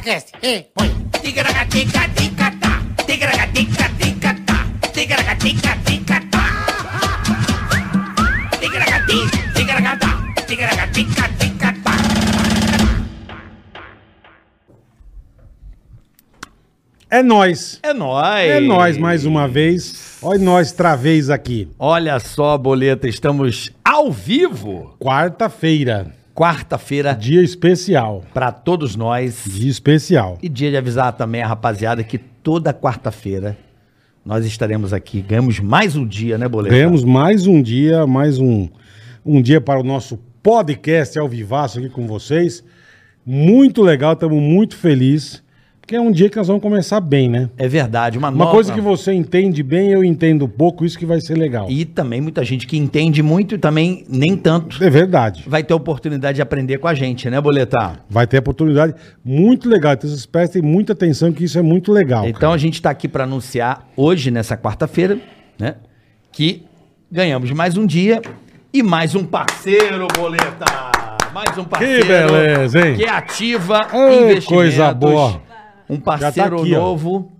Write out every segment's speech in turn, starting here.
Cast. Ei, põe. É nós. É nóis. É nós mais uma vez. Olha nós travês aqui. Olha só, Boleta, estamos ao vivo. Quarta-feira, Quarta-feira dia especial. pra todos nós. Dia especial. E dia de avisar também a rapaziada que toda quarta-feira nós estaremos aqui. Ganhamos mais um dia, né, Boleta? Ganhamos mais um dia, mais um, um dia para o nosso podcast ao vivaço aqui com vocês. Muito legal, estamos muito felizes. Porque é um dia que nós vamos começar bem, né? É verdade, uma, Uma nova- coisa que você entende bem, eu entendo pouco, isso que vai ser legal. E também muita gente que entende muito e também nem tanto É verdade. vai ter oportunidade de aprender com a gente, né, Boleta? Vai ter oportunidade. Muito legal. Então, vocês prestem muita atenção que isso é muito legal. cara. Então a gente está aqui para anunciar hoje, nessa quarta-feira, né? Que ganhamos mais um dia e mais um parceiro, Boleta! Mais um parceiro. beleza, hein? Que ativa Ei, investimentos. coisa boa. tá Um parceiro aqui, ó. novo.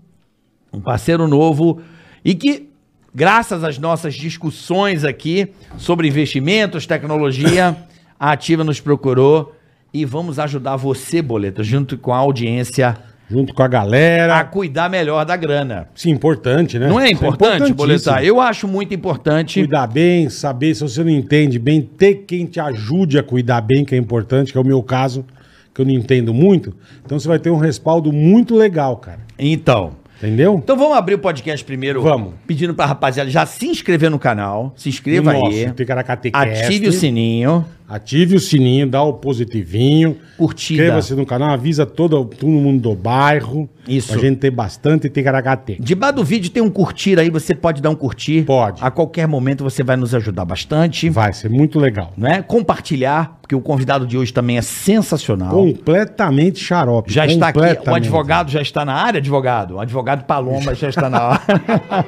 Um parceiro novo. E que, graças às nossas discussões aqui sobre investimentos, tecnologia, a Ativa nos procurou. E vamos ajudar você, Boleta, junto com a audiência, Junto com a a galera. cuidar melhor da grana. Sim, importante, né? Não é Isso importante, importantíssimo. boletar? Eu acho muito importante. Cuidar bem, saber se você não entende bem, ter quem te ajude a cuidar bem, que é importante, que é o meu caso, que eu não entendo muito. Então você vai ter um respaldo muito legal, cara. Então. Entendeu? Então vamos abrir o podcast primeiro. Vamos. Pedindo pra rapaziada já se inscrever no canal. Se inscreva aí. Ticaracatecast. Ative o sininho. Ative o sininho, dá o positivinho. Curtida. Inscreva-se no canal, avisa todo, todo mundo do bairro. Isso. Pra gente ter bastante ticaracateca. Debaixo do vídeo tem um curtir aí. Você pode dar um curtir. Pode. A qualquer momento você vai nos ajudar bastante. Vai ser muito legal. Né? Compartilhar, porque o convidado de hoje também é sensacional. Completamente xarope. Já está aqui, o completamente. advogado já está na área, advogado? O advogado Paloma já está na área.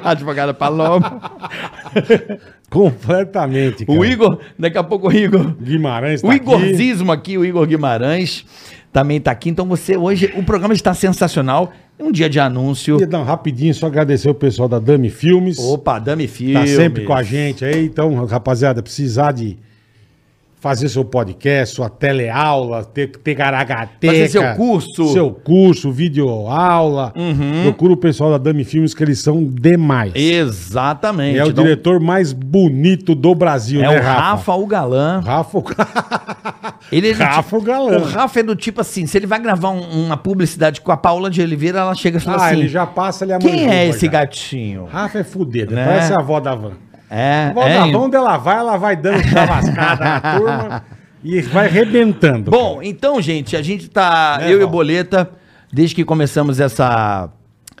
advogado Paloma. Completamente. O Igor, daqui a pouco o Igor. Guimarães O tá Igorzismo aqui, o Igor Guimarães também tá aqui. Então você hoje, o programa está sensacional. É Um dia de anúncio. Queria dar um rapidinho, só agradecer o pessoal da Dami Filmes. Opa, Dami Filho. tá sempre com a gente aí. Então, rapaziada, precisar de fazer seu podcast, sua teleaula, ter, ter garagateca. Fazer seu curso. Uhum. Seu curso, videoaula. Procura o pessoal da Dami Filmes, que eles são demais. Exatamente. é o Então, diretor mais bonito do Brasil, é né, o Rafa, o galã. Rafa, o cara- Ele é do Rafa, tipo- o galã. O Rafa é do tipo assim, se ele vai gravar um- uma publicidade com a Paula de Oliveira, ela chega e fala Ah, assim, ele já passa, ele é quem manjuba é esse já. gatinho? Rafa é fudido, Né? parece a avó da van. É, A avó é, da van, onde ela vai, ela vai dando chavascada na turma e vai arrebentando. Bom, então, gente, a gente tá. Né, eu e o Val? Boleta, desde que começamos essa.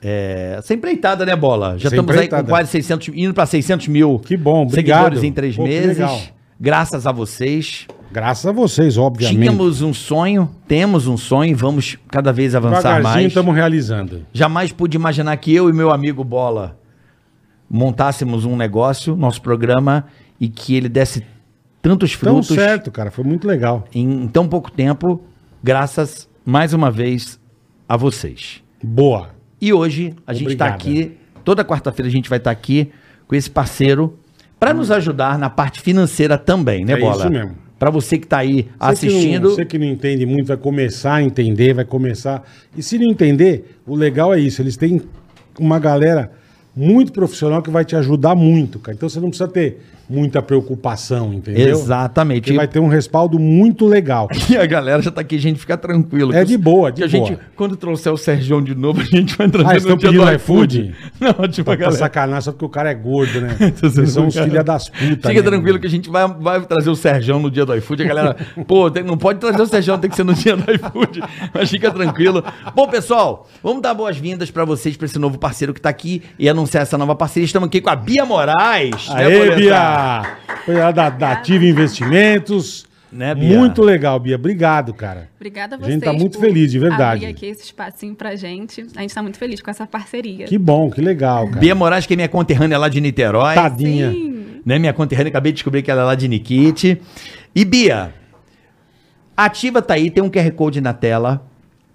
É, essa empreitada, né, Bola? Já Essa estamos aí com empreitada. quase 600, indo para 600 mil Que bom, obrigado. seguidores em três Pô, que meses. legal. Graças a vocês. Graças a vocês, obviamente. Tínhamos um sonho, temos um sonho e vamos cada vez avançar Devagarzinho mais. estamos realizando. Jamais pude imaginar que eu e meu amigo Bola montássemos um negócio, nosso programa, e que ele desse tantos Tão frutos certo, cara. Foi muito legal. em tão pouco tempo, graças mais uma vez a vocês. Boa. E hoje a gente está Obrigada. aqui, toda quarta-feira a gente vai estar aqui com esse parceiro para nos ajudar na parte financeira também, né, É Bola? isso mesmo. Para você que está Você aí que não- assistindo, Você que não entende muito vai começar a entender, vai começar. E se não entender, o legal é isso. Eles têm uma galera muito profissional que vai te ajudar muito, cara. Então você não precisa ter muita preocupação, entendeu? exatamente. Porque vai ter um respaldo muito legal. E a galera já tá aqui, gente, fica tranquilo. É Que- de boa, de que a boa. gente, quando trouxer o Sergião de novo, a gente vai trazer Ah, eles estão pedindo iFood? Não, tipo, Pra a galera... sacanagem, só porque o cara é gordo, né? Tô sendo Eles são os brincadeira. filha das putas. Fica né, tranquilo mano? que a gente vai, vai trazer o Serjão no dia do iFood. A galera, pô, tem- não pode trazer o Serjão, tem que ser no dia do iFood. Mas fica tranquilo. Bom, pessoal, vamos dar boas-vindas pra vocês, pra esse novo parceiro que tá aqui e anunciar essa nova parceria. Estamos aqui com a Bia Moraes. né, Aê, Boleta? Bia! Foi lá da, da Ativa Investimentos. Né, Bia? Muito legal, Bia. Obrigado, cara. Obrigada a A vocês. gente tá muito por feliz, de verdade. Abrir aqui esse espacinho pra gente. A gente tá muito feliz com essa parceria. Que bom, que legal, cara. Bia Moraes, que é minha conterrânea lá de Niterói. Tadinha. Sim. né? Minha conterrânea, acabei de descobrir que ela é lá de Nikit. E Bia, ativa tá aí, tem um QR Code na tela.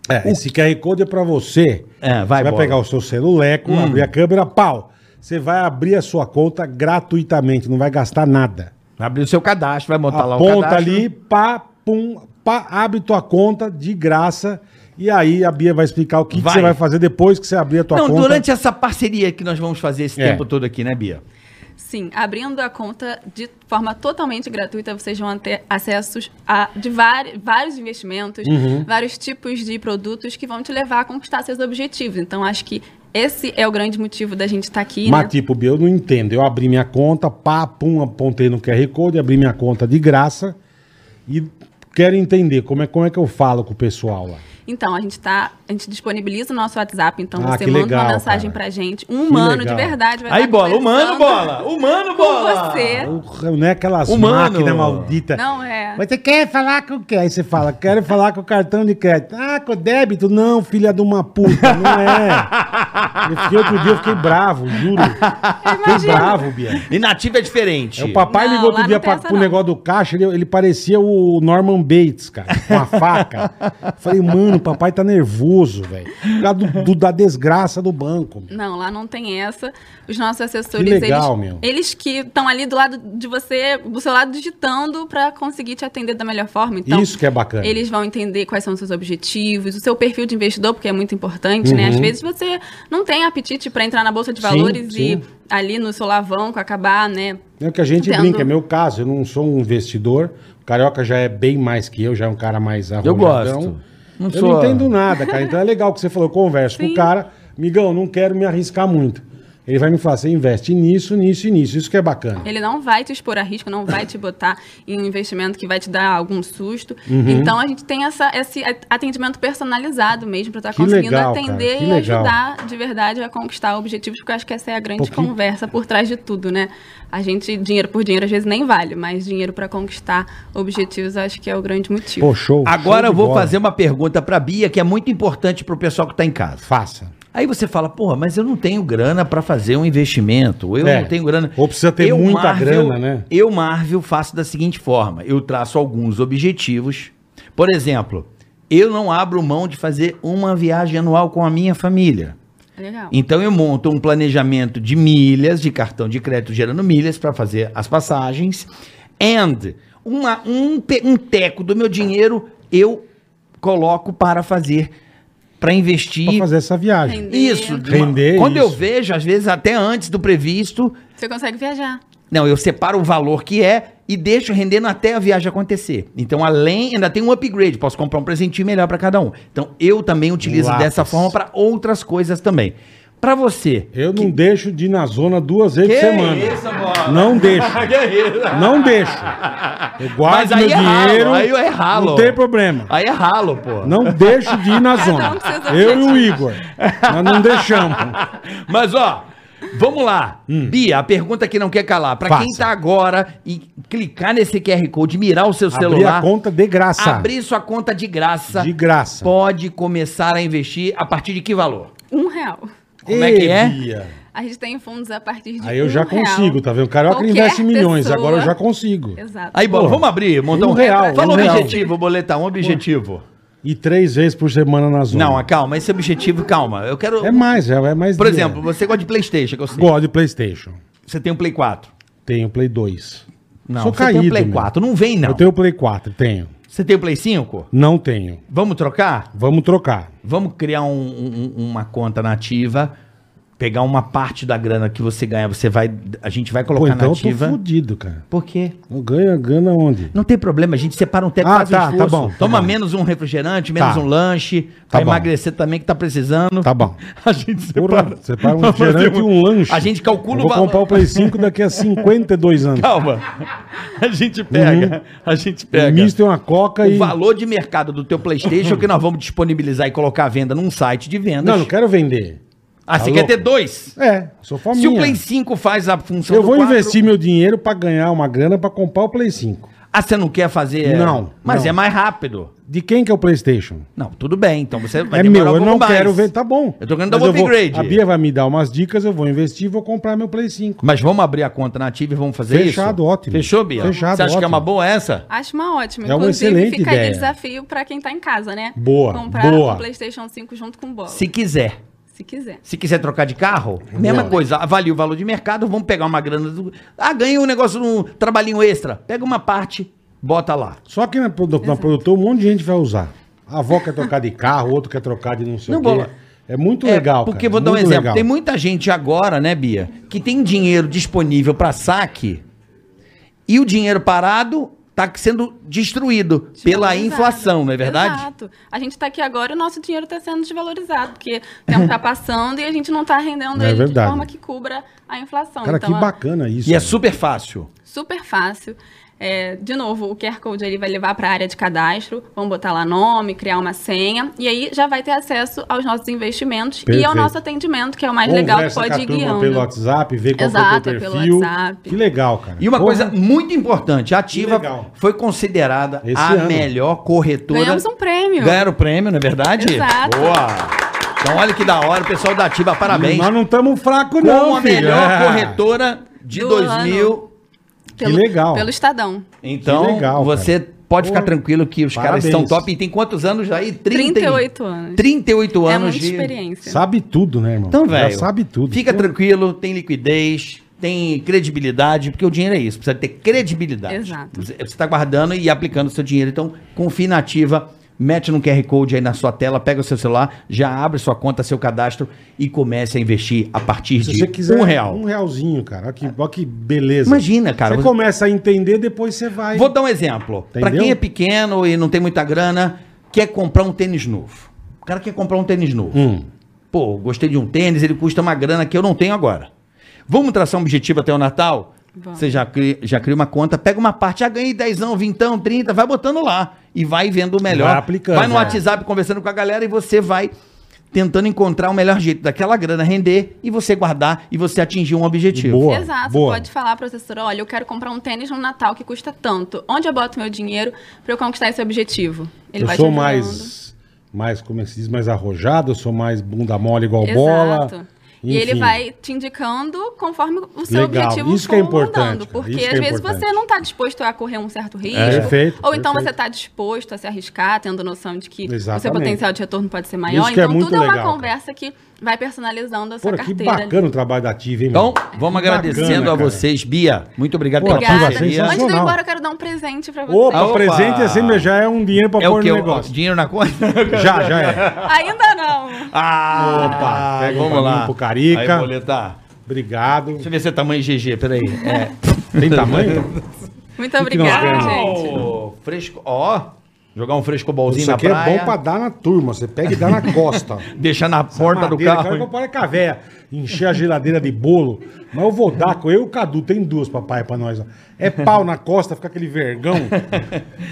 É, esse QR Code é pra você. É, vai, você Hum. vai bola. pegar o seu celuleco, abrir a câmera, pau. Você vai abrir a sua conta gratuitamente, não vai gastar nada. Vai abrir o seu cadastro, vai montar lá o Aponta cadastro. ali, pá, pum, pá, abre tua conta de graça. E aí a Bia vai explicar o que, que Vai. você vai fazer depois que você abrir a tua Não, conta. durante essa parceria que nós vamos fazer esse É. tempo todo aqui, né, Bia? Sim, abrindo a conta de forma totalmente gratuita, vocês vão ter acessos a de vari- vários investimentos, Uhum. vários tipos de produtos que vão te levar a conquistar seus objetivos. Então, acho que esse é o grande motivo da gente estar aqui, né? Mas tipo, Bia, eu não entendo. Eu abri minha conta, pá, pum, apontei no QR Code, abri minha conta de graça. E quero entender como é, como é que eu falo com o pessoal lá. Então, a gente tá, a gente disponibiliza o nosso WhatsApp, então Ah, você que manda legal, uma mensagem cara. pra gente. Um humano de legal. um verdade vai Aí, estar bola, humano, conversando bola! Humano, com bola! você. Porra, Não é aquelas Humano. máquinas malditas. Não é. Mas você quer falar com o quê? Aí você fala, quero falar com o cartão de crédito. Ah, com o débito? Não, filha de uma puta, não é. Eu fiquei outro dia, eu fiquei bravo, juro. Fiquei Imagina. bravo, Bia. Inativa é diferente. É, o papai Não, ligou outro lá dia não tem pra, essa, pro não. negócio do caixa, ele, ele parecia o Norman Bates, cara, com a faca. Falei, mano, o papai tá nervoso, velho. Por causa do- do- da desgraça do banco. meu. Não, lá não tem essa. Os nossos assessores, Que legal, eles, meu. eles que estão ali do lado de você, do seu lado digitando pra conseguir te atender da melhor forma. Então, Isso que é bacana. Eles vão entender quais são os seus objetivos, o seu perfil de investidor, porque é muito importante, né? Às vezes você não tem apetite pra entrar na bolsa de Uhum. Sim, valores sim. e ali no seu alavanco acabar, né? É o que a gente Entendo. brinca, é meu caso, eu não sou um investidor. O Carioca já é bem mais que eu, já é um cara mais Eu arrojadão. gosto. Não eu sou... não entendo nada, cara. Então é legal que você falou, eu converso com o cara. Migão, não quero me arriscar muito. Ele vai me falar, você investe nisso, nisso e nisso. Isso que é bacana. Ele não vai te expor a risco, não vai te botar em um investimento que vai te dar algum susto. Uhum. Então a gente tem essa, esse atendimento personalizado mesmo para estar Que conseguindo legal, cara, atender que e legal. ajudar de verdade a conquistar objetivos, porque eu acho que essa é a grande Pouquinho. conversa por trás de tudo, né? A gente, dinheiro por dinheiro, às vezes nem vale, mas dinheiro para conquistar objetivos acho que é o grande motivo. Pô, show. Agora show eu de vou bola. fazer um uma pergunta pra Bia que é muito importante pro pessoal que tá em casa. Faça. Aí você fala, porra, mas eu não tenho grana pra fazer um investimento. Eu É. não tenho grana. Ou precisa ter Eu, muita grana, né? Eu, Marvel, faço da seguinte forma: eu traço alguns objetivos. Por exemplo, eu não abro mão de fazer uma viagem anual com a minha família. É Legal. Então eu monto um planejamento de milhas, de cartão de crédito gerando milhas para fazer as passagens. And uma- um, pe- um teco do meu dinheiro eu coloco para fazer, para Pra investir. fazer essa viagem. Render. Isso, de Render quando eu isso. vejo, às vezes até antes do previsto, Você consegue viajar. não, eu separo o valor que é e deixo rendendo até a viagem acontecer. Então, além, ainda tem um upgrade, posso comprar um presentinho melhor para cada um. Então, eu também utilizo Lápis. dessa forma para outras coisas também. Para você, Eu não deixo de ir na zona duas vezes Que por semana. isso, bola? não deixo. Não deixo. Eu guardo Mas aí meu é ralo, dinheiro. aí é ralo. Não tem problema. aí é ralo, pô. Não deixo de ir na zona. um com seus Eu e o Igor. Nós não deixamos. Mas ó, vamos lá. Bia, a pergunta que não quer calar. Pra quem Hum. Faça. tá agora e clicar nesse QR Code, mirar o seu Abrir celular, a conta de graça. abrir sua conta de graça, De graça. pode começar a investir a partir de que valor? Um real. Como é que é? Bia. A gente tem fundos a partir de Aí eu um já real. consigo, tá vendo? O Carioca Qualquer investe milhões, pessoa- agora eu já consigo. Exato. Aí, bola, Pô, vamos abrir, montar um real, Fala um real. objetivo, boleta, um objetivo. E três vezes por semana na zona. Não, calma, esse objetivo, calma. Eu quero. É mais, já é mais. Por dia. exemplo, você gosta de PlayStation, que eu sei. Gosto de PlayStation. Você tem um Play 4. Tenho Play 2. Não, Sou você tem um caído, Play meu. 4. Não vem, não. Eu tenho Play 4, tenho. Você tem o Play 5? Não tenho. Vamos trocar? Vamos trocar. Vamos criar um- um- um- uma conta nativa, pegar uma parte da grana que você ganha, você vai, a gente vai Pô, colocar então eu tô nativa. fudido, cara. Por quê? Eu ganho a grana onde? Não tem problema, a gente separa um teto Ah, faz um tá, tá esforço. bom, tá Toma bom. menos um refrigerante, menos Tá. um lanche, Tá vai bom. emagrecer também que tá precisando. Tá bom. A gente separa. Porra, separa um Vamos fazer refrigerante e um lanche. A gente calcula eu vou o valor. comprar um- o Play 5 daqui a 52 anos. Calma. A gente pega. A gente Um pega. misto e uma coca O e... valor de mercado do teu PlayStation que nós vamos disponibilizar e colocar à venda num site de vendas. Não, não quero vender. Ah, você Tá quer louco? ter dois? É, sou Se o Play faminha. 5 faz a função Eu do vou quatro, investir meu dinheiro pra ganhar uma grana pra comprar o Play 5. Ah, você não quer fazer? Não, Mas não. é mais rápido. De quem que é o PlayStation? Não, tudo bem. Então você vai é demorar meu, um eu pouco não mais. quero ver, tá bom. Eu tô querendo dar Mas um eu vou- upgrade. A Bia vai me dar umas dicas, eu vou investir e vou comprar meu Play 5. Mas vamos abrir a conta na Ativa e vamos fazer isso? Fechado, ótimo. Fechou, Bia? Fechado, Você acha que é ótimo. uma boa essa? Acho uma ótima. É uma excelente fica aí ideia. de desafio pra quem tá em casa, né? Boa, Comprar boa. um PlayStation 5 junto com bola. Se quiser. se quiser. Se quiser trocar de carro, mesma coisa. Avalia o valor de mercado, vamos pegar uma grana. Do... Ah, ganhei um negócio, um trabalhinho extra. Pega uma parte, bota lá. Só que na, produ- na produtora um monte de gente vai usar. A avó quer trocar de carro, outro quer trocar de não sei Não, o quê. bola. É muito É, legal, Porque cara, vou dar um muito exemplo. legal. Tem muita gente agora, né, Bia, que tem dinheiro disponível para saque e o dinheiro parado tá sendo destruído pela Desvalorizado. inflação, não é verdade? Exato. A gente está aqui agora e o nosso dinheiro está sendo desvalorizado, porque o tempo está passando e a gente não está rendendo É ele verdade. de forma que cubra a inflação. Cara, que ó, bacana isso. E é cara. super fácil. super fácil. É, de novo, o QR Code ali vai levar para a área de cadastro, vão botar lá nome, criar uma senha, e aí já vai ter acesso aos nossos investimentos e ao Perfeito. nosso atendimento, que é o mais Conversa legal que com a pode ir turma guiando. pelo WhatsApp, ver qual Exato, foi o teu pelo perfil. WhatsApp. Que legal, cara. E uma Porra, coisa muito importante, a Ativa legal. foi considerada Esse a ano. melhor corretora. Ganhamos um prêmio. Ganharam o prêmio, não é verdade? Exato. Boa. Então olha que da hora, o pessoal da Ativa, parabéns. Nós não estamos fracos, com não, a filho. melhor É. corretora de Do 2000. pelo, legal. Pelo Estadão. Então, Que legal, você pode ficar Pô, tranquilo que os caras parabéns. estão top. E tem quantos anos aí? 30 e- 38 anos. 38 é anos muita de... experiência. Sabe tudo, né, irmão? Então, Já velho, sabe tudo. fica tranquilo, tem liquidez, tem credibilidade, porque o dinheiro é isso, precisa ter credibilidade. Exato. Você está guardando e aplicando o seu dinheiro. Então, confie na ativa, mete no QR Code aí na sua tela, pega o seu celular, já abre sua conta, seu cadastro e comece a investir a partir Se de você quiser um real. um realzinho, cara. Olha que, olha que beleza. Imagina, cara, Você você- começa a entender, depois você vai. Vou dar um exemplo. Entendeu? Pra quem é pequeno e não tem muita grana, quer comprar um tênis novo. O cara quer comprar um tênis novo. Hum. Pô, gostei de um tênis, ele custa uma grana que eu não tenho agora. Vamos traçar um objetivo até o Natal? Vamos. Você já cria, já cria uma conta, pega uma parte, já ganhei 10, 20, 30, vai botando lá e vai vendo o melhor. Vai aplicando, Vai no é. WhatsApp conversando com a galera e você vai tentando encontrar o melhor jeito daquela grana render e você guardar e você atingir um objetivo. Boa. Exato, boa. pode falar, professora, olha, eu quero comprar um tênis no Natal que custa tanto. Onde eu boto meu dinheiro para eu conquistar esse objetivo? eu vai te sou guiando. mais, mais, como é que se diz, mais arrojado, eu sou mais bunda mole igual Exato. bola. E ele Enfim. vai te indicando conforme o seu Legal, objetivo isso que é importante, cara, porque isso que às é vezes importante. É, você não está disposto a correr um certo risco, Perfeito, ou então perfeito. você está disposto a se arriscar, tendo noção de que o seu Exatamente. potencial de retorno pode ser maior. Isso que é então muito tudo é legal, uma cara. conversa que vai personalizando a sua Porra, que carteira. né? ali. bacana o trabalho da Ativa, hein, Então, mano? vamos Que agradecendo bacana, a cara. vocês. Bia, muito obrigado Pô, pela Obrigada. ativa, parceria. Antes de eu ir sensacional. embora, eu quero dar um presente para você. Opa, Opa! presente é sempre já é um dinheiro pra É o pôr que? no O negócio. dinheiro na conta? Já, já é. Ainda não. Ah, Opa, pega um vamos pra lá. mim, pro Carica. Aí, boletar. Obrigado. Tá Deixa eu ver se é tamanho GG, peraí. É. Tem tamanho? Muito que que nós obrigada, ganhamos? gente. Ô, fresco, ó, jogar um frescobolzinho Isso na aqui é praia. bom pra dar na turma. Você pega e dá na costa. Deixar na porta do Madeira, carro. Cara, eu paro com a véia, encher a geladeira de bolo. Mas eu vou dar com eu e o Cadu. Tem duas, papai, pra nós. ó. É pau na costa, fica aquele vergão.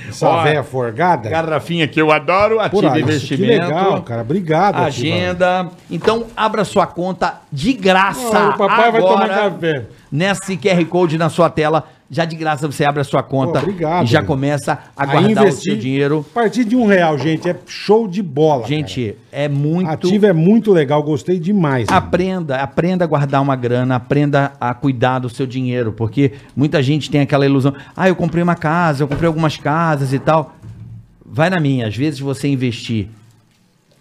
Essa Ó, véia forgada. Garrafinha que eu adoro, Por ativa aí, isso, que investimento. legal, cara. Obrigado. Ativa. Agenda. Então, abra sua conta de Ah, graça. o papai vai agora, tomar café. Nesse QR Code na sua tela. Já de graça você abre a sua conta Pô, obrigado, e já velho. começa a Aí guardar o investir seu dinheiro. A partir de um real, gente, é show de bola. Gente, é muito. cara. Ativa é muito legal, gostei demais. Aprenda, aprenda a guardar uma grana, aprenda a cuidar do seu dinheiro, porque muita gente tem aquela ilusão, ah, eu comprei uma casa, eu comprei algumas casas e tal. Vai na minha, às vezes você investir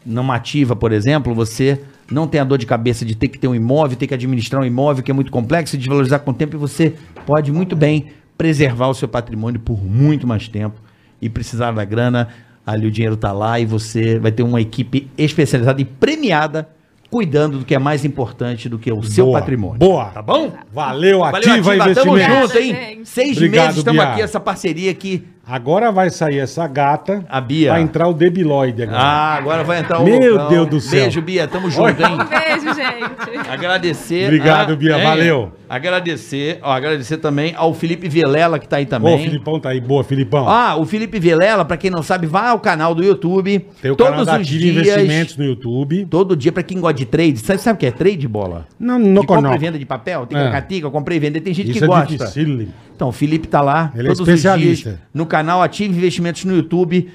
numa ativa, por exemplo, você não tem a dor de cabeça de ter que ter um imóvel, ter que administrar um imóvel que é muito complexo e desvalorizar com o tempo, e você pode muito bem preservar o seu patrimônio por muito mais tempo e precisar da grana, ali o dinheiro tá lá e você vai ter uma equipe especializada e premiada cuidando do que é mais importante do que o seu Boa, patrimônio. boa. Tá bom? Valeu, ativa, tamo investimento. junto, hein? Obrigada, Seis Obrigado, meses estamos Bia. aqui, essa parceria aqui. Agora vai sair essa gata. A Bia. Vai entrar o debilóide agora. Ah, agora vai entrar o Meu Lucão. Deus do céu. Beijo, Bia, tamo junto, hein? Um beijo, gente. Agradecer. Obrigado, a- Bia, hein? valeu. Agradecer, ó, agradecer também ao Felipe Velela, que tá aí também. Ô, o Filipão tá aí. Boa, Filipão. Ah, o Felipe Velela, pra quem não sabe, vai ao canal do YouTube. Tem o canal todos da os Ativa dias. Investimentos no YouTube. Todo dia, pra quem gosta de trade. Sabe, sabe o que é trade, bola? Não, no de compra canal. e venda de papel, tem É. catica, comprei e vender. Tem gente Isso que é gosta. dificílimo. Então, o Felipe tá lá Ele é especialista. os dias no canal Ative Investimentos no YouTube.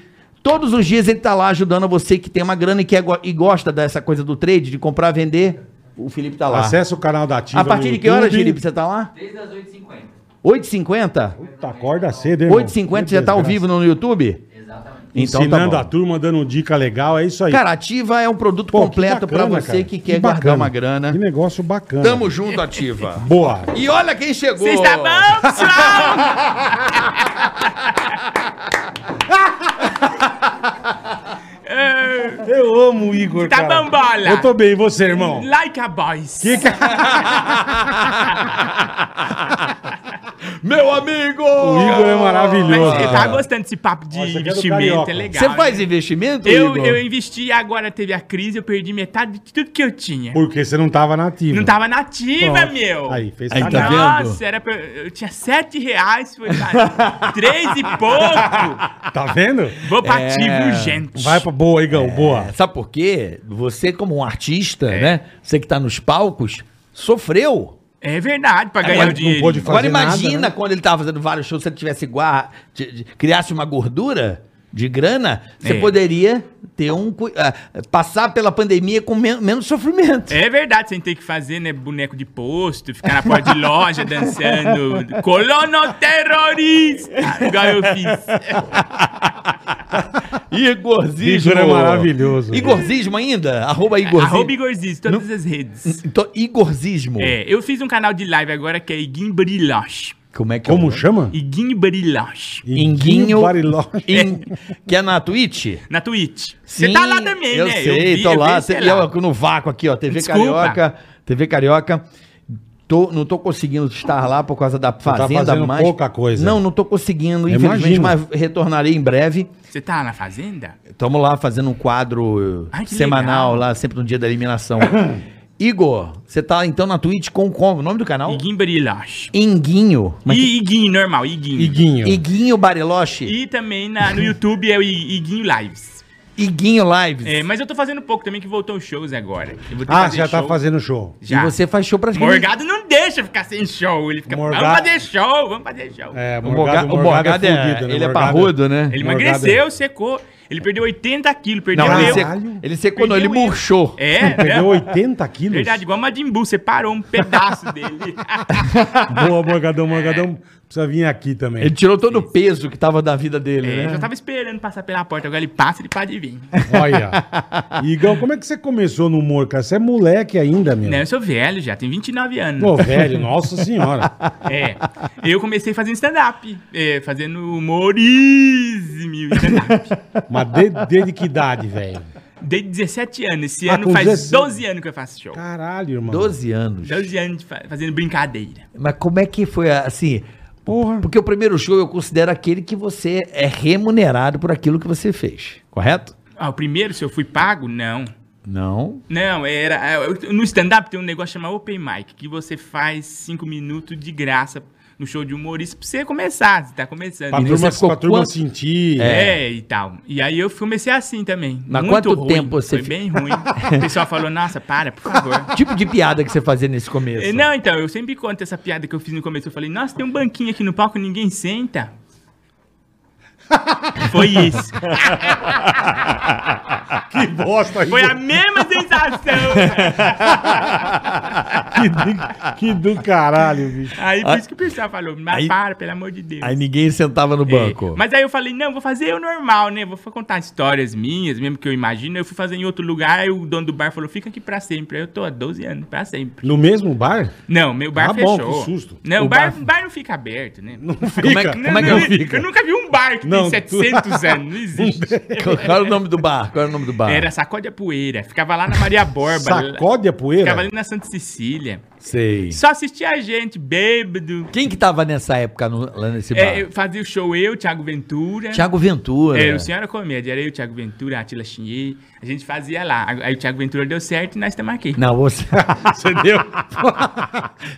Todos os dias ele tá lá ajudando você que tem uma grana e, quer, go- e gosta dessa coisa do trade, de comprar, vender. O Felipe tá lá. Acesse o canal da Ativa A partir no de que horas, YouTube. Felipe, você tá lá? Desde as 8h50. 8h50? Puta, acorda cedo, hein, irmão? 8h50 Que você tá ao desgraça. vivo no YouTube? Exatamente. Então tá Ensinando bom. a turma, dando dica legal, é isso aí. Cara, Ativa é um produto Pô, que completo pra bacana, você cara. que quer bacana. guardar uma grana. Que negócio bacana. Tamo junto, Ativa. Boa. E olha quem chegou. Vocês tá bom, pessoal? Eu amo o Igor, Tá cara. bambola. Eu tô bem, e você, irmão? Like a boys. Que é que- Meu amigo! O Igor é maravilhoso. Mas você tá cara. gostando desse papo de Nossa, aqui é do investimento, Carioca. é legal. Você faz investimento, eu, Igor? eu investi e agora teve a crise, eu perdi metade de tudo que eu tinha. Porque você não tava na ativa. Não tá tava nativa, Pronto. meu. Aí, fez Aí, tá cagada. vendo? Nossa, era pra, eu tinha sete reais, foi pra três e pouco. Tá vendo? Vou pra É. ativa urgente. Vai pra boa, Igão, boa. Sabe por quê? Você, como um artista, É. né? Você que tá nos palcos, sofreu. É verdade, pra Agora ganhar o não dinheiro. pode Agora fazer nada, imagina né? quando ele tava fazendo vários shows, se ele tivesse guarda, criasse uma gordura de grana, você É. poderia ter um cu- ah, passar pela pandemia com men- menos sofrimento. É verdade, sem ter que fazer, né, boneco de posto, ficar na porta de loja dançando colono terrorista, igual eu fiz. Igorzismo. Igor é maravilhoso. Igorzismo ainda? Arroba Igorzismo. Arroba Igor Ziz, todas as redes. Então, Igorzismo. É, eu fiz um canal de live agora que é Iguim Bariloche. Como é que é? o Como nome? chama? Iguim Bariloche. Inguinho. Bariló. Em- que é na Twitch? Na Twitch. Sim, Você tá lá também, eu né? Sei, vi, tô eu lá. vi, sei e é eu no vácuo aqui, ó. TV Desculpa. Carioca. TV Carioca. Tô- não tô conseguindo estar lá por causa da fazenda, tá fazendo mas. pouca coisa. Não, não tô conseguindo, Eu infelizmente, imagino. mas retornarei em breve. Você tá na fazenda? Estamos lá fazendo um quadro Ai, que semanal legal. lá, sempre no dia da eliminação. Igor, você tá então na Twitch com como? O nome do canal? Iguim Bariloche. Inguinho. Mas E Iguim, normal, Iguim. Iguinho. é? Iguinho Bariloche. E também na- no YouTube é o I- Iguinho Lives. Iguinho Lives. É, mas eu tô fazendo pouco também, que voltou os shows agora. Eu vou ter que Ah, fazer você já tá show. fazendo show. Já. E você faz show pra Morgado não deixa ficar sem show. Ele fica, Morgado- vamos fazer show, vamos fazer show. É, O Morgado, o Morgado é, fudido, né? ele é Morgado- parrudo, né? ele Morgado- emagreceu, secou. Ele perdeu 80 quilos, perdeu Não, ele, eu. Caralho. secou, ele secou, não, ele Perdeu eu. murchou. É, Perdeu né? 80 quilos. Verdade, igual Majin Buu, você parou um pedaço dele. Boa, Morgadão, Morgadão. Precisa vir aqui também. Ele tirou todo o peso que tava da vida dele, É, eu né? já tava esperando passar pela porta, agora ele passa, ele pode vir. É. Olha. Igão, como é que você começou no humor, cara? Você é moleque ainda, meu. Não, eu sou velho já, tenho 29 anos. Pô, velho, nossa senhora. É, eu comecei fazendo stand-up, é, fazendo humorismo e stand-up. Mas de- desde que idade, velho? Desde 17 anos, esse Ah, ano com faz 17. 12 anos que eu faço show. Caralho, irmão. 12 anos. 12 anos de fa- fazendo brincadeira. Mas como é que foi assim? Porra. Porque o primeiro show eu considero aquele que você é remunerado por aquilo que você fez, correto? Ah, o primeiro, se eu fui pago, não. Não. Não, era. é, eu- No stand-up tem um negócio chamado Open Mic, que você faz cinco minutos de graça no show de humorista pra você começar, você tá começando. Pra E turma, você ficou pra turma quanto- sentir. É, e tal. E aí eu comecei assim também. Mas Muito quanto ruim, tempo você Foi fi- bem ruim. O pessoal falou, nossa, para, por favor. Tipo de piada que você fazia nesse começo. Eh, Não, então, eu sempre conto essa piada que eu fiz no começo. Eu falei, nossa, tem um banquinho aqui no palco, ninguém senta. Foi isso. Que É, bosta, Foi a Igor. mesma sensação. que, do, que do caralho, bicho. Aí por isso que o pessoal falou, mas Aí- para, pelo amor de Deus. Aí ninguém sentava no É, banco. mas aí eu falei, não, vou fazer o normal, né? Vou fa- contar histórias minhas, mesmo que eu imagino. Eu fui fazer em outro lugar, aí o dono do bar falou, fica aqui pra sempre. Aí eu tô há 12 anos, pra sempre. No mesmo bar? Não, meu bar Ah, bom, fechou. que susto. Não, O o bar, bar- bar não fica aberto, né? Não, Como é que- não, como é que não, não fica? Eu nunca vi um bar que Não, tu- tem 700 anos, não existe. Qual era o nome do bar? Qual era o nome do Um bar? Era Sacode a Poeira, ficava lá na Maria Borba. lá- Sacode a poeira? Ficava ali na Santa Cecília. Sei. Só assistia a gente, bêbado. Quem que tava nessa época no- lá nesse bar? É, eu fazia o show eu, Thiago Ventura. Tiago Ventura. Era É, o Senhora Comédia, era eu, Thiago Ventura, Atila Chinhei. A gente fazia lá. Aí o Thiago Ventura deu certo e nós estamos aqui. Não, você... Você deu.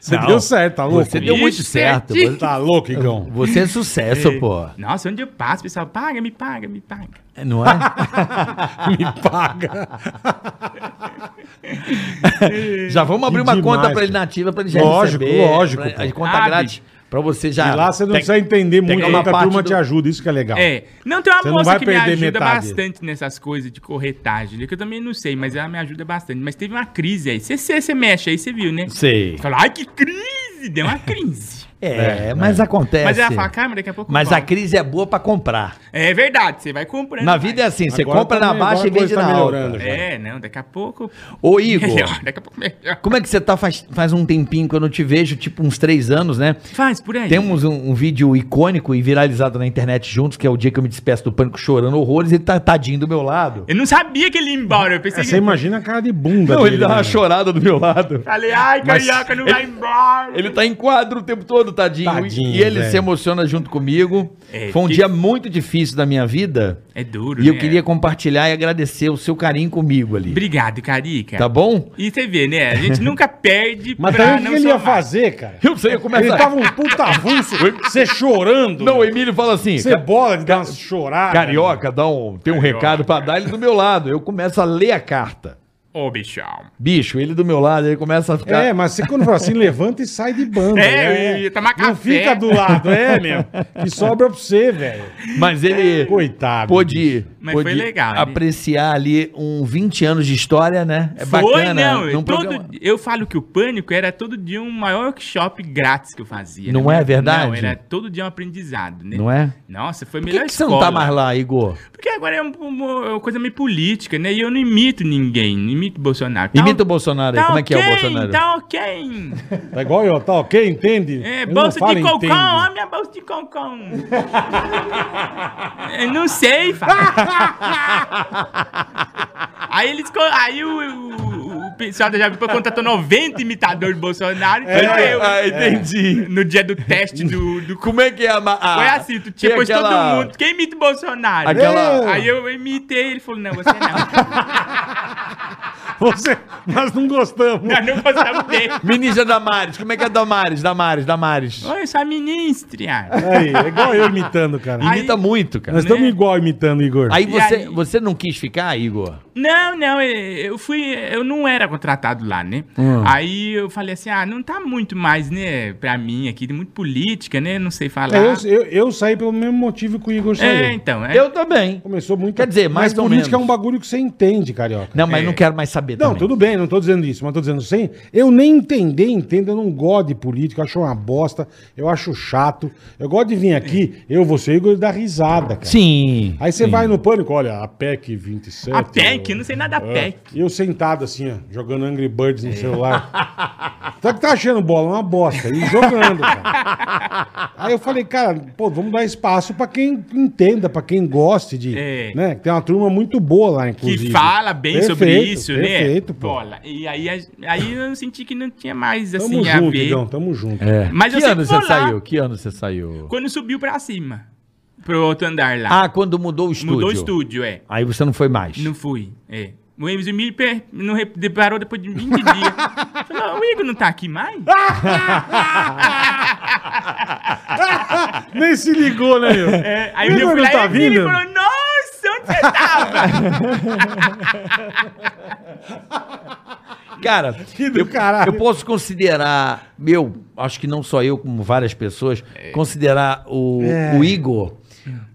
Você Não. deu certo, tá louco? Você deu muito Ixi, certo. certinho. Tá louco, Igão. Você é sucesso, pô. Nossa, onde eu passo, o pessoal, paga, me paga, me paga. Não é? Me paga. Já vamos abrir Que uma demais, conta pra ele cara. nativa pra ele já Lógico, receber. lógico, pra- pô. A conta Abre. grátis. Pra você já. e lá você não Tá. Tem- precisa entender pegar muito, uma porque a parte turma do- te ajuda, isso que é legal. É. Não, tem uma Você não vai moça que me perder ajuda metade. bastante nessas coisas de corretagem, né, que eu também não sei, mas ela me ajuda bastante. Mas teve uma crise aí. Você, você, você mexe aí, você viu, né? Sei. Falou, ai, que crise! Deu uma crise. É, né? mas acontece. mas ela fala, cara, mas daqui a pouco. Mas a volta." crise é boa pra comprar. É verdade, você vai comprando. Na vai. vida é assim, você Agora compra tá na me- agora baixa e a coisa vende tá na melhorando. alta. É, não, daqui a pouco. Ô, Igor. Melhor, daqui a pouco melhor. Como é que você tá faz, faz um tempinho que eu não te vejo, tipo uns três anos, né? Faz por aí. Temos um, um vídeo icônico e viralizado na internet juntos, que é o dia que eu me despeço do pânico chorando horrores, ele tá tadinho do meu lado. Eu não sabia que ele ia embora. Eu pensei Você que. imagina a cara de bunda Não, ele dele, dá uma né? chorada do meu lado. Falei, ai, Mas carioca, não ele- vai embora. Ele tá em quadro o tempo todo, tadinho. Tadinho, e ele velho. se emociona junto comigo. É, Foi um que- dia muito difícil da minha vida. É duro, E eu né? queria compartilhar e agradecer o seu carinho comigo ali. Obrigado, Carica. Tá bom? E você vê, né? A gente nunca perde Mas também pra o que não que ele ia somar. fazer, cara? Eu sei, eu começo Ele a- tava um puta avulso, você chorando. Não, o Emílio fala assim. Você "Ca- bola de dar uma chorada. Carioca, dá um, tem um recado pra dar ele do meu lado. Eu começo a ler a carta. Ô, bichão. Bicho, ele do meu lado, ele começa a ficar. É, mas você quando fala assim, levanta e sai de banda. É, né? eu ia tomar Não café. fica do lado, é, meu. Que sobra pra você, velho. Mas é, ele Coitado. pôde, Mas pôde foi legal, né? apreciar ali um 20 anos de história, né? É Foi, não. num todo, programa- Eu falo que o Pânico era todo dia um maior workshop grátis que eu fazia. né? Não é verdade? Não, era todo dia um aprendizado, né? Não é? Nossa, foi a Por que, melhor que você não tá escola. mais lá, Igor? Porque agora é um- uma, coisa meio política, né? E eu não imito ninguém, não imito Bolsonaro. Tá Imita o ok, Bolsonaro aí. tá Como é que é o ok, Bolsonaro? Tá ok. Tá igual eu, tá ok? Entende? É, Eu não bolsa falo de cocão, entende. ó, minha bolsa de cocão. Eu não sei, fala. aí eles. co- Aí o, o, o pessoal da Jovem Pan contratou 90 imitadores do Bolsonaro e É. foi Então, eu. É, ah, entendi. No dia do teste do. do cu- Como é que é a. ma- Ah, a- foi assim, tu tem tinha posto aquela- todo mundo. Quem imita o Bolsonaro? É. Aquela- Aí eu imitei, ele falou: não, você não. Você, nós não gostamos. Nós não um gostamos dele. Ministra Damares, como é que é Damares? Damares, Damares. Oi, eu sou a ministra. Aí, é igual eu imitando, cara. Ai, Imita aí- muito, cara. nós estamos igual imitando, Igor. Aí E você, aí- você não quis ficar, Igor? Não, não, eh, eu fui, eu não era contratado lá, né? Ah. Aí eu falei assim, ah, não tá muito mais, né, pra mim aqui, tem muito política, né, não sei falar. É, eu, eu, eu saí pelo mesmo motivo que o Igor saiu. É, então, é. Eu também. Começou muito. Quer dizer, mais mas ou política menos. é um bagulho que você entende, carioca. Não, mas É. não quero mais saber Não, também. tudo bem, não tô dizendo isso, mas tô dizendo sem. Eu nem entender, entendo, eu não gosto de política, eu acho uma bosta, eu acho chato. Eu gosto de vir aqui, eu, você, Igor, e dar risada, cara. Sim. Aí você sim. vai no pânico, olha, a PEC 27. a PEC, eu- eu não sei nada da é, PEC. E eu sentado assim, ó, jogando Angry Birds no celular. É. Só que tá achando bola uma bosta, e jogando, cara. Aí eu falei, cara, pô, vamos dar espaço pra quem entenda, pra quem goste de. É. Né? Tem uma turma muito boa lá, Que inclusive. fala bem sobre Perfeito, isso, né? Perfeito, pô. Bola. E aí, a- aí eu senti que não tinha mais, Tamo assim, a junto, ver. Igão, tamo junto. É. Mas eu que sempre ano vou você lá. saiu? Que ano você saiu? Quando subiu pra cima, pro outro andar lá. Ah, quando mudou o estúdio. Mudou o estúdio, é. Aí você não foi mais. Não fui, é. O Emerson me per- não re- deparou depois de 20 dias. Falou, o Igor não tá aqui mais? Nem se ligou, né, meu? É, aí o Igor Igor não foi tá lá e ele vindo? falou, nossa, onde você tava? Cara, Que do eu, caralho. eu posso considerar, meu, acho que não só eu, como várias pessoas, É. considerar o, É. o Igor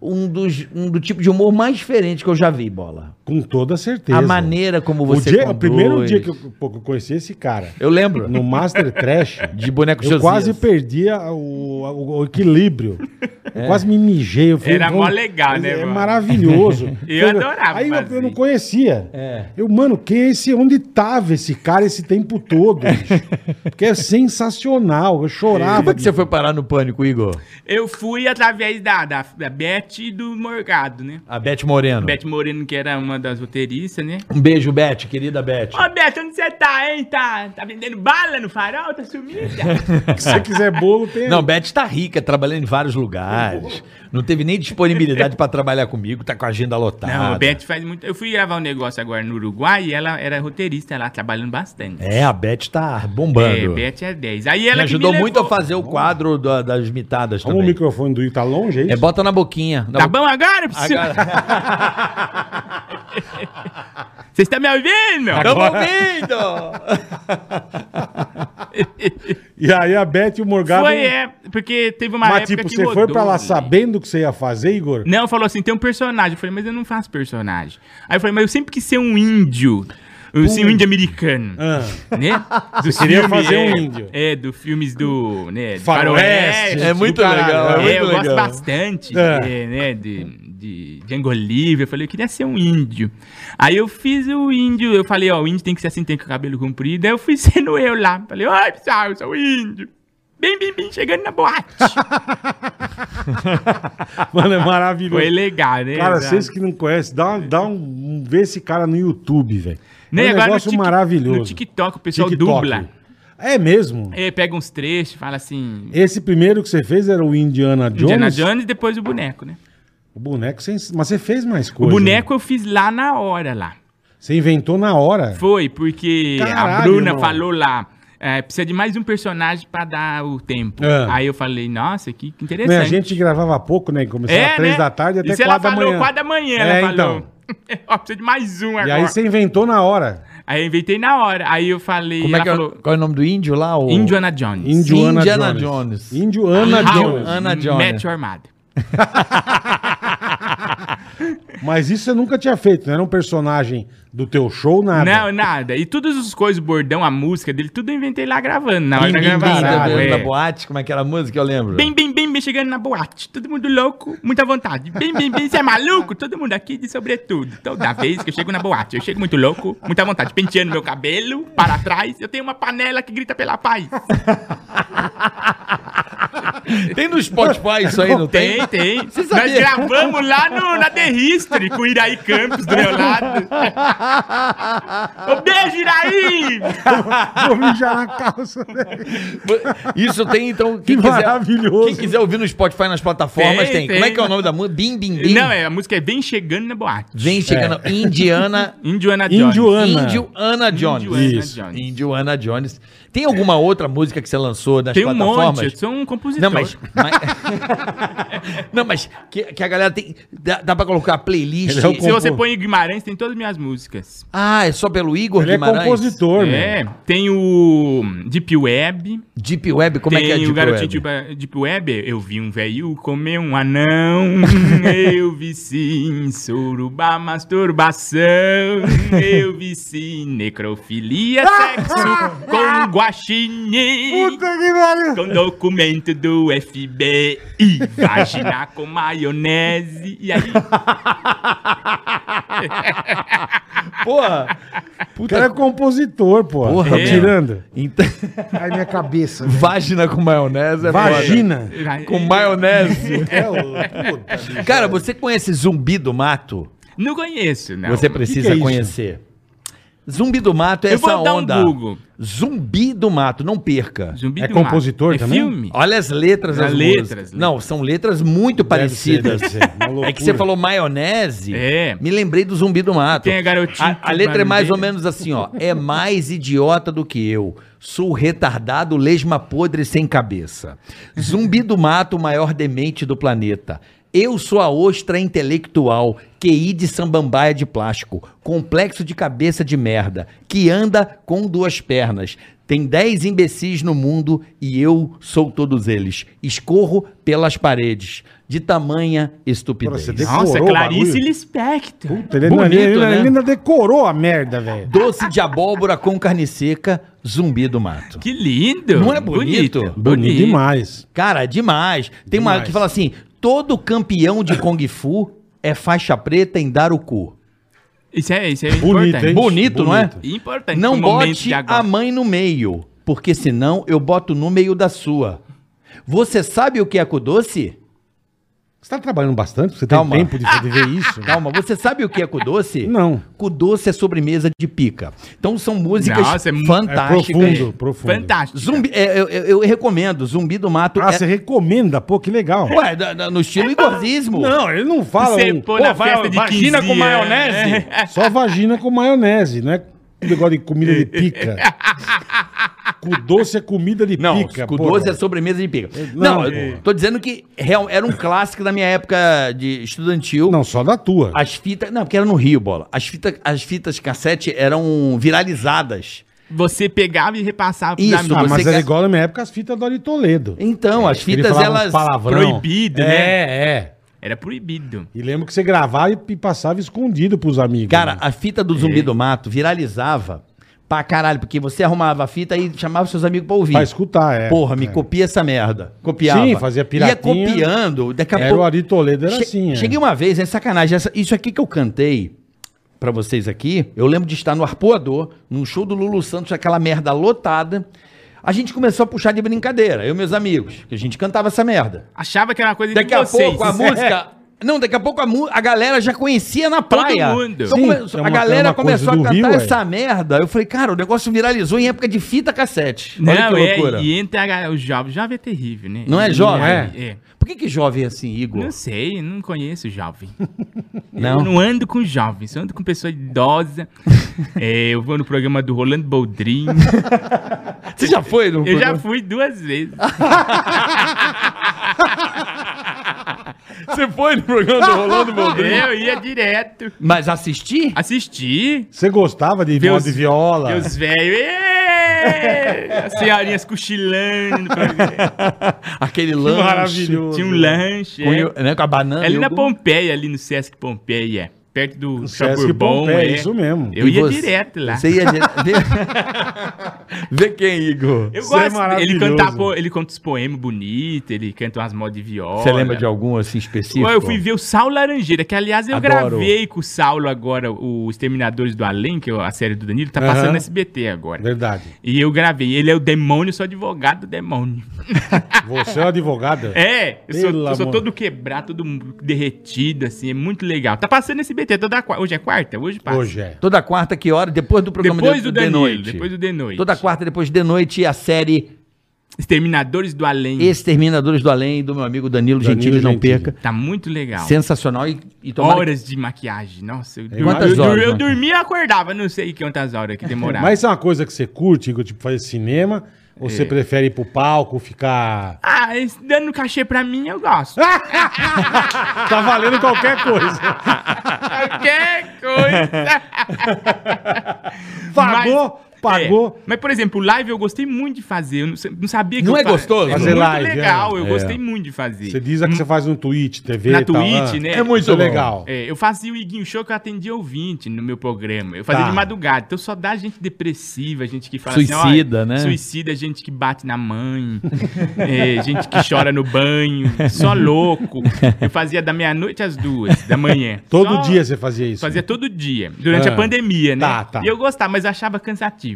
um, dos, um do tipo de humor mais diferente que eu já vi, Bola. Com toda certeza. A maneira como o, você dia, o primeiro conduz. dia que eu, pô, que eu conheci esse cara, Eu lembro. no Master Trash, De boneco eu Josias. quase perdi a- o, a- o- o equilíbrio. É. Eu quase me mijei. Eu falei, Era mó legal, mas né, É mano? maravilhoso. Eu adorava Aí eu, eu fazer. não conhecia. É. Eu, mano, quem é esse? Onde tava esse cara esse tempo todo? bicho? Porque é sensacional. Eu chorava. Como é que você foi parar no pânico, Igor? Eu fui através da, da, da Beth e do Morgado, né? A Beth Moreno. Beth Moreno, que era uma das roteiristas, né? Um beijo, Beth, querida Beth. Ô, Beth, onde você tá, hein? Tá, tá vendendo bala no farol? Tá sumida? bicho? Se você quiser bolo, tem. Não, Beth tá rica, trabalhando em vários lugares. Não teve nem disponibilidade pra trabalhar comigo, tá com a agenda lotada. Não, a Beth faz muito... Eu fui gravar um negócio agora no Uruguai e ela era roteirista, ela trabalhando bastante. É, a Beth tá É, bombando. Beth é 10. Aí ela me que ajudou muito a levou. fazer o quadro da- das mitadas Como o também. microfone do Ita tá longe, é isso? É, bota na boquinha. na Tá bo- bom agora, professor? Agora- Vocês estão me ouvindo, meu? Tamo ouvindo! E aí a Beth e o Morgado. Foi, é, porque teve uma Mas, época tipo, que você foi rodou, pra lá né? sabendo o que você ia fazer, Igor? Não, falou assim, tem um personagem. Eu falei, mas eu não faço personagem. Aí eu falei, mas eu sempre quis ser um índio. Um, assim, um índio americano. Ah. Né? Do queria fazer um é, índio. É, dos filmes do... Né, do Faroeste. tipo né? faroeste. É muito legal, é É, muito eu legal. gosto bastante É. de, né, de, de Django Livre. Eu falei, eu queria ser um índio. Aí eu fiz o índio, eu falei, ó, o índio tem que ser assim, tem que ter cabelo comprido. Aí eu fui sendo eu lá. Falei, oi, pessoal, eu sou o índio. Bem, bem, bem, chegando na boate. Mano, é maravilhoso. Foi legal, né? Cara, Exato. vocês que não conhecem, dá, um- dá um. Vê esse cara no YouTube, velho. Né, É um agora no negócio Tik- maravilhoso. No TikTok, o pessoal dubla. É mesmo? É, pega uns trechos, fala assim. Esse primeiro que você fez era o Indiana Jones. Indiana Jones e depois o boneco, né? O boneco, você, mas você fez mais O coisa. boneco eu fiz lá na hora lá. né? Você inventou na hora. Foi, porque a Caralho, Bruna irmão. falou lá. é, precisa de mais um personagem pra dar o tempo. É. Aí eu falei, nossa, que, que interessante. É, Né, a gente gravava pouco, né? Começava às três da tarde até Isso quatro ela da falou, manhã. quatro da manhã, É, ela falou. então. Ó, precisa de mais um E agora. aí você inventou na hora. Aí eu inventei na hora. Aí eu falei, Como é ela que é, falou, é qual é o nome do índio lá? O... Indiana Jones. Indiana, Indiana Jones. Jones. Ah, Indiana How- Jones. Ana Jones. Matthew Armado. ah. Mas isso você nunca tinha feito, não era um personagem do teu show, nada. Não, nada. E todas as coisas, o bordão, a música dele, tudo eu inventei lá gravando. Na hora Bim, da bim, bim, gravação. tá caralho, é. vendo? Na boate, como é que era a música? Eu lembro. Bem, bem, bem, bem, chegando na boate. Todo mundo louco, muita vontade. Bem, bem, bem, você é maluco? Todo mundo aqui de sobretudo. Toda vez que eu chego na boate, eu chego muito louco, muita vontade. Penteando meu cabelo para trás, eu tenho uma panela que grita pela paz. Tem no Spotify isso aí, não tem? Tem, tem. Você sabia? Nós gravamos lá no, na The History com o Iraí Campos do meu lado. Um beijo, Iraí! Vou mijar na calça dele. Isso tem, então. Quem Que maravilhoso. Quem quiser ouvir no Spotify, nas plataformas, tem. Tem, Como é tem. que é o nome da música? Bim, bim, bim. Não, é, a música é Vem Chegando na Boate. Vem chegando. É. Indiana. Indiana Jones. Indioana. Índio Ana Jones. Indiana Isso. Jones. Índio Ana Jones. Tem alguma outra música que você lançou nas Tem um plataformas? monte, eu sou um compositor. Não, mas. mas- não, mas que, que a galera tem. Dá, dá pra colocar playlist. Ele é o Se compo- você põe Guimarães, tem todas as minhas músicas. Ah, é só pelo Igor Ele é Guimarães? compositor, né? É, tem o Deep Web. Deep Web, como tem é que é Deep o garotinho Web? Deep- Deep Web. Eu vi um velho comer um anão. eu vi sim suruba masturbação. eu vi sim necrofilia, sexo com guaxinim. que pariu. Com documento do FBI, vagina com maionese. E aí, Porra! O cara é compositor, pô. Porra, tá é. tirando. Então, Ai, minha cabeça. vagina com maionese é foda. Vagina. Com maionese. É, ô, puta. Cara, você conhece Zumbi do Mato? Não conheço, não. Você que precisa que é isso? conhecer. Zumbi do Mato é Eu vou essa dar um onda. Google. Zumbi do Mato, não perca. Zumbi É do Mato. compositor é também? filme? Olha as letras As das letras, músicas. letras. Não, são letras muito parecidas. deve ser, uma é loucura. que você falou maionese. É. Me lembrei do Zumbi do Mato. Tem a garotinha A, a que letra é mais ou barulheira. menos assim, ó. É mais idiota do que eu. Sou retardado, lesma podre sem cabeça. Zumbi do Mato, o maior demente do planeta. Eu sou a ostra intelectual, QI de sambambaia de plástico, complexo de cabeça de merda, que anda com duas pernas. Tem 10 imbecis no mundo e eu sou todos eles. Escorro pelas paredes, de tamanha estupidez. Nossa, você Nossa, Decorou o Clarice bagulho? Lispector. Puta, ele, Bonito, ele- ele- né? ele ainda decorou a merda, velho. Doce de abóbora com carne seca, zumbi do mato. Que lindo. Não é bonito? Bonito demais. Cara, é demais. Tem uma Demais. que fala assim: todo campeão de Kung Fu é faixa preta em dar o cu. Isso é, isso é Bonito, importante. hein? Bonito, não é? Bonito. Importante Não pro um momento bote de agora. a mãe no meio, porque senão eu boto no meio da sua. Você sabe o que é doce? Você tá trabalhando bastante? Você tem Calma. tempo de, de ver isso? né? Calma, você sabe o que é doce? Não. doce é sobremesa de pica. Então são músicas Nossa, é mu- é É fantásticas. profundo, profundo. Fantástico. Zumbi, é, eu, eu- eu recomendo, Zumbi do Mato. Ah, é- você recomenda? Pô, que legal. Ué, da- da- no estilo igorzismo. Não, ele não fala. Você um- pô na vai- festa de vagina 15 com anos. maionese? Só vagina com maionese, não é negócio de comida de pica. Cu doce é comida de Não, pica. com porra. 12 é sobremesa de pica. Não, é. Não, eu tô dizendo que real- era um clássico da minha época de estudantil. Não, só da tua. As fitas. Não, porque era no Rio, bola. As fitas, as fitas cassete eram viralizadas. Você pegava e repassava pros Isso, Ah, amigos. mas você era quer- igual na minha época as fitas do Ari Toledo. Então, as É, Ele fitas, falava uns elas. palavrão. Proibido, é, né? É, Era proibido. E lembro que você gravava e e passava escondido pros amigos. Cara, né? a fita do zumbi do mato viralizava pra caralho, porque você arrumava a fita e chamava seus amigos pra ouvir. pra escutar, é. Porra, me É. copia essa merda. Copiava. Sim, fazia piratinha. Ia copiando. Daqui a Era pouco. o Ari Toledo, era Che- assim. é. Cheguei uma vez, é sacanagem. essa- isso aqui que eu cantei pra vocês aqui, eu lembro de estar no Arpoador, num show do Lulu Santos, aquela merda lotada. A gente começou a puxar de brincadeira, eu e meus amigos, que a gente cantava essa merda. Achava que era uma coisa Daqui de a vocês. pouco a música. Não, daqui a pouco a, mu- a galera já conhecia na Todo praia. mundo. Então Sim, come- é a uma- galera é uma coisa começou a do cantar Rio, é. essa merda. Eu falei, cara, o negócio viralizou em época de fita cassete. Olha Não, que é, loucura. e entre a, ga- o jovem. Jovem é terrível, né? Não é jovem? É. é. Por que, que jovem é assim, Igor? Não sei, não conheço jovem. Não. Eu não ando com jovens, eu ando com pessoa idosa. É, eu vou no programa do Rolando Boldrin. Você já foi? No Eu já fui duas vezes. Você foi no programa do Rolando Eu ia direto. Mas assistir? Assisti. Você gostava de voz os- de viola? E os velhos. "Ê!" As senhorinhas cochilando. Aquele lanche. maravilhoso. Tinha um lanche. Com, é. eu- né, com a banana. É ali e na o- Pompeia, ali no Sesc Pompeia, é. Perto do um- Sesc Chaburbom, Pompeia, é. isso mesmo. Eu E ia você- direto lá. Você ia direto. Vê... Vê quem, Igor? Eu Isso é gosto. ele, maravilhoso. canta, po- ele canta os poemas bonitos, ele canta umas modas de viola. Você lembra de algum assim específico? Pô, Eu fui ver o Saulo Laranjeira, que aliás eu Adoro. gravei com o Saulo agora, o Exterminadores do Além, que é a série do Danilo, tá passando Aham. no SBT agora. Verdade. E eu gravei. Ele é o demônio, sou advogado do demônio. Você é uma advogada? É, eu sou, Pelo eu sou amor. todo quebrado, todo derretido, assim, é muito legal. Tá passando no SBT toda quarta. Hoje é quarta? Hoje passa. Hoje é. Toda quarta, que hora? Depois do programa Depois de, do de Danilo, noite. depois do de noite. Toda quarta, depois de noite, a série Exterminadores do Além. Exterminadores do Além, do meu amigo Danilo, Danilo Gentili, não Gentili. perca. Tá muito legal. Sensacional e, e tomara que- Horas de maquiagem. Nossa, eu, dormi- Quantas eu, dur- horas, eu né? dormia e acordava, não sei quantas horas que demorava. Mas isso é uma coisa que você curte, Igor, tipo fazer cinema? Ou É. você prefere ir pro palco, ficar. Ah, esse dando cachê pra mim eu gosto. Tá valendo qualquer coisa. Qualquer Ah, coisa. Pagou, pagou. É. Mas, por exemplo, live eu gostei muito de fazer. Eu não sa- não sabia que Não eu é fa- gostoso? É Fazer muito live, legal, é. eu É. gostei muito de fazer. Você diz a que você faz um no Twitch, TV Hum. Na e tal. Twitch, ah. né? É muito Bom. legal. É, eu fazia o Iguinho Show que eu atendia ouvinte no meu programa. Eu fazia Tá. de madrugada. Então só dá gente depressiva, gente que fala assim, Suicida, "Olha, né?" Suicida, é gente que bate na mãe, é, gente que chora no banho, só louco. Eu fazia da meia-noite às duas da manhã. Todo Só- dia você fazia isso. Fazia todo dia, durante Ah. a pandemia, né? Tá, tá. E eu gostava, mas eu achava cansativo.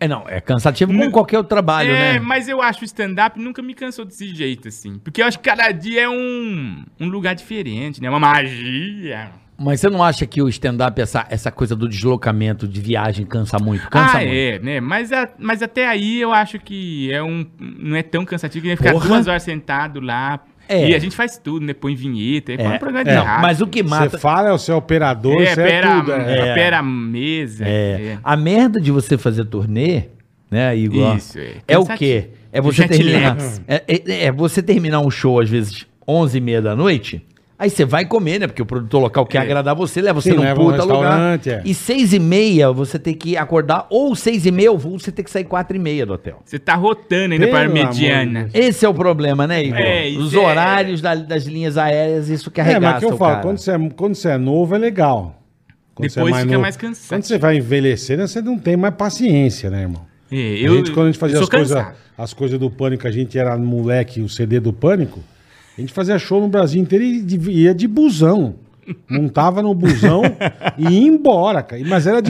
É, não, é cansativo como Não- qualquer outro trabalho, é, né? mas eu acho o stand-up nunca me cansou desse jeito, assim. Porque eu acho que cada dia é um, um lugar diferente, né? Uma magia. Mas você não acha que o stand-up, essa, essa coisa do deslocamento, de viagem, cansa muito? Cansa ah, muito. é, né? Mas, a- mas até aí eu acho que é um, não é tão cansativo que nem ficar Porra. duas horas sentado lá. É. E a gente faz tudo, né? Põe vinheta, é, um programa de Não, rádio. mas o que mata. Você fala, é o seu operador, é, você é pera, tudo. É. é, pera a mesa. É, a merda de você fazer turnê, né, Igor? Isso, é. É o Cansativo. quê? É você Jet terminar. lags. É, é- é você terminar um show, às vezes, 11 e meia da noite. Aí você vai comer, né? Porque o produtor local É. quer agradar você, leva você Sim, num leva um puta lugar. restaurante, é. E seis e meia você tem que acordar, ou seis e meia, ou você tem que sair quatro e meia do hotel. Você tá rotando ainda Pelo para a amor de mediana. Deus. Esse é o problema, né, Igor? É, isso Os é- horários da- das linhas aéreas, isso que É, mas arregaça que eu o falo, cara. quando você, é, quando você é novo é legal. Quando é Depois fica novo- mais cansativo. Quando você vai envelhecendo, você não tem mais paciência, né, irmão? É, a gente, quando a gente fazia eu as sou coisas cansado. as coisas do pânico, a gente era moleque, o CD do pânico, A gente fazia show no Brasil inteiro e de- ia de busão. Montava no busão e ia embora, cara. Mas era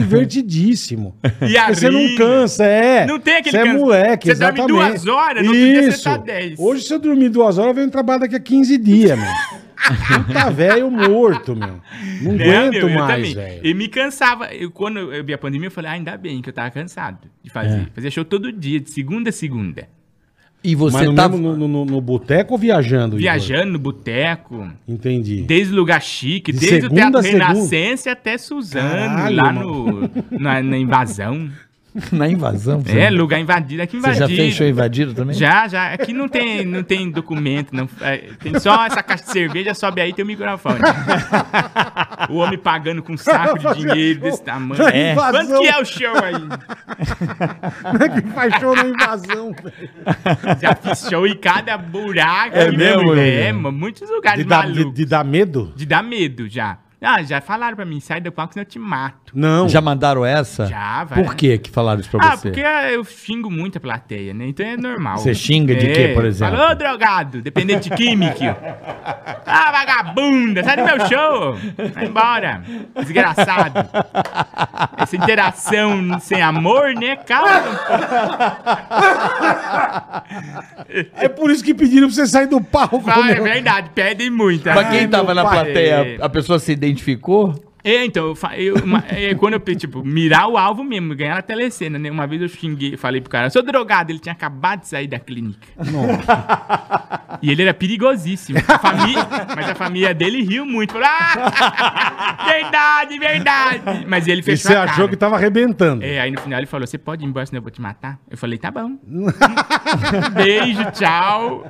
divertidíssimo. E a Porque você não rinha. cansa, é. Não tem Você aquele é cansa- moleque, Você dorme exatamente. duas horas, no Isso. outro dia você tá dez. Hoje, se eu dormir duas horas, eu venho trabalhar daqui a 15 dias, meu. Tá velho morto, meu. Não Né, aguento meu? Eu mais, também. velho. E me cansava. Eu, quando eu vi a pandemia, eu falei, ah, ainda bem que eu tava cansado de É. fazer. Fazia show todo dia, de segunda a segunda. E Mas você tá no, tava. mesmo- no, no- no boteco ou viajando? Igor? Viajando no boteco, Entendi. desde lugar chique, De desde segunda a o Teatro segunda. Renascença até Suzano, Caralho, lá mano. no, na, na invasão. Na invasão. Você, é, lugar invadido, aqui você invadido. já fez show invadido né? também? Já, já. Aqui não tem, não tem documento, não. É, tem só essa caixa de cerveja, sobe aí e tem o microfone. o homem pagando com um saco de dinheiro desse tamanho. Na invasão. Quanto que é o show aí? Como é que faz show na invasão, velho? Já fiz show em cada buraco. É e, mesmo, É, menino? mano, muitos lugares De de dar, de- malucos. De, de dar medo? dar medo, já. Ah, já falaram pra mim, sai do palco senão eu te mato. Não. Já mandaram essa? Já, vai. Por que que falaram isso pra Ah, você? porque eu xingo muito a plateia, né? Então é normal. Você xinga de É, quê, por exemplo? Fala, ô drogado, dependente químico. ah, vagabunda, sai do meu show. Vai embora, desgraçado. Essa interação sem amor, né? Calma. É por isso que pediram pra você sair do palco. Ah, é meu. verdade, pedem muito. Pra Ai, quem meu tava na pai. plateia, a pessoa se identificou? É, então, eu, fa- eu- uma- é, quando eu, pe- tipo, mirar o alvo mesmo, ganhar na telecena, né? Uma vez eu xinguei, falei pro cara, eu sou drogado, ele tinha acabado de sair da clínica. E ele era perigosíssimo. A família, mas a família dele riu muito. Falou, ah, verdade, verdade. Mas ele E fechou você a cara. achou que tá- tava arrebentando. É, aí no final ele falou, você pode ir embora, senão eu vou te matar. Eu falei, tá bom. Beijo, tchau.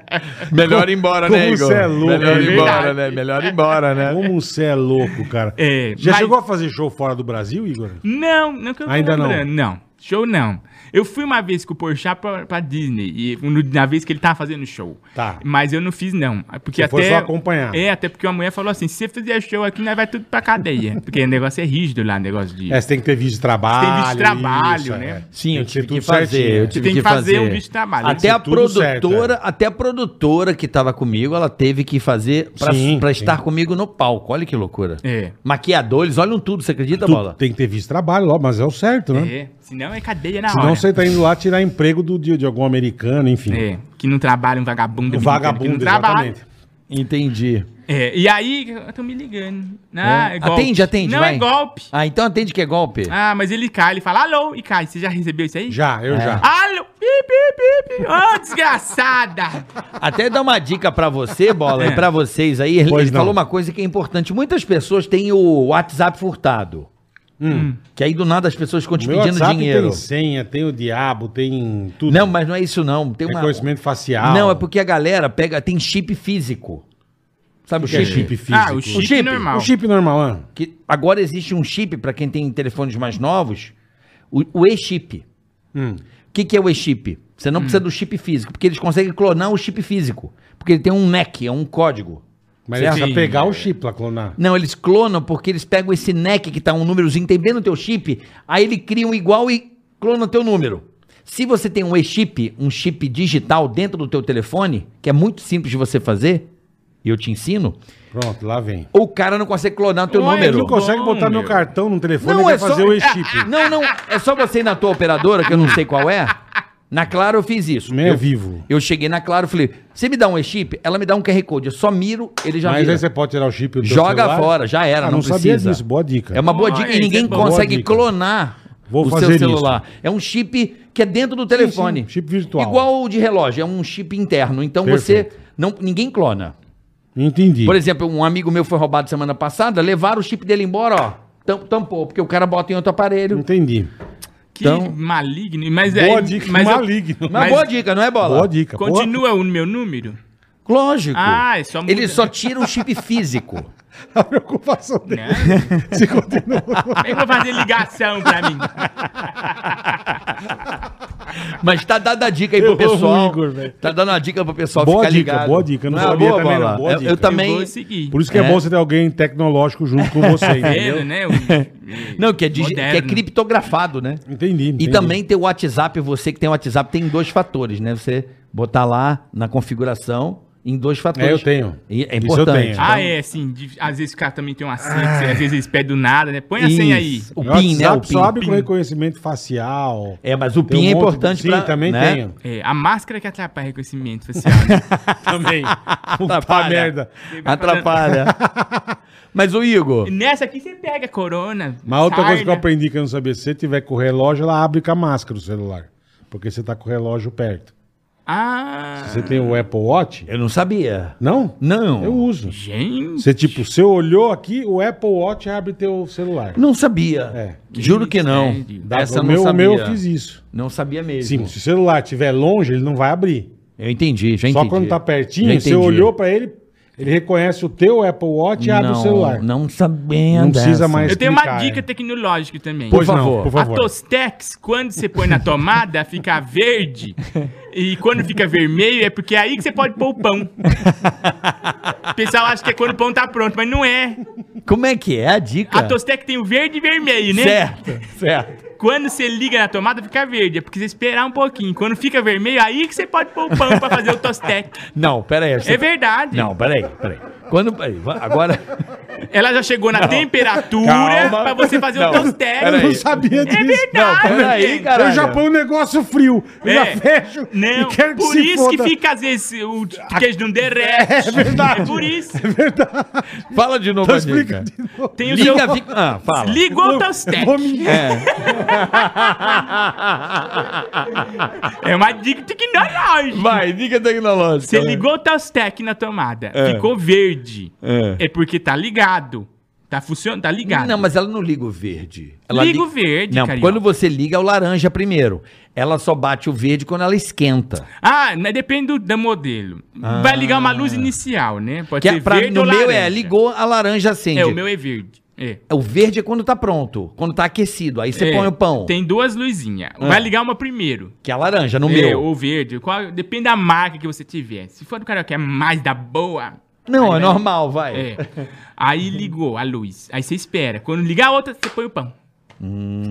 Melhor ir embora, como né, Igor? você é louco, Melhor é ir embora, verdade. né? Melhor ir embora, né? Como você é louco, cara. É, Já mas- chegou a fazer show fora do Brasil, Igor? Não, não que eu tô Ainda não. lembrando. Não. show não. Eu fui uma vez com o Porchat pra, pra Disney, e no- na vez que ele tava fazendo show. Tá. Mas eu não fiz não, porque Você até... foi só acompanhar. É, até porque uma mulher falou assim, se você fizer show aqui, nós vai tudo pra cadeia. porque o negócio é rígido lá, o negócio de... É, você tem que ter visto de trabalho. é. Tem visto de trabalho, né? Sim, eu Tem que ser tive que tudo fazer. certinho. Eu tive Tem que que fazer fazer um bicho de trabalho, Até tem a que ser tudo certo, é. produtora, até a produtora que tava comigo, ela teve que fazer pra, Sim, pra sim. estar comigo no palco. Olha que loucura. É. Maquiadores, olham tudo, você acredita, Tu Bola? tem que ter visto de trabalho, ó, mas é o certo, né? É, senão é cadeia na Senão hora. você tá indo lá tirar emprego do, de, de algum americano, enfim. É, que não trabalha, um vagabundo. O americano que vagabundo, não trabalha. exatamente. Entendi. É, e aí, eu tô me ligando. Ah, É. é golpe. Atende, atende, Não, vai. é golpe. Ah, então atende que é golpe? Ah, mas ele cai, ele fala alô e cai. Você já recebeu isso aí? Já, É. eu Ah, já. tá Alô, pi, pi, pi, pi. Ô, desgraçada. Até dar uma dica pra você, Bola, e pra vocês aí. É. Ele, Pois ele não. falou uma coisa que é importante. Muitas pessoas têm o WhatsApp furtado. Que aí do nada as pessoas ficam te Hum. Meu pedindo WhatsApp dinheiro. tem senha, tem o diabo, tem tudo. Não, mas não é isso não. Tem uma... Reconhecimento facial. Não, é porque a galera pega, tem chip físico. Sabe o Que é chip? chip físico. Ah, o O chip, chip, normal. O chip normal, né? Que agora existe um chip para quem tem telefones mais novos, o, o e-chip. Hum. O que, que é o e-chip? Você não precisa do chip físico, porque eles conseguem clonar o chip físico. Porque ele tem um NEC, é um código. Mas Certo? precisa pegar o chip lá, clonar. Não, eles clonam porque eles pegam esse NEC que tá um númerozinho, tem bem no teu chip, aí ele cria um igual e clona o teu número. Se você tem um e-chip, um chip digital dentro do teu telefone, que é muito simples de você fazer, e eu te ensino, Pronto, lá vem. o cara não consegue clonar o teu Ué, número. Não consegue Bom, botar meu, meu. cartão no telefone Não, e vai é só- fazer o e-chip. Não, não, é só você ir na tua operadora, que eu não sei qual é. Na Claro eu fiz isso. Meio eu, é vivo. eu cheguei na Claro e falei, você me dá um e-chip? Ela me dá um QR Code, eu só miro, ele já Mas vira. aí você pode tirar o chip do teu Joga celular? fora, já era, Ah, não precisa. sabia disso, boa dica. É uma boa dica Olha, e ninguém isso é boa consegue dica. clonar Vou o fazer seu isso. celular. É um chip que é dentro do telefone. sim, chip virtual. Igual o de relógio, é um chip interno. Então você Perfeito. não ninguém clona. Entendi. Por exemplo, um amigo meu foi roubado semana passada, levaram o chip dele embora, ó. tam- Tampou, porque o cara bota em outro aparelho. Entendi. Que Então- maligno. Mas Boa é, dica, mas eu- maligno. Mas, Mas- boa dica, não é bola? Boa dica. boa- Tipo, Continua o meu número? Lógico. Ah, é só muda. Ele só tira o chip físico. A preocupação dele. Né? Se continua. Como é que eu vou fazer ligação pra mim? Mas tá dando a dica aí Eu pro amo pessoal. o Igor, velho. tá dando a dica pro pessoal Boa ficar dica, ligado. boa dica, eu não é sabia boa, também não, Bola? boa Eu- Eu, dica. Eu também. vou seguir. Por é. isso que é. É. bom você ter alguém tecnológico junto com você, entendeu? Vendo, né? O- Não, que é, digi- que é Moderno. criptografado, né? Entendi, entendi. E também tem o WhatsApp, você que tem o WhatsApp tem dois fatores, né? Você botar lá na configuração em dois fatores. É, eu tenho. E é Isso eu importante. tenho. Ah, é, assim, de- às vezes o cara também tem uma senha, Ah. que você- às vezes eles pedem do nada, né? Põe a senha aí. Isso. O PIN, né? O WhatsApp PIN. só abre com PIN. reconhecimento facial. É, mas o Tem um PIN monte é de- importante Sim, pra... também né? tenho. É, a máscara que atrapalha o reconhecimento facial. né? Também. Puta Atrapalha. merda. Atrapalha. mas o Igor... E Nessa aqui você pega a corona. né? Mas outra coisa que eu sarna. aprendi que eu não sabia, se você tiver com o relógio, ela abre com a máscara o celular. Porque você tá com o relógio perto. Ah, Você tem o Apple Watch? Eu não sabia. Não? Não. Eu uso. gente. Você, tipo, você olhou aqui, o Apple Watch abre teu celular. Não sabia. É. Juro que não. mistério. Dá- Essa eu o não meu, o sabia. meu eu fiz isso. Não sabia mesmo. Sim, se o celular estiver longe, ele não vai abrir. Eu entendi, já entendi. Só quando tá Já pertinho, você entendi. olhou pra ele, ele reconhece o teu Apple Watch e abre o Não, celular. Não sabendo. Não precisa mais- Eu tenho uma explicar, dica é. tecnológica também. Por favor. por A Tostex, quando você põe na tomada, fica verde. E quando fica vermelho, é porque é aí que você pode pôr o pão. O pessoal acha que é quando o pão tá pronto, mas não é. Como é que é a dica? A Tostex tem o verde e vermelho, né? Certo, certo. Quando você liga na tomada, fica verde. É porque você esperar um pouquinho. Quando fica vermelho, é aí que você pode pôr o pão pra fazer o Tostec. Não, pera aí. você- É verdade. Não, peraí, peraí. Quando. peraí, va- agora. Ela já chegou na temperatura Calma. pra você fazer Não, o Tostec. Eu peraí. não sabia disso. É verdade. Não, peraí, gente. cara. Eu já ponho um negócio frio. Eu já É. fecho Não, e quero que por se isso foda. que fica às vezes o queijo não derrete. É verdade. É por isso. Fala de novo Então a explica dica. de novo. Tem o seu... Liga, fica. Ah, fala. Ligou o Eu Tostec. vou me- É uma dica tecnológica. Vai, dica tecnológica. Você vai. ligou o Tostec na tomada. É. Ficou verde. É. É porque tá ligado. Tá funcionando, tá ligado. Não, mas ela não liga o verde. Ela Liga o verde, Não, carioca. quando você liga é o laranja primeiro. Ela só bate o verde quando ela esquenta. Ah, né, depende do, do modelo. Vai ligar uma luz inicial, né? Pode Ah. Que é pra, no meu é, laranja. ligou, a laranja acende. É, o meu é verde. É. O verde é quando tá pronto, quando tá aquecido. Aí você É, põe o pão, Ah. Tem duas luzinhas. Vai ligar uma primeiro. que é a laranja, no É, meu. Ou verde. Qual, depende da marca que você tiver. Se for do cara que é mais da boa. Não, é aí vai- normal, vai. né? É. Aí ligou a luz. Aí você espera. Quando ligar a outra, você põe o pão.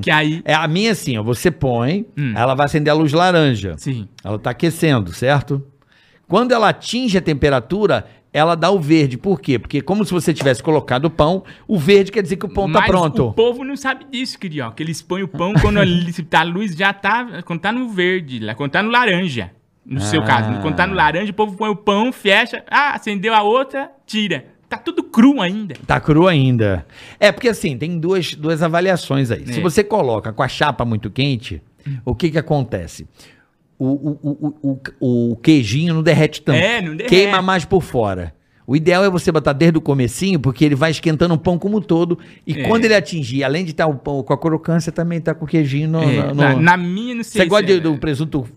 Que aí. É a minha assim, ó. Você põe, Hum. ela vai acender a luz laranja. Sim. Ela tá aquecendo, certo? Quando ela atinge a temperatura, ela dá o verde. Por quê? Porque como se você tivesse colocado o pão, o verde quer dizer que o pão tá Mas pronto. O povo não sabe disso, carioca. Eles põem o pão quando a, li- se tá, a luz já tá. Quando tá no verde, lá, quando tá no laranja. No seu Ah. caso. Quando tá no laranja, o povo põe o pão, fecha. Ah, acendeu a outra, tira. Tá tudo cru ainda. Tá cru ainda. É, porque assim, tem duas, duas avaliações aí. Se É. você coloca com a chapa muito quente, o que que acontece? O, o, o, o, o, o queijinho não derrete tanto. É, não derrete. Então, Queima mais por fora. O ideal é você botar desde o comecinho, porque ele vai esquentando o pão como um todo. E É. quando ele atingir, além de estar o pão com a crocância, também tá com o queijinho no... É, no- na, no- na minha, não sei Você gosta se de- do presunto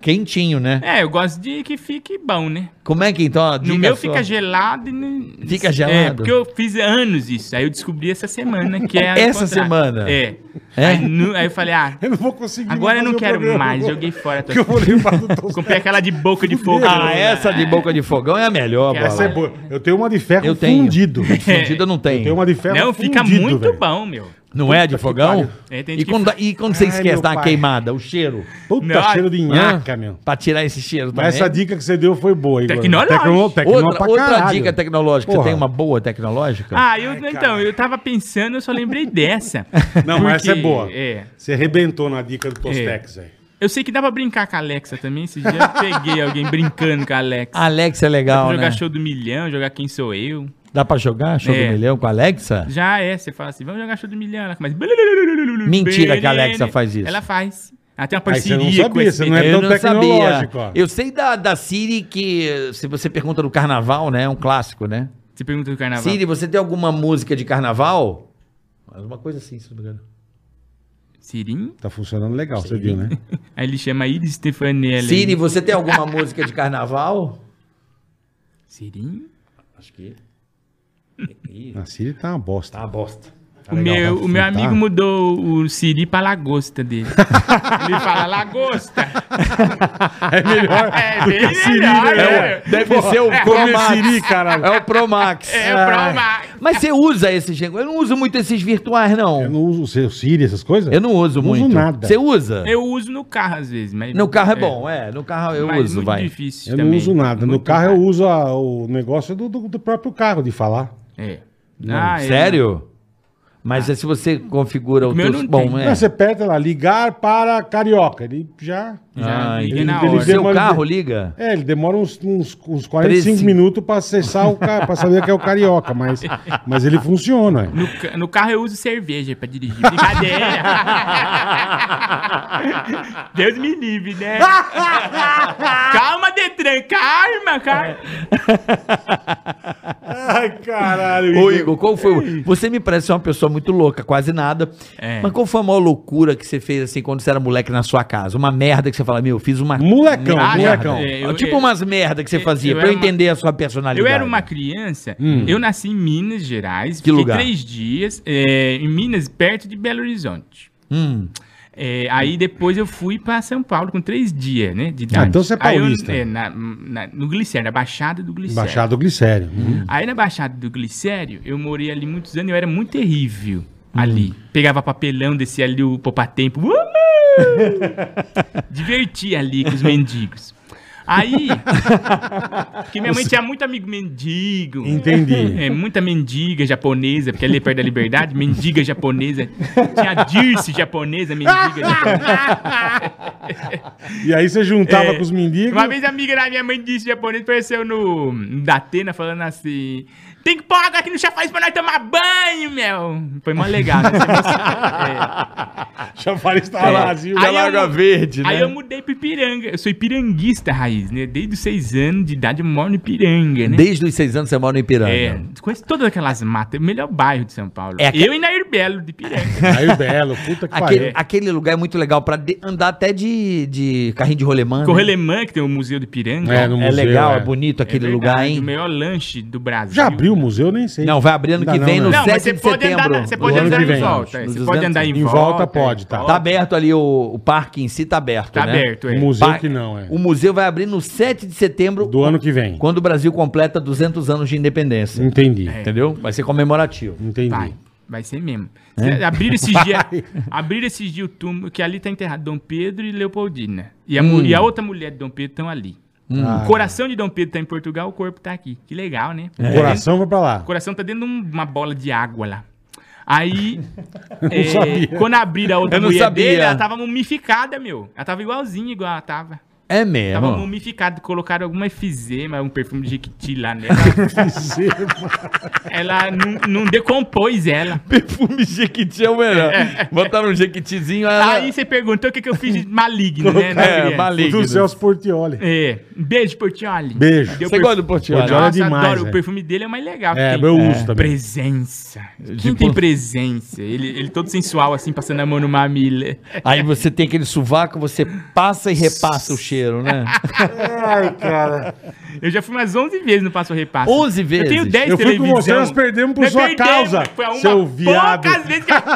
quentinho, né? É, eu gosto de que fique bom, né? Como é que então? a No dica meu sua? fica gelado e não... Fica É, gelado? porque eu fiz anos isso. Aí eu descobri essa semana que é... ao Essa contrário. semana? É. É? Aí, nu- aí eu falei, ah, Eu não vou conseguir. agora eu não fazer o quero programa, mais. vou- Joguei fora. Tô... assim." Que eu vou limpar do Tosca. Comprei aquela de boca de né? fogo. Ah, essa de boca de fogão é a melhor, Quero Essa é bola. boa. Eu tenho uma de ferro Eu tenho. fundido. Fundida não tem. Eu tenho uma de ferro Não, fica fundido, muito velho. bom, meu. Não é de fogão? pariu. É, tem e, gente que quando, e quando você Ai, esquece meu da pai. queimada, o cheiro. Puta Não. cheiro de nhaca, Hã? meu. Pra tirar esse cheiro Ah. também. Mas essa dica que você deu foi boa, Igor. Tecnológica. Tecno- tecno- outra, pra outra caralho. dica tecnológica. Porra. Você tem uma boa tecnológica? Ah, eu, então, eu tava pensando, eu só lembrei dessa. Não, mas essa é Porque, boa. É. Você arrebentou na dica do Tostex, velho. Eu sei que dá pra brincar com a Alexa também. Esse dia eu peguei alguém brincando com a Alexa. Alexa é legal, jogar né? show do milhão, jogar quem sou eu. Dá pra jogar show É. do milhão com a Alexa? Já é, você fala assim, vamos jogar show do milhão. Ela começa... Mentira que a Alexa faz isso. Ela faz. Ela tem uma Aí você parceria não com sabia, esse... você não é- eu tão não sabia. tecnológico, ó. Eu sei da, da Siri que, se você pergunta do carnaval, né? É um clássico, né? Você pergunta do carnaval. Siri, Siri, você tem alguma música de carnaval? Alguma coisa assim, se não me engano. Sirim? Tá funcionando legal, você viu, né? Aí ele chama Iris Stefanelli. Siri, você tem alguma música de carnaval? Sirim? Acho que. A Siri tá uma bosta. uma bosta. O meu, o meu Tá. amigo mudou o Siri pra lagosta dele. ele fala lagosta. É melhor É, do que a bem Siri, melhor, né? é. Deve ser o É. Comer Siri, caralho. É o Promax. É, o Pro Max. Mas você usa esses. Eu não uso muito esses virtuais, não. Eu não uso o seu Siri, essas coisas? Eu não uso Não uso muito. nada. Você usa? Eu uso no carro às vezes, mas. No carro é bom, é. No carro eu mas uso, muito vai. difícil Eu não também. uso nada. é No Muito carro eu uso a- o negócio do, do- do próprio carro de falar. É. Ah, é. Sério? Mas é se você configura o meu teu... não Bom, tem. é. Não, você aperta lá, ligar para Carioca. Ele já. Já Ah, liguei entendi. na Ele hora. O seu demora- carro liga? É, ele demora uns, uns, uns 45 13. minutos para acessar o carro, para saber que é o Carioca, mas, mas ele funciona. é. No, ca- no carro eu uso cerveja pra dirigir. Brincadeira! Deus me livre, né? calma, Detran, calma, calma. Ai, caralho. Ô Igor, qual foi o... Você me parece ser uma pessoa muito louca, quase nada. É. Mas qual foi a maior loucura que você fez, assim, quando você era moleque na sua casa? Uma merda que você fala, meu, fiz uma... Molecão, Ah, molecão. é, eu- tipo eu- umas merda que você eu- fazia, eu pra eu era uma- entender a sua personalidade. Eu era uma criança, eu nasci em Minas Gerais, Que lugar? três dias é, em Minas, perto de Belo Horizonte. Hum. É, aí depois eu fui pra São Paulo com três dias, né? De Ah, então você é Aí eu- paulista. é, na- na- no Glicério, na Baixada do Glicério. Baixado glicério. Aí na Baixada do Glicério, eu morei ali muitos anos e eu era muito terrível ali. Pegava papelão, descia ali o poupatempo. Uhul! Divertia ali com os mendigos. Aí, porque minha mãe tinha muito amigo mendigo. Entendi. É, muita mendiga japonesa, porque ali é perto da liberdade, mendiga japonesa. Tinha Dirce japonesa, mendiga japonesa. E aí você juntava É, com os mendigos. Uma vez a amiga da minha mãe disse japonês, apareceu no no Datena falando assim: tem que pôr água aqui no chafariz pra nós tomar banho, meu. Foi mó legal. né? É. O chafariz tava "Tá vazio. Aí eu- verde, né? Aí eu mudei pro Ipiranga. Eu sou ipiranguista raiz, né? Desde os seis anos de idade eu moro no Ipiranga, né? Desde os seis anos você mora no Ipiranga. É, conheço todas aquelas matas, o melhor bairro de São Paulo. É aquele- Eu e Nair Belo, de Ipiranga. Aí o Belo, puta que Aquele, pariu. aquele lugar é muito legal pra de- andar até de, de carrinho de rolemã. né? Correlemã, que tem o Museu do Ipiranga. É, no É museu, legal, é, é. bonito É aquele verdade, lugar, O hein? melhor lanche do Brasil. Já abriu o museu, nem sei. Não, vai abrir ano Ainda que não, vem né? no Não, 7 mas você de pode setembro. andar, na- você do pode ano andar que em vem. volta. é, Nos Você pode 200. andar em, Em volta. volta é, pode, tá. volta. Tá aberto ali o, o parque em si, tá aberto, Tá né? aberto, é. O museu Pa- que não, é. O museu vai abrir no 7 de setembro, Do ano que vem. Um quando o Brasil completa 200 anos de independência. Entendi. Entendeu? Vai ser comemorativo. Entendi. Vai. Vai ser mesmo. É? Cê- Abriram esses dias abriram esses dias o túmulo, que ali tá enterrado Dom Pedro e Leopoldina. né? E a, Hum. mu- e a outra mulher de Dom Pedro estão ali. Ah, O Hum, coração de Dom Pedro tá em Portugal, o corpo tá aqui. Que legal, né? É. O coração vai pra lá. O coração tá dentro de um- uma bola de água lá. Aí, é, sabia. quando abriram a outra Eu não mulher sabia. dele, ela tava mumificada, meu. Ela tava igualzinha, igual ela tava. É Tava mesmo. mumificado, colocaram alguma efizema, um perfume de jequiti lá nela. ela não, não decompôs ela. Perfume Jequiti é o melhor. Botaram um Jequitizinho. Aí você perguntou o que, que eu fiz de maligno, né? na É, criança. maligno. Do Celso Portioli. É. Um Beijo, Portioli. Beijo. Deu Você perfu- gosta do Portiolli? Portiolli. né? Portioli é Nossa, demais, adoro. é. O perfume dele é mais legal. É, porque eu tem uso também. Presença. Quem Tipo- tem presença? Ele, ele todo sensual, assim, passando a mão no mamila. é Aí você tem aquele sovaco, você passa e repassa o cheiro, né? Ai, cara. Eu já fui umas 11 vezes no Passo Repasso. 11 Eu tenho vezes. 10 Eu fui com você, televisão. nós perdemos por Nós sua perdemos, causa, Foi uma seu poucas viado. vezes que Vocês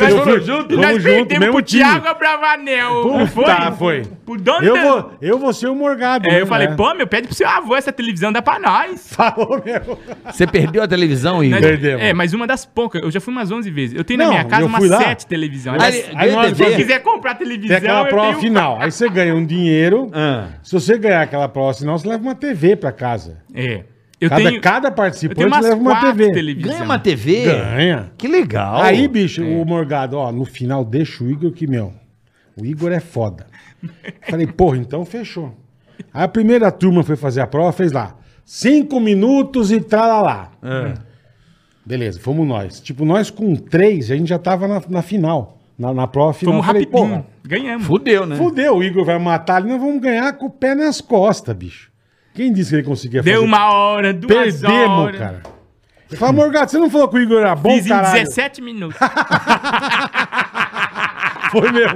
Nós foram fomos- juntos? Nós Vamos junto, perdemos mesmo pro time. Thiago Bravanel. Puta, não foi. Pro Dono Eu da- vou, eu vou ser o Morgado. É, eu mesmo, falei, né? pô, meu, pede pro seu avô, essa televisão dá pra nós. Falou mesmo. Você perdeu a televisão, Igor? Nós- Perdemos. É, mas uma das poucas. Eu já fui umas 11 vezes. Eu tenho Não, na minha casa eu fui umas lá. 7 televisões. Aí- Se Aí nós eu DVD. quiser comprar Tem televisão, aquela eu prova tenho- um final. Aí você ganha um dinheiro. Ah. Se você ganhar aquela prova final, você leva uma TV pra casa. É. Eu cada, tenho, cada eu tenho participante umas leva uma 4 TV. televisões. Ganha uma TV? Ganha. Que legal. Aí, bicho, o Morgado, ó, no final deixa o Igor que, meu, o Igor é foda. Falei, porra, então fechou. Aí a primeira turma foi fazer a prova, fez lá, cinco minutos e tralalá. É. Beleza, fomos nós. Tipo, nós com três, a gente já tava na, na final, na, na prova final. Fomos Falei, rapidinho. porra, Ganhamos. Fudeu, né? fudeu, o Igor vai matar ali, nós vamos ganhar com o pé nas costas, bicho. Quem disse que ele conseguia Deu uma hora, duas Perdemos, horas. cara. Eu falo, Morgado, você não falou que o Igor era bom, Fiz em caralho? 17 minutos. Foi mesmo.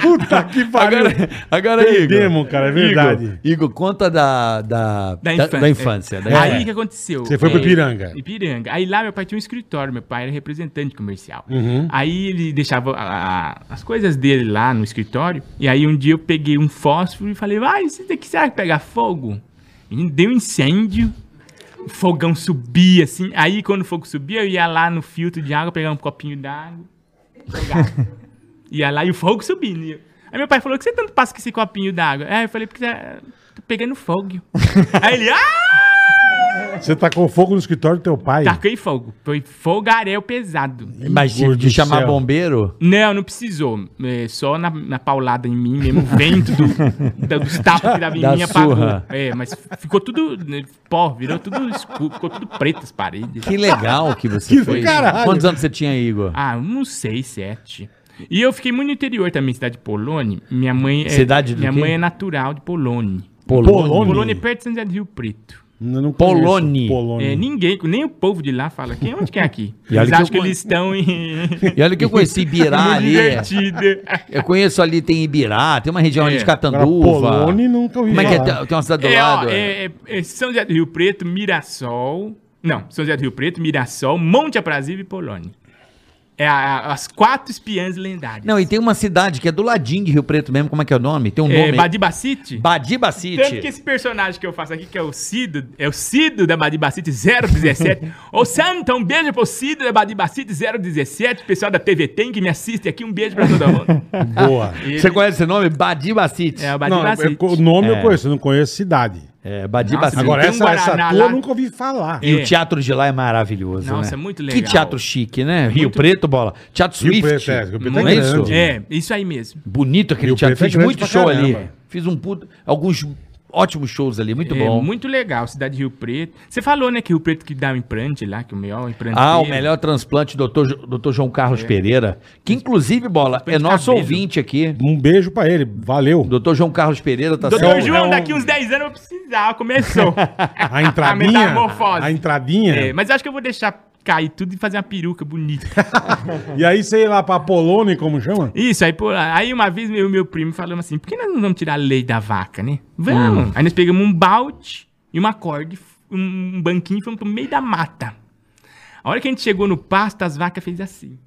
Puta que pariu. Agora, agora Perdemos, Igor. cara, é verdade. Igor, Igor, conta da, da, Da da- infância. da infância. da É. Aí o infância. que aconteceu? É, Você foi pro Ipiranga. Ipiranga. Aí lá meu pai tinha um escritório, meu pai era representante comercial. Aí ele deixava a- a- as coisas dele lá no escritório. E aí um dia eu peguei um fósforo e falei, vai, isso daqui será que pega fogo? E deu incêndio. fogão subia, assim. Aí, quando o fogo subia, eu ia lá no filtro de água, pegava um copinho d'água, jogava. ia lá e o fogo subindo. E eu- Aí meu pai falou, "O que você tanto passa com esse copinho d'água? Aí eu falei, porque tá tô pegando fogo. Aí ele, ah! Você tacou fogo no escritório do teu pai. Taquei fogo. Foi fogaréu pesado. Mas se Igor de do chamar céu. bombeiro. Não, não precisou. É, só na, na paulada em mim mesmo, o vento do, da- dos tapas que dava em Da mim apagou. surra. É, mas ficou tudo né, pó, virou tudo escuro, ficou tudo preto as paredes. Que legal que você Que foi. caralho. Quantos anos você tinha, Igor? Ah, não sei, sete. E eu fiquei muito no interior também, cidade de Polônia. Minha mãe é, Cidade do minha quê? mãe é natural de Polônia. Polônia. Polônia é perto de São José do Rio Preto. Eu não conheço Polônia. É, Polônia. ninguém, nem o povo de lá fala quem, onde que é aqui. E olha Eles que acham eu que conhe- eles estão em... E olha que eu conheci Ibirá ali. é. divertido. Eu conheço ali, tem Ibirá, tem uma região ali de É. Agora, Catanduva. Polônia nunca ouvi Como é que é? falar. Tem- Tem uma cidade do É, ó, lado. é, é, é São José do Rio Preto, Mirassol. Não, São José do Rio Preto, Mirassol, Monte Aprazível e Polônia. É a- a- as quatro espiãs lendárias. Não, e tem uma cidade que é do ladinho de Rio Preto mesmo, como é que é o nome? Tem um é, nome. Badibacite? Tanto que Badibacite. esse personagem que eu faço aqui, que é o Cido, é o Cido da Badibacite 017. Ô Santa, um beijo pro Cido da Badibacite 017, pessoal da TV Tem que me assiste aqui, um beijo pra todo mundo. Boa. Você conhece esse nome? Badibacite. É o Não, eu- Badibacite. o nome É. eu conheço, eu não conheço cidade. É, Nossa, Badibacite. Agora, tem um essa, essa Guaraná tua lá. eu nunca ouvi falar. E É. o teatro de lá é maravilhoso, Nossa, né? muito Que legal. teatro chique, né? Rio Preto, bola. Teatro Rio Swift. Preto, é, Rio Preto é não é grande. isso? É, isso aí mesmo. Bonito aquele Rio teatro. Preto é Fiz grande muito pra show ali. caramba. Fiz um puto, alguns ótimos shows ali, muito é, bom. Muito legal, cidade de Rio Preto. Você falou, né, que Rio Preto que dá o implante lá, que o melhor implante. Ah, o melhor transplante, doutor, Jo- doutor João Carlos Pereira, que inclusive, Bola, é É. de nosso cabelo. ouvinte aqui. Um beijo pra ele, valeu. Doutor João Carlos Pereira tá Doutor É um- sendo... João, é um- daqui uns 10 anos eu vou precisar, começou. A entradinha. metamorfose. a entradinha. É, mas acho que eu vou deixar cair tudo e fazer uma peruca bonita. E aí, sei lá, pra Polônia, como chama? Isso, aí, pô, aí uma vez meu, meu primo falou assim: por que nós não vamos tirar a lei da vaca, né? Vamos. Hum. Aí nós pegamos um balde e uma corda, e f- um, um banquinho e fomos pro meio da mata. A hora que a gente chegou no pasto, as vacas fez assim.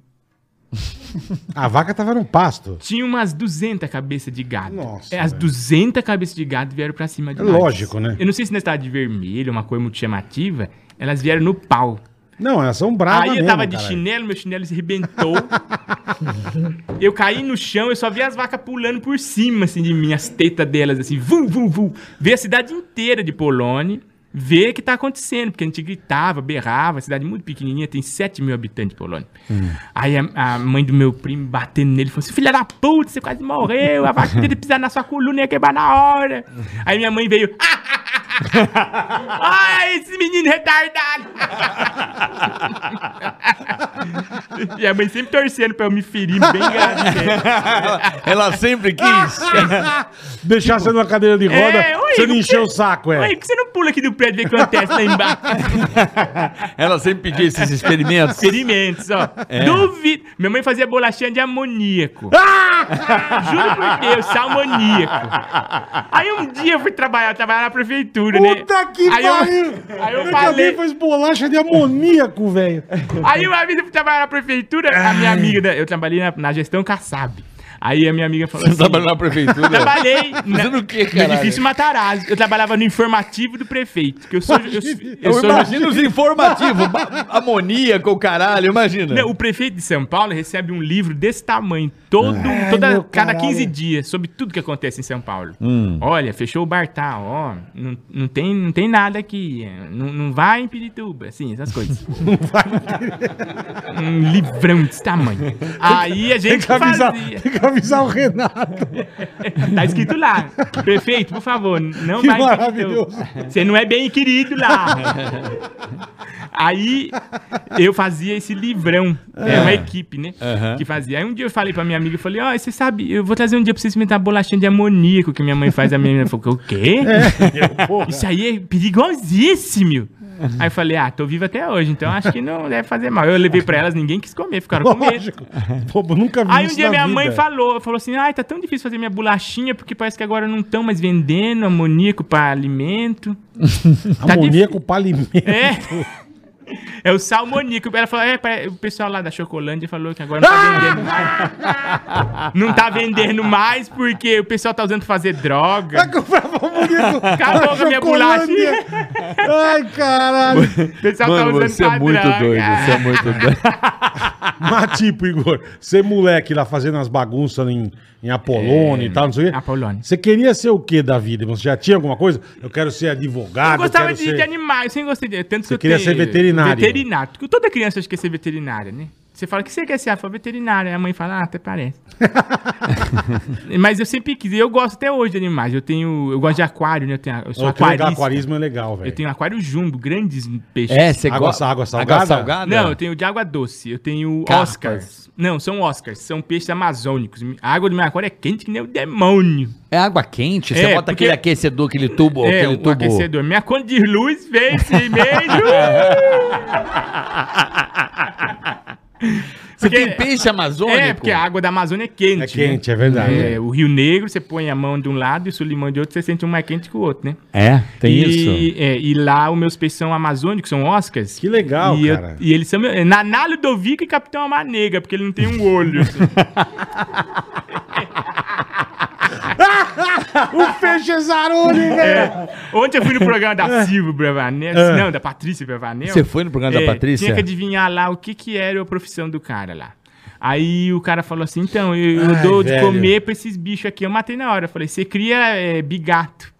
A vaca tava no pasto. Tinha umas 200 cabeças de gado. Nossa, É, as velho. 200 cabeças de gado vieram pra cima de É nós. lógico, né? Eu não sei se na cidade de vermelho, uma cor muito chamativa, elas vieram no pau. Não, elas são bravas Aí eu mesmo, tava de caralho. chinelo, meu chinelo se arrebentou. eu caí no chão, eu só vi as vacas pulando por cima, assim, de mim, as tetas delas, assim, vum, vum, vum. Ver a cidade inteira de Polônia, ver o que tá acontecendo, porque a gente gritava, berrava, cidade muito pequenininha, tem 7 mil habitantes de Polônia. Aí a, a mãe do meu primo batendo nele, falou assim, filha da puta, você quase morreu, a vaca dele pisar na sua coluna ia quebrar na hora. Aí minha mãe veio, ai, esse menino retardado. E a mãe sempre torcendo pra eu me ferir bem grave. né? Ela sempre quis. Deixar você numa cadeira de roda, Tipo, É, oi, você não por encher que- o saco, é. Ué, por que você não pula aqui do prédio e vê o que acontece lá embaixo? Ela sempre pediu esses experimentos. Experimentos, ó. É. Duvido. Minha mãe fazia bolachinha de amoníaco. Ah! Juro por Deus, sal amoníaco. Aí um dia eu fui trabalhar, eu trabalhava na prefeitura, né? Puta que aí pariu! Eu, aí Como eu é que falei... alguém faz bolacha de amoníaco, velho. Aí uma vez eu fui trabalhar na prefeitura, a minha amiga... da- eu trabalhei na, na gestão Kassab. Aí a minha amiga falou assim... na prefeitura? Trabalhei Fazendo na- o quê, no caralho? edifício Matarazzo. Eu trabalhava no informativo do prefeito. Porque eu sou. Eu, eu Eu, sou imagino os informativos, ba- amoníaco, o caralho, imagina. Não, né, o prefeito de São Paulo recebe um livro desse tamanho, todo, Ah, é, toda, meu cada caralho. 15 dias, sobre tudo que acontece em São Paulo. Hum. Olha, fechou o Bartal, ó, não, não, tem, não tem nada aqui, é, não, não vai em Pirituba, assim, essas coisas. um livrão desse tamanho. Aí Tem a gente que avisar, fazia. tem que avisar o Renato. Tá escrito lá. Prefeito, por favor, não Que vai. em maravilhoso. Pirituba. Você não é bem querido lá. Aí eu fazia esse livrão. É uma equipe, né? Que fazia. Aí um dia eu falei pra minha amiga, eu falei, ó, você sabe, eu vou trazer um dia pra você experimentar a bolachinha de amoníaco que minha mãe faz. A minha menina falou, o quê? Isso aí é perigosíssimo. Aí eu falei, ah, tô vivo até hoje, então acho que não deve fazer mal. Eu levei pra elas, ninguém quis comer, ficaram com medo. Lógico. Pô, nunca vi Aí um isso dia na minha mãe vida. falou, falou assim, ai, tá tão difícil fazer minha bolachinha, porque parece que agora não estão mais vendendo amoníaco pra alimento. tá Amoníaco pra alimento. É. É o salmonico. Ela falou, é, pare- o pessoal lá da Chocolândia falou que agora não tá vendendo mais. não tá vendendo mais porque o pessoal tá usando pra fazer droga. comprava um boneco. Acabou com a minha bolacha. Chocolândia. Ai, caralho. O pessoal Mano, tá usando você é pra muito droga. doido, você é muito doido. Mas tipo, Igor, você moleque lá fazendo as bagunças em, em Apolônia e tal, não sei o quê. É. Apolônia. Você queria ser o que da vida? Você já tinha alguma coisa? Eu quero ser advogado, Eu eu gostava quero de, ser... de animais, eu sempre gostei de. Tanto Você que eu queria ser veterinário. Veterinário. Porque Toda criança acho que quer ser veterinária, né? Você fala, o que você quer ser? Ah, foi veterinária. Aí A mãe fala, ah, até parece. Mas eu sempre quis. e Eu gosto até hoje de animais. Eu tenho. Eu gosto de aquário, né? Eu, tenho, eu sou Ô, que legal, aquarista. aquarismo é legal, velho. Eu tenho aquário jumbo, grandes peixes. É, você Água- gosta. água salgada? Água salgada? Não, eu tenho de água doce, eu tenho Carpas. Oscars. Não, são Oscars, são peixes amazônicos. A água do meu aquário é quente que nem o demônio. É água quente? Você É, bota porque- aquele aquecedor, aquele tubo, é, aquele o tubo. aquecedor. Minha conta de luz veio esse e-mail. Você Porque- tem peixe amazônico? É, porque a água da Amazônia é quente. É quente, é né? verdade. É, o Rio Negro, você põe a mão de um lado e o Sulimão de outro, você sente um mais quente que o outro, né? É, tem e, isso. é, e lá os meus peixes são amazônicos, são Oscars. Que legal, e eu- cara. e eles são. é, Naná Ludovico e Capitão Amanega, porque ele não tem um olho. assim. O peixe Zarone, velho. Ontem eu fui no programa da Silvia Bravanel. Não, da Patrícia Bravanel. Você foi no programa da É, Patrícia? Tinha que adivinhar lá o que, que era a profissão do cara lá. Aí o cara falou assim: então, eu, eu Ai, dou velho. de comer pra esses bichos aqui. Eu matei na hora. Eu falei: você cria é, bigato.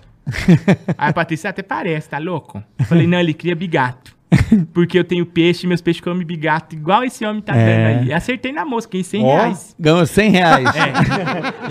Aí a Patrícia até parece, tá louco? Eu falei: não, ele cria bigato. Porque eu tenho peixe, meus peixes comem bigato, igual esse homem tá É. dando aí. Acertei na moça, ganhei 100 Ó. reais. Ganhou 100 reais. É.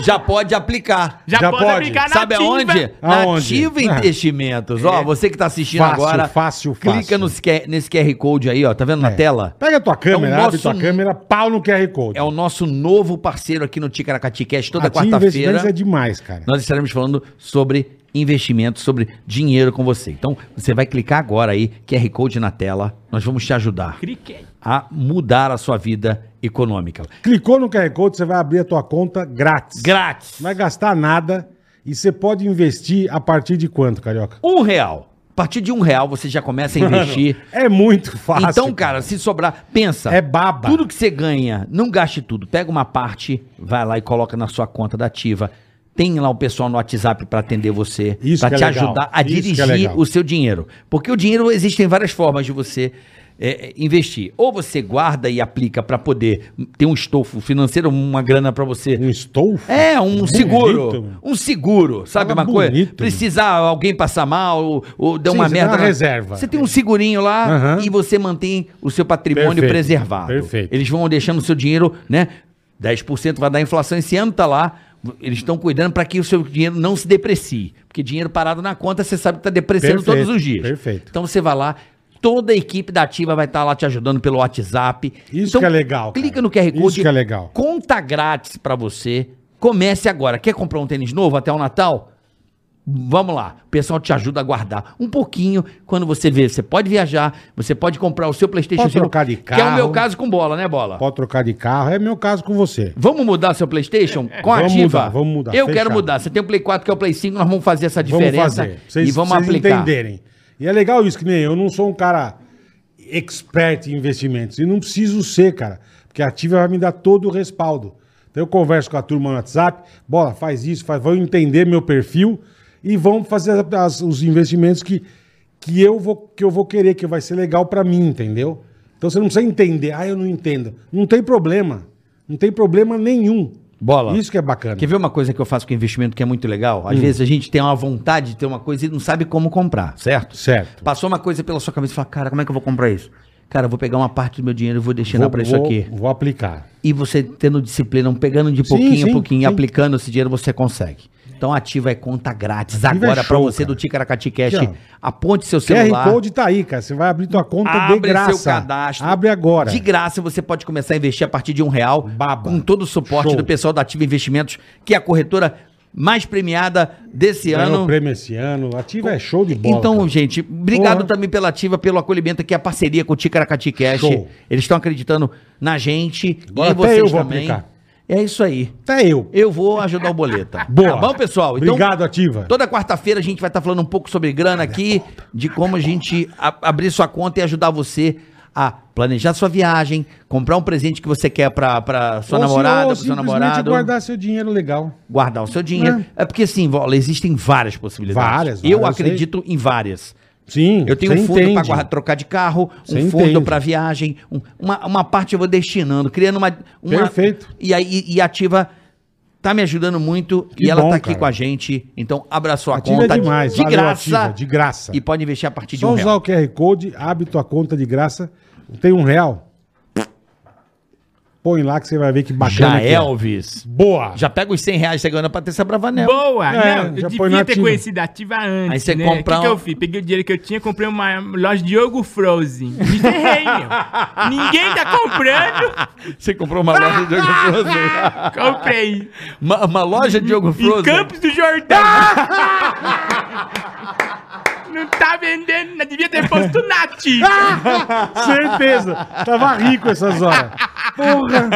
Já pode aplicar. Já, Já pode, pode. aplicar na Sabe timba. aonde? Aonde? Nativa Ah. Investimentos. É. Ó, você que tá assistindo Fácil, agora, fácil, clica fácil. nos que- nesse QR Code aí, ó. Tá vendo na É. tela? Pega a tua câmera, É o abre tua nosso- câmera, pau no QR Code. É o nosso novo parceiro aqui no Ticaracati Cash, toda A Tim Investimentos quarta-feira. é demais, cara. Nós estaremos falando sobre investimentos, sobre dinheiro com você. Então, você vai clicar agora aí, QR Code na tela. Nós vamos te ajudar Criquei. a mudar a sua vida econômica. Clicou no QR Code, você vai abrir a tua conta grátis. Grátis. Não vai gastar nada e você pode investir a partir de quanto, Carioca? Um real. A partir de um real você já começa a investir. É muito fácil. então, cara, se sobrar, pensa. É baba. Tudo que você ganha, não gaste tudo. Pega uma parte, vai lá e coloca na sua conta da Ativa. Tem lá o pessoal no WhatsApp para atender você, Isso para que é te legal. ajudar a Isso que é dirigir legal. o seu dinheiro. Porque o dinheiro existem várias formas de você é, é, investir. Ou você guarda e aplica para poder ter um estofo financeiro, uma grana para você Um estofo? é, um Bonito, seguro. mano. Um seguro, sabe Fala uma coisa? bonito. Precisar alguém passar mal ou, ou dar Sim, uma você merda. tem uma na- reserva. Você tem um segurinho lá Aham. e você mantém o seu patrimônio Perfeito, preservado. perfeito. Eles vão deixando o seu dinheiro, né? 10% vai dar inflação esse ano, tá lá. Eles estão cuidando para que o seu dinheiro não se deprecie. Porque dinheiro parado na conta, você sabe que está depreciando Perfeito, todos os dias. perfeito. Então você vai lá, toda a equipe da Ativa vai estar lá te ajudando pelo WhatsApp. Isso Então, que é legal, cara. Clica no QR Isso Code. que é legal. Conta grátis pra você. Comece agora. Quer comprar um tênis novo até o Natal? Vamos lá. O pessoal te ajuda a guardar um pouquinho. Quando você vê, você pode viajar, você pode comprar o seu PlayStation Pode trocar de Que é o carro. meu caso com bola, né, bola? Pode trocar de carro. É meu caso com você. Vamos mudar seu PlayStation com a Vamos ativa? mudar, vamos mudar. Eu quero Fechado. mudar. Você tem o Play 4 que é o Play 5, nós vamos fazer essa diferença vamos fazer. Vocês, e vamos vocês aplicar. entenderem. E é legal isso, que nem eu, eu não sou um cara expert em investimentos. E não preciso ser, cara. Porque a Ativa vai me dar todo o respaldo. Então eu converso com a turma no WhatsApp, bola, faz isso, faz, vão entender meu perfil e vão fazer as- os investimentos que, que, eu vou, que eu vou querer, que vai ser legal pra mim, entendeu? Então você não precisa entender, ah, eu não entendo. Não tem problema. Não tem problema nenhum. Bola. Isso que é bacana. Quer ver uma coisa que eu faço com investimento que é muito legal? Hum. Às vezes a gente tem uma vontade de ter uma coisa e não sabe como comprar, certo? Certo. Passou uma coisa pela sua cabeça e fala, cara, como é que eu vou comprar isso? Cara, eu vou pegar uma parte do meu dinheiro e vou destinar pra isso aqui. Vou aplicar. E você tendo disciplina, um pegando de Sim, pouquinho sim, a pouquinho, e sim. aplicando esse dinheiro, você consegue. Então ativa é conta grátis Ativa é agora pra show, você do cara. Ticaracati Cash. Aqui, ó. Aponte seu QR celular. Code tá aí, cara. Você vai abrir tua conta de Abre graça. seu cadastro. Abre agora. De graça, você pode começar a investir a partir de um real. Baba. Com todo o suporte Show. do pessoal da Ativa Investimentos, que é a corretora mais premiada desse Ganhou ano. prêmio esse ano. Ativa é show de bola. Então, cara. gente, obrigado Porra. também pela Ativa, pelo acolhimento aqui, a parceria com o Ticaracati Cash. Show. Eles estão acreditando na gente Agora e em até vocês eu vou também. aplicar. É isso aí. até Tá eu. Eu vou ajudar o Boleta. Boa. Tá bom, pessoal? Obrigado, Ativa. Toda quarta-feira a gente tá vai estar falando um pouco sobre grana aqui, de como a gente a- abrir sua conta e ajudar você a planejar sua viagem, comprar um presente que você quer pra, pra sua Ou se- namorada, ou pro seu simplesmente namorado. Guardar... guardar seu dinheiro legal. o seu dinheiro. É, porque assim, Vola, existem várias possibilidades. Várias, várias, Eu eu acredito em várias. Sim, Eu tenho você um fundo entende. para guardar, trocar de carro, Você um fundo entende. para viagem, um- uma, uma parte eu vou destinando, criando uma. uma- Perfeito. E aí e, ativa tá me ajudando muito Que e ela bom, tá aqui cara. com a gente. Então abraçou a Ativa é conta demais. de valeu, graça Ativa, de graça. e pode investir a partir de Só um usar real. o QR Code, abre tua conta de graça. Tem um real. Põe lá que você vai ver que bacana Já que é. Elvis. Boa. Já pega os 100 reais chegando pra Patrícia Bravanel. Boa! É, não, já eu põe na devia ter ativa. conhecido a ativa antes. Aí você né? compra O que, que um- eu fiz? Peguei o dinheiro que eu tinha, comprei uma loja de Yogo Frozen. Me ferrei, meu. Ninguém tá comprando. Você comprou uma loja de Diogo Frozen. Comprei. uma, uma loja de Diogo Em Frozen. Campos do Jordão. Não tá vendendo, não devia ter posto na ativa. Certeza. Tava rico essas horas. Porra.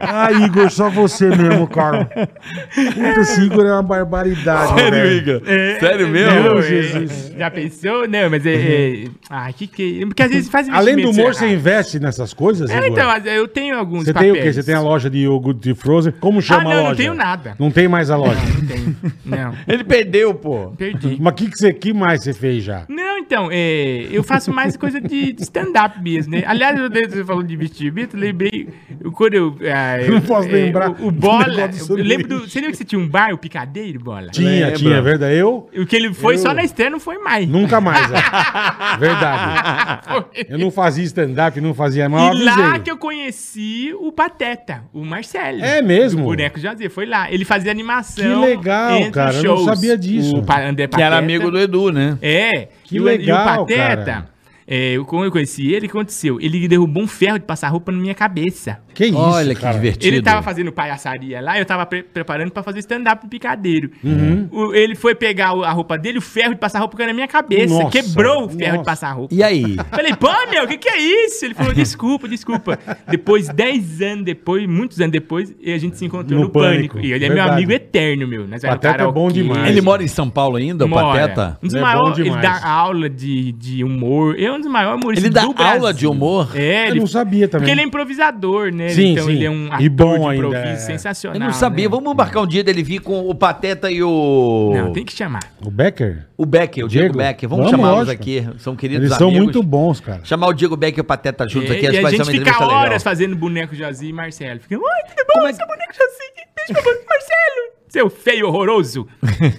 Ah, Igor, só você mesmo, cara. Puta, esse Igor é uma barbaridade. velho. Igor? É, Sério não, mesmo? é, Jesus. Já pensou? Não, mas é. é ah, que que. Porque às vezes faz Além do investimento humor, você errado. investe nessas coisas, É, Igor? então, mas eu tenho alguns Você tem papéis. Ah, o quê? Você tem a loja de iogurte de Frozen? Como chama não, a não loja? tenho nada. Não tem mais a loja. Não tenho. Não, Ele perdeu, pô. perdi. Mas o que, que, você- que mais você fez já? Não, então, é, eu faço mais coisa de, de stand-up mesmo, né? Aliás, eu, você falou de vestimento, eu lembrei eu- quando eu... ah, eu- Não posso lembrar O, o do Bola, negócio do eu lembro sorvete. do... Você lembra que você tinha um bar, o Picadeiro, Bola? Tinha, Lembra. tinha, é verdade. Eu O que ele foi Eu- só na estreia, não foi mais. nunca mais. é. Verdade. Foi. Eu não fazia stand-up, não fazia mal. E lá avisei. que eu conheci o Pateta, o Marcelo. É mesmo? O boneco José, foi lá. Ele fazia animação. Que legal, entre os cara, eu não sabia disso. O pa André Que Pateta. era amigo do Edu, né? É. Que e o- legal, E o Pateta, cara. é, eu, quando eu conheci ele, o que aconteceu? Ele derrubou um ferro de passar roupa na minha cabeça. Que isso, Olha que cara. divertido. Ele tava fazendo palhaçaria lá, eu tava pre- preparando pra fazer stand-up no picadeiro. Uhum. O- ele foi pegar o- a roupa dele, o ferro de passar roupa caiu na minha cabeça. Nossa, quebrou o ferro nossa. de passar roupa. E aí? Falei, pô, meu, o que, que é isso? Ele falou, desculpa, desculpa. Depois, 10 anos depois, muitos anos depois, e a gente se encontrou No no, pânico. Pânico, E ele é verdade. meu amigo eterno, meu. Nós Pateta é bom demais. Ele mora em São Paulo ainda, o Pateta? Um dos Ele é maiores, bom ele demais. dá aula de, de humor. Ele é um dos maiores humoristas Ele dá do aula Brasil. de humor? É, Eu ele, não sabia também. porque ele é improvisador, né? Sim, então sim. ele é um E ator bom de ainda, improviso é. sensacional. Eu não sabia. né? Vamos marcar um dia dele vir com o Pateta e o. Não, tem que chamar. O Becker? O Becker, o Diego, Diego? Becker. Vamos, Vamos, chamá-los lógico. aqui. São queridos Eles são amigos. muito bons, cara. Chamar o Diego Becker e o Pateta juntos É, aqui. e acho que a vai ser gente uma fica entrevista horas legal. é fazendo boneco Jazzy e Marcelo. Fica, oi, tudo bom, seu boneco Jazzy? Beijo pra você, Marcelo. Seu feio horroroso.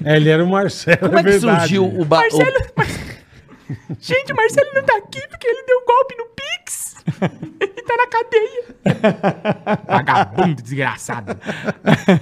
É, ele era o Marcelo. Como é que verdade. surgiu o, ba... Marcelo, Marcelo. Gente, o Marcelo não tá aqui porque ele deu um golpe no Pix. Ele tá na cadeia. Vagabundo desgraçado.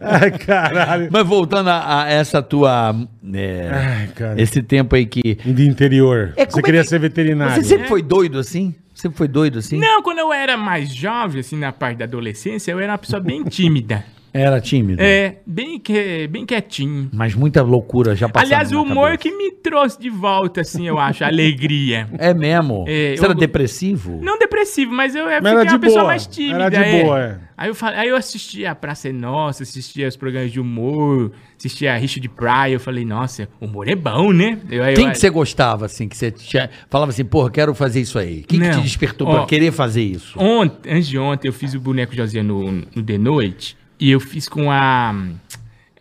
Ai, caralho. o- Mas voltando a, a essa tua. é, Ai, cara. Esse tempo aí que. De interior. É, como Você é queria que- ser veterinário. Você sempre foi doido assim? Sempre foi doido assim? Não, quando eu era mais jovem, assim, na parte da adolescência, eu era uma pessoa bem tímida. Era tímido. É, bem, que, bem quietinho. Tá Mas muita loucura já passou. Aliás, o humor que me trouxe de volta, assim, eu acho, a alegria. É mesmo? É, Você eu- era depressivo? Não depressivo, mas eu Mas é, fiquei era uma de pessoa boa, mais tímida. era de é. boa, é. Aí eu, fal- aí eu assistia a Praça é Nossa, assistia os programas de humor, assistia a Richard Pryor, eu falei, nossa, humor é bom, né? Eu, eu- Quem que você gostava, assim, que você tinha- falava assim, porra, quero fazer isso aí? Quem que Não. te despertou Ó. pra querer fazer isso? Ontem, antes de ontem, eu fiz o boneco Josinha no, no The Noite e eu fiz com a.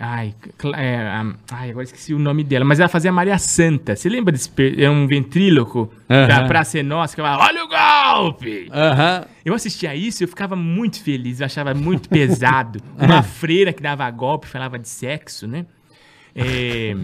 Ai, Cla- é, a- ai, agora esqueci o nome dela, mas ela fazia Maria Santa. Você lembra desse. per- É um ventríloco da Aham. Praça é Nossa que falava: Olha o golpe! Aham. Eu assistia isso e eu ficava muito feliz, eu achava muito pesado. Uma freira que dava golpe, falava de sexo, né? É,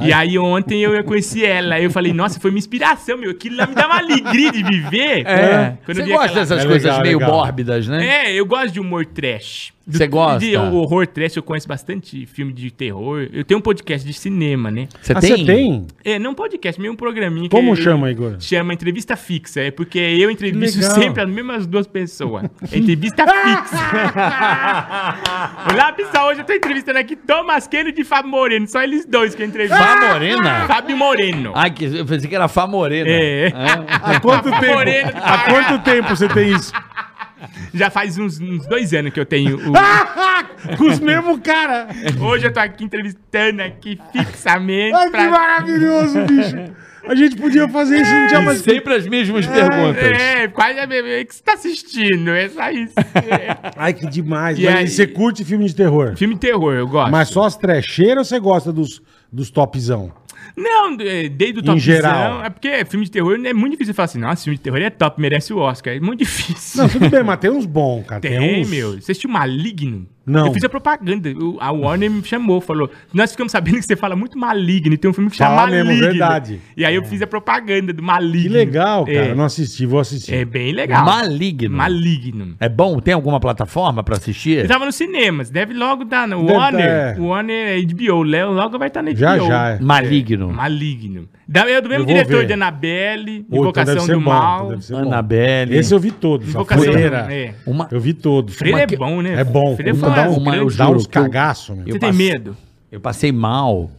e aí ontem eu conheci ela, aí eu falei, nossa, foi minha inspiração, meu. Aquilo lá me dá uma alegria de viver. É. Quando Você eu vi gosta aquela- dessas É coisas legal, meio legal. mórbidas, né? É, eu gosto de humor trash. Do- Você gosta? De horror trash, eu conheço bastante filme de terror. Eu tenho um podcast de cinema, né? Você Ah, tem? você tem? É, não podcast, meio um programinha. que Como eu- chama, Igor? Chama entrevista fixa, é porque eu entrevisto Legal. sempre as mesmas duas pessoas. É Entrevista fixa. Olá, pessoal, tá hoje eu tô entrevistando aqui Thomas Kennedy e Fábio Moreno, só eles dois que eu entrevisto. Fá Morena? Fábio Moreno. Ah, Ai, que, eu pensei que era Fá Morena. É. Há quanto tempo? Moreno, Há quanto tempo você tem isso? Já faz uns, uns dois anos que eu tenho o. Com os mesmos cara. Hoje eu tô aqui entrevistando aqui fixamente. Ai, que pra- maravilhoso, bicho. A gente podia fazer isso, não tinha mais... Sempre as mesmas perguntas. É, quase a mesma. O que você tá assistindo? É só isso. É. Ai, que demais. E Mas aí? você curte filme de terror? Filme de terror, eu gosto. Mas só as trecheiras ou você gosta dos, dos topzão? Não, é, desde o top geral. É porque filme de terror é muito difícil falar assim, nossa, filme de terror é top, merece o Oscar. É muito difícil. Não, tudo bem, mas tem uns bons, cara. Tem, Tem, uns... meu. Você assistiu Maligno? Não. Eu fiz a propaganda. o- a Warner me chamou, falou: Nós ficamos sabendo que você fala muito Maligno. e Tem um filme que chama Fala mesmo, Maligno. verdade. É. E aí eu fiz a propaganda do Maligno. Que legal, cara. É, Não assisti, vou assistir. é bem legal. Maligno. Maligno. É bom? Tem alguma plataforma pra assistir? Ele tava nos cinemas, deve logo dar. né? O Deve Warner, tá, é. o Warner é HBO, o Léo logo vai estar na HBO. Já, já. é. Maligno. Maligno. Da, é do Eu mesmo vou diretor ver. de Anabelle, Pô, então Invocação deve ser do bom, Mal. então deve ser bom. Annabelle. Esse eu vi todos. a Invocação do Freira. É. Uma... Eu vi todos. Freira Mas é que- bom, né? É bom. Freira Puta, foi dá, um um, grande dá jogo. uns cagaços, meu. Você tem passo. medo? Eu passei mal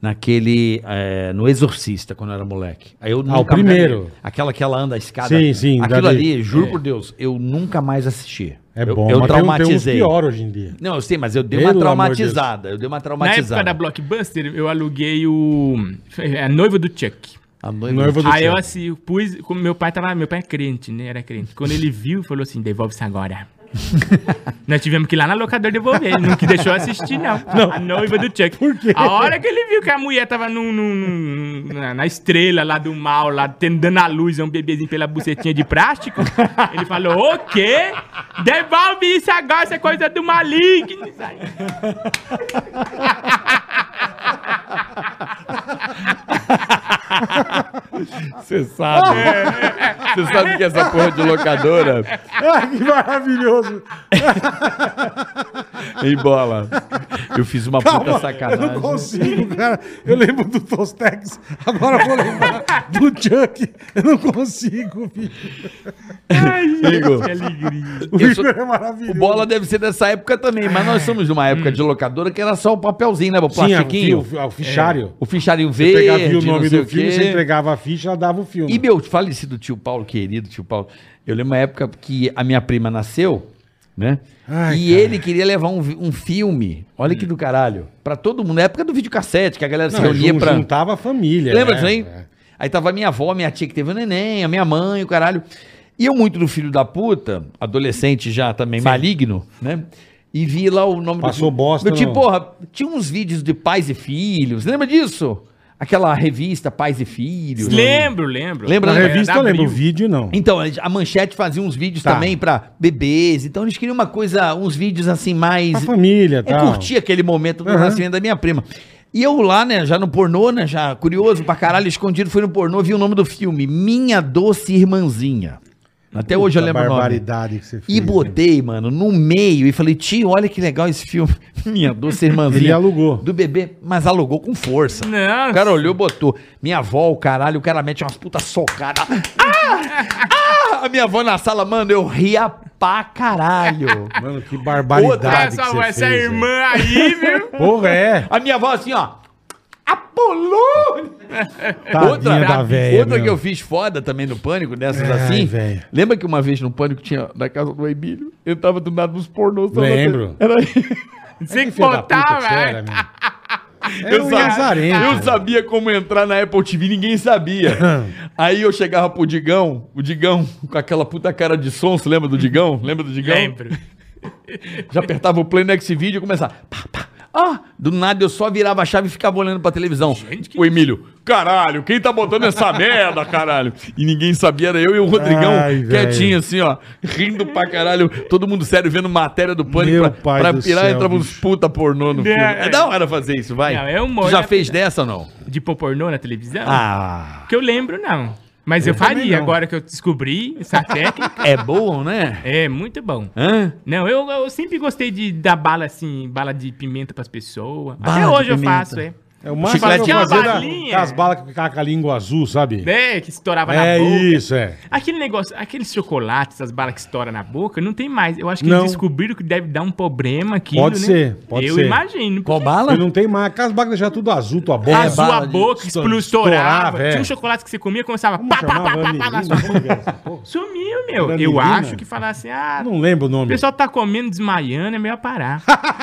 naquele. é, no Exorcista, quando eu era moleque. Aí eu nunca mais- Ah, primeiro. aquela que ela anda a escada. Sim, sim, Aquilo já vi. ali, juro por Deus, eu nunca mais assisti. É eu, bom, Eu mas tem um- traumatizei. Tem, uns pior hoje em dia. Não, eu sei, mas eu dei Pelo uma amor de traumatizada. eu dei uma Na época traumatizada. da Blockbuster, eu aluguei o. A noiva do Chuck. A Noiva noiva do Aí eu Céu. assim, pus. Como meu pai tava. Meu pai é crente, né? Era crente. Quando ele viu, falou assim: devolve isso agora. Nós tivemos que ir lá na locadora devolver. Ele não que deixou eu assistir, não. A noiva do Chuck. Por quê? A hora que ele viu que a mulher tava num, num- num- na, na estrela lá do mal, lá tendo, dando a luz a um bebezinho pela bucetinha de plástico, ele falou: o quê? Devolve isso agora, isso é coisa do maligno. Isso aí. Você sabe. né? Você sabe que essa porra de locadora Ah, que maravilhoso. em bola. Eu fiz uma puta Eu sacanagem. não consigo, cara. Eu lembro do Tostex, agora eu vou lembrar do Chuck. Eu não consigo, bicho. Ai, Igor. que alegria. O Eu Igor sou- é maravilhoso. O bola deve ser dessa época também, mas nós somos numa época de locadora que era só o papelzinho, né? O Sim, a- plastiquinho. o, o fichário. o fichário Você verde, pegava via o nome não sei do o filme, quê. você um entregava a ficha, ela dava o filme. E meu falecido tio Paulo, querido tio Paulo, eu lembro uma época que a minha prima nasceu, né? Ai, Hum. e ele queria levar um, vi- um filme, olha que do caralho, pra todo mundo. Na época do videocassete, que a galera se Não, reunia jun- pra. juntava a família. Lembra né? disso aí? É. Aí tava minha avó, minha tia que teve o neném, a minha mãe, o caralho. E eu, muito do filho da puta, adolescente já também, maligno, né? E vi lá o nome Passou do. bosta, Meu tipo, não. porra, tinha uns vídeos de pais e filhos. Lembra disso? Aquela revista Pais e Filhos. Lembro, lembro. Lembra Na Era revista da eu lembro, o Abril. vídeo não. Então, a manchete fazia uns vídeos Tá. também pra bebês. Então, eles queriam uma coisa, uns vídeos assim mais. A família, Eu tá? curti aquele momento do Aham. nascimento da minha prima. E eu lá, né, já no pornô, né, já curioso pra caralho, escondido, fui no pornô, vi o nome do filme, Minha Doce Irmãzinha. Até é hoje eu lembro o nome. barbaridade que você fez. E botei, mano, no meio e falei, tio, olha que legal esse filme. Minha Doce Irmãzinha. Ele alugou. Do bebê, mas alugou com força. Não. O cara olhou, botou. Minha avó, o caralho, o cara mete umas putas socadas. Ah! Ah! A minha avó na sala, mano, eu ria pra caralho. Mano, que barbaridade Essa, que você é essa fez. né? irmã aí, viu? velho. Porra, é. A minha avó assim, ó. Apolônio! Tadinha da véia, outra meu. que eu fiz foda também no Pânico, dessas Ai, assim. véia. Lembra que uma vez no Pânico tinha na casa do Emílio? Eu tava do nada nos pornôs. tava- Lembro. Era Você que Filha da puta botava. é. que você era, meu. Era um sa- lazarento, eu velho. sabia como entrar na Apple TV, ninguém sabia. Aí eu chegava pro Digão, o Digão com aquela puta cara de som, você lembra do Digão? Lembra do Digão? Lembro. Já apertava o play no X-Video e começava. Pá, pá. Ah, do nada eu só virava a chave e ficava olhando pra televisão. que o Emílio, caralho, quem tá botando essa merda, caralho? E ninguém sabia, era eu e o Rodrigão Ai, velho. quietinho assim, ó, rindo pra caralho, todo mundo sério vendo matéria do pânico Meu pra, pai pra do pirar, céu, entrava uns puta pornô no É, filme. é. É da hora fazer isso, vai. Não, é humor, tu já né, fez dessa ou não? De pôr pornô na televisão? Ah, Que eu lembro, não. Mas eu, também faria não. agora que eu descobri essa técnica. é bom, né? É, muito bom. Hã? Não, eu, eu sempre gostei de dar bala assim, bala de pimenta pras pessoas. Bala Até de hoje eu pimenta. faço, é. É o máximo Chiclete que eu é uma fazia da- balinha. das balas que ficavam com a língua azul, sabe? Né? Que estourava na É boca. isso, é. Aquele negócio, aqueles chocolates, essas balas que estouram na boca, não tem mais. Eu acho que Não. eles descobriram que deve dar um problema aqui. Pode ser, pode Eu ser. imagino. Qual porque bala? E não tem mais. Aquelas balas já tudo azul, tua boca. Azul bala a de- boca, estourava, estourava. estourava é. Tinha um chocolate que você comia, começava Como pá, pá, pá, chamava? pá, pá, na sua Anilina? boca. Porra, Sumiu, meu. Era Eu anilina? acho que falar assim, ah, Não lembro o o nome. pessoal tá comendo, desmaiando, é melhor parar.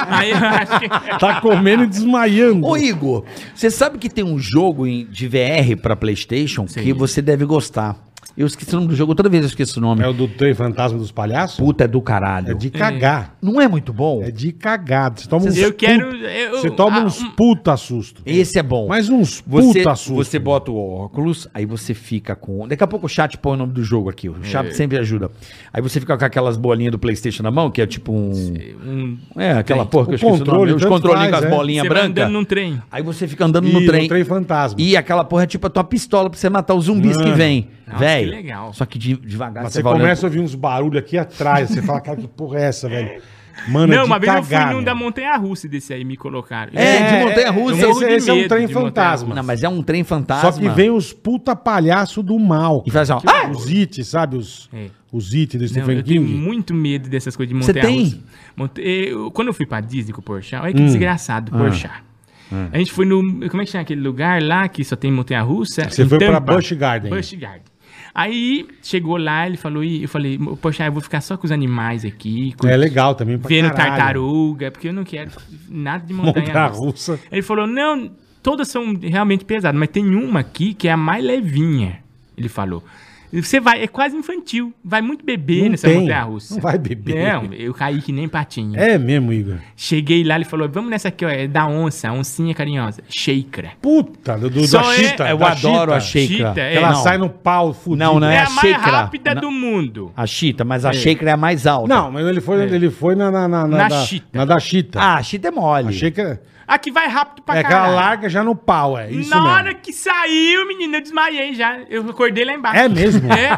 Aí eu acho que... Tá comendo e desmaiando. Ô Igor, você sabe que tem um jogo em- de VR pra Playstation que você deve gostar. Eu esqueci o nome do jogo, toda vez eu esqueço o nome. É o do trem fantasma dos palhaços? Puta é do caralho. É de cagar. Não é muito bom? É de cagada. Você toma uns Eu puta- quero- eu- Você toma ah, uns um- puta susto. Esse é bom. Mas uns Você, puta susto. você bota o óculos, aí você fica com. Daqui a pouco o chat põe o nome do jogo aqui. O É. chat sempre ajuda. Aí você fica com aquelas bolinhas do PlayStation na mão, que é tipo um. um- É, aquela Tem. porra que eu O esqueci controle, o nome. Os tanto controlinhos com faz, as é. bolinhas você vai brancas. andando num trem. Aí você fica andando E no trem. fantasma. E aquela porra é tipo a tua pistola pra você matar os zumbis Mano. que vem. Nossa, Véi. que legal. Só que de- devagar Mas você né? vai olhando. começa a ouvir uns barulhos aqui atrás. Você fala, cara, que porra é essa, velho? Mano, é Não, de uma vez eu fui cagar, num meu. da montanha-russa desse aí, me colocaram. É, de eu montanha-russa. morro Esse, de esse é um medo trem de fantasma. Não, mas é um trem fantasma. Só que vem os puta palhaço do mal. E faz assim, ó. Tipo, Ah! Os it, sabe? Os, É. os it do Não, Stephen eu tenho King. muito medo dessas coisas de Você montanha russa. Monta- eu- Quando eu fui pra Disney com o Porchat, olha que Hum. desgraçado, Ah. Porchat. A gente foi no... Como é que chama aquele lugar lá que só tem montanha-russa? Você Em foi pra Tampa. Busch Garden. Busch Garden. Aí chegou lá, ele falou, e eu falei, poxa, eu vou ficar só com os animais aqui, com- É legal também pra vendo caralho. tartaruga, porque eu não quero nada de montanha russa. Montanha-russa. Ele falou: não, todas são realmente pesadas, mas tem uma aqui que é a mais levinha. Ele falou. Você vai, é quase infantil. Vai muito beber Não nessa tem, montanha russa. não vai beber. Não, eu caí que nem patinho. É mesmo, Igor. Cheguei lá, ele falou: vamos nessa aqui, ó, é da onça, a oncinha carinhosa. Shaker. Puta, do, do, Só da é- chita. Eu da adoro a chita. Sheikra. Cheetah, é, Ela não. sai no pau fudido. Não, não É, é, a a mais Sheikra. rápida Na- do mundo. A Chita, mas a Sheikra é a mais alta. É. Não, mas ele foi, ele foi na, na, na, Na da, chita. na da chita. Ah, a Chita é mole. Achei que era- A que vai rápido pra é que ela caralho. larga já no pau, é isso Na mesmo. hora que saiu, menino, eu desmaiei já. Eu acordei lá embaixo. É mesmo? É.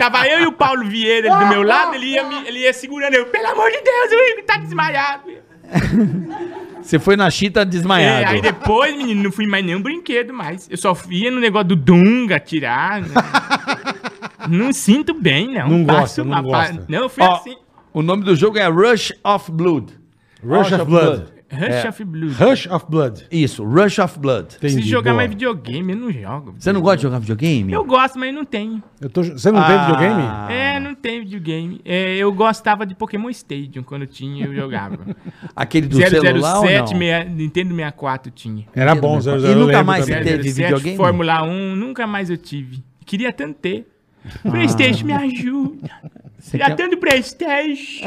Tava eu e o Paulo Vieira do meu lado, ele ia, me- ele ia segurando. Eu, pelo amor de Deus, o Igor tá desmaiado. Você foi na Chita É, desmaiado. aí depois, menino, não fui mais nenhum brinquedo mais. Eu só ia no negócio do Dunga tirar. né? não sinto bem, não. Não Passo gosta, não uma pa- gosta. Não, eu fui Ó, assim. O nome do jogo é Rush of Blood. Rush of Blood. Rush of Blue. é. Rush of Blood. Isso, Rush of Blood. Entendi, Preciso jogar boa. mais videogame, eu não jogo. Você não gosta de jogar videogame? Eu gosto, mas não tenho. Eu tô- Você não tem Ah. videogame? É, não tem videogame. É, eu gostava de Pokémon Stadium quando tinha, eu jogava. Aquele do celular ou não? 007, meia, Nintendo 64 tinha. Era bom, E 00, eu nunca lembro mais também. teve videogame? Fórmula 1, nunca mais eu tive. Queria tanto ter. Playstation me ajuda. Já Ah. quer- tanto Playstation.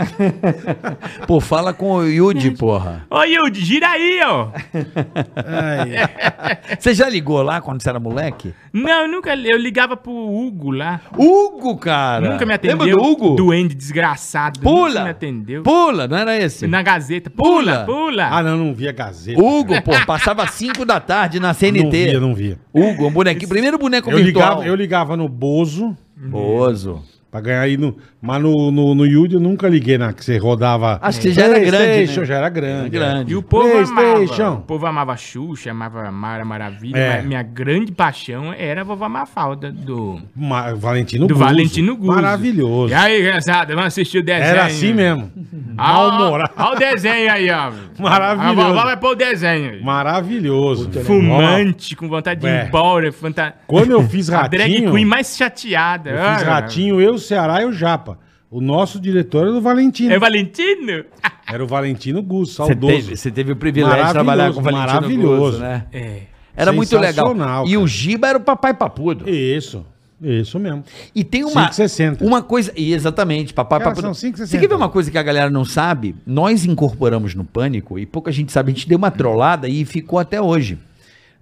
Pô, fala com o Yudi, porra. Ô, Yudi, gira aí, ó. Ai, Você já ligou lá quando você era moleque? Não, eu nunca... Eu ligava pro Hugo lá. Hugo, cara! Nunca me atendeu. Ah. Lembra do Hugo? Duende desgraçado. Nunca Pula! me atendeu. Pula, não era esse? Na Gazeta. Pula, Pula. pula. Ah, não, não via Gazeta. Hugo, pô, passava 5 da tarde na CNT. Não via, não via. Hugo, um bonequinho. Primeiro boneco Eu virtual. ligava, eu ligava no Bozo Bozo. pra ganhar aí no. Mas no, no, no Yudi eu nunca liguei na que você rodava. Acho que você já era grande, Playstation, né? já era grande. é. Grande. E o povo amava. PlayStation. O povo amava Xuxa, amava Mara Maravilha. É. mas minha grande paixão era a vovó Mafalda do, Ma- Valentino do Guzzo. Valentino Guzzo. Maravilhoso. E aí, criançada, vamos assistir o desenho. Era assim mesmo. Olha Mal-humorado. o desenho aí, ó. Maravilhoso. A vovó vai pôr o desenho. aí. Maravilhoso. né? Fumante, com vontade de É. ir embora. Fanta... Quando eu fiz A drag ratinho. queen mais chateada. Eu fiz Ah, ratinho, eu, Ceará e o Japa. O nosso diretor era o Valentino. É Valentino? Era o Valentino Gusso, Você saudoso. teve, você teve o privilégio de Maravilhoso, trabalhar com o Valentino maravilhoso. Guzzo, né? É. Era muito legal. Sensacional, E cara. o Giba era o papai papudo. Isso. Isso mesmo. E tem uma 5,60. uma coisa, e exatamente, papai Cara, papudo. são 5,60. Você quer ver uma coisa que a galera não sabe? Nós incorporamos no pânico e pouca gente sabe, a gente deu uma trollada e ficou até hoje.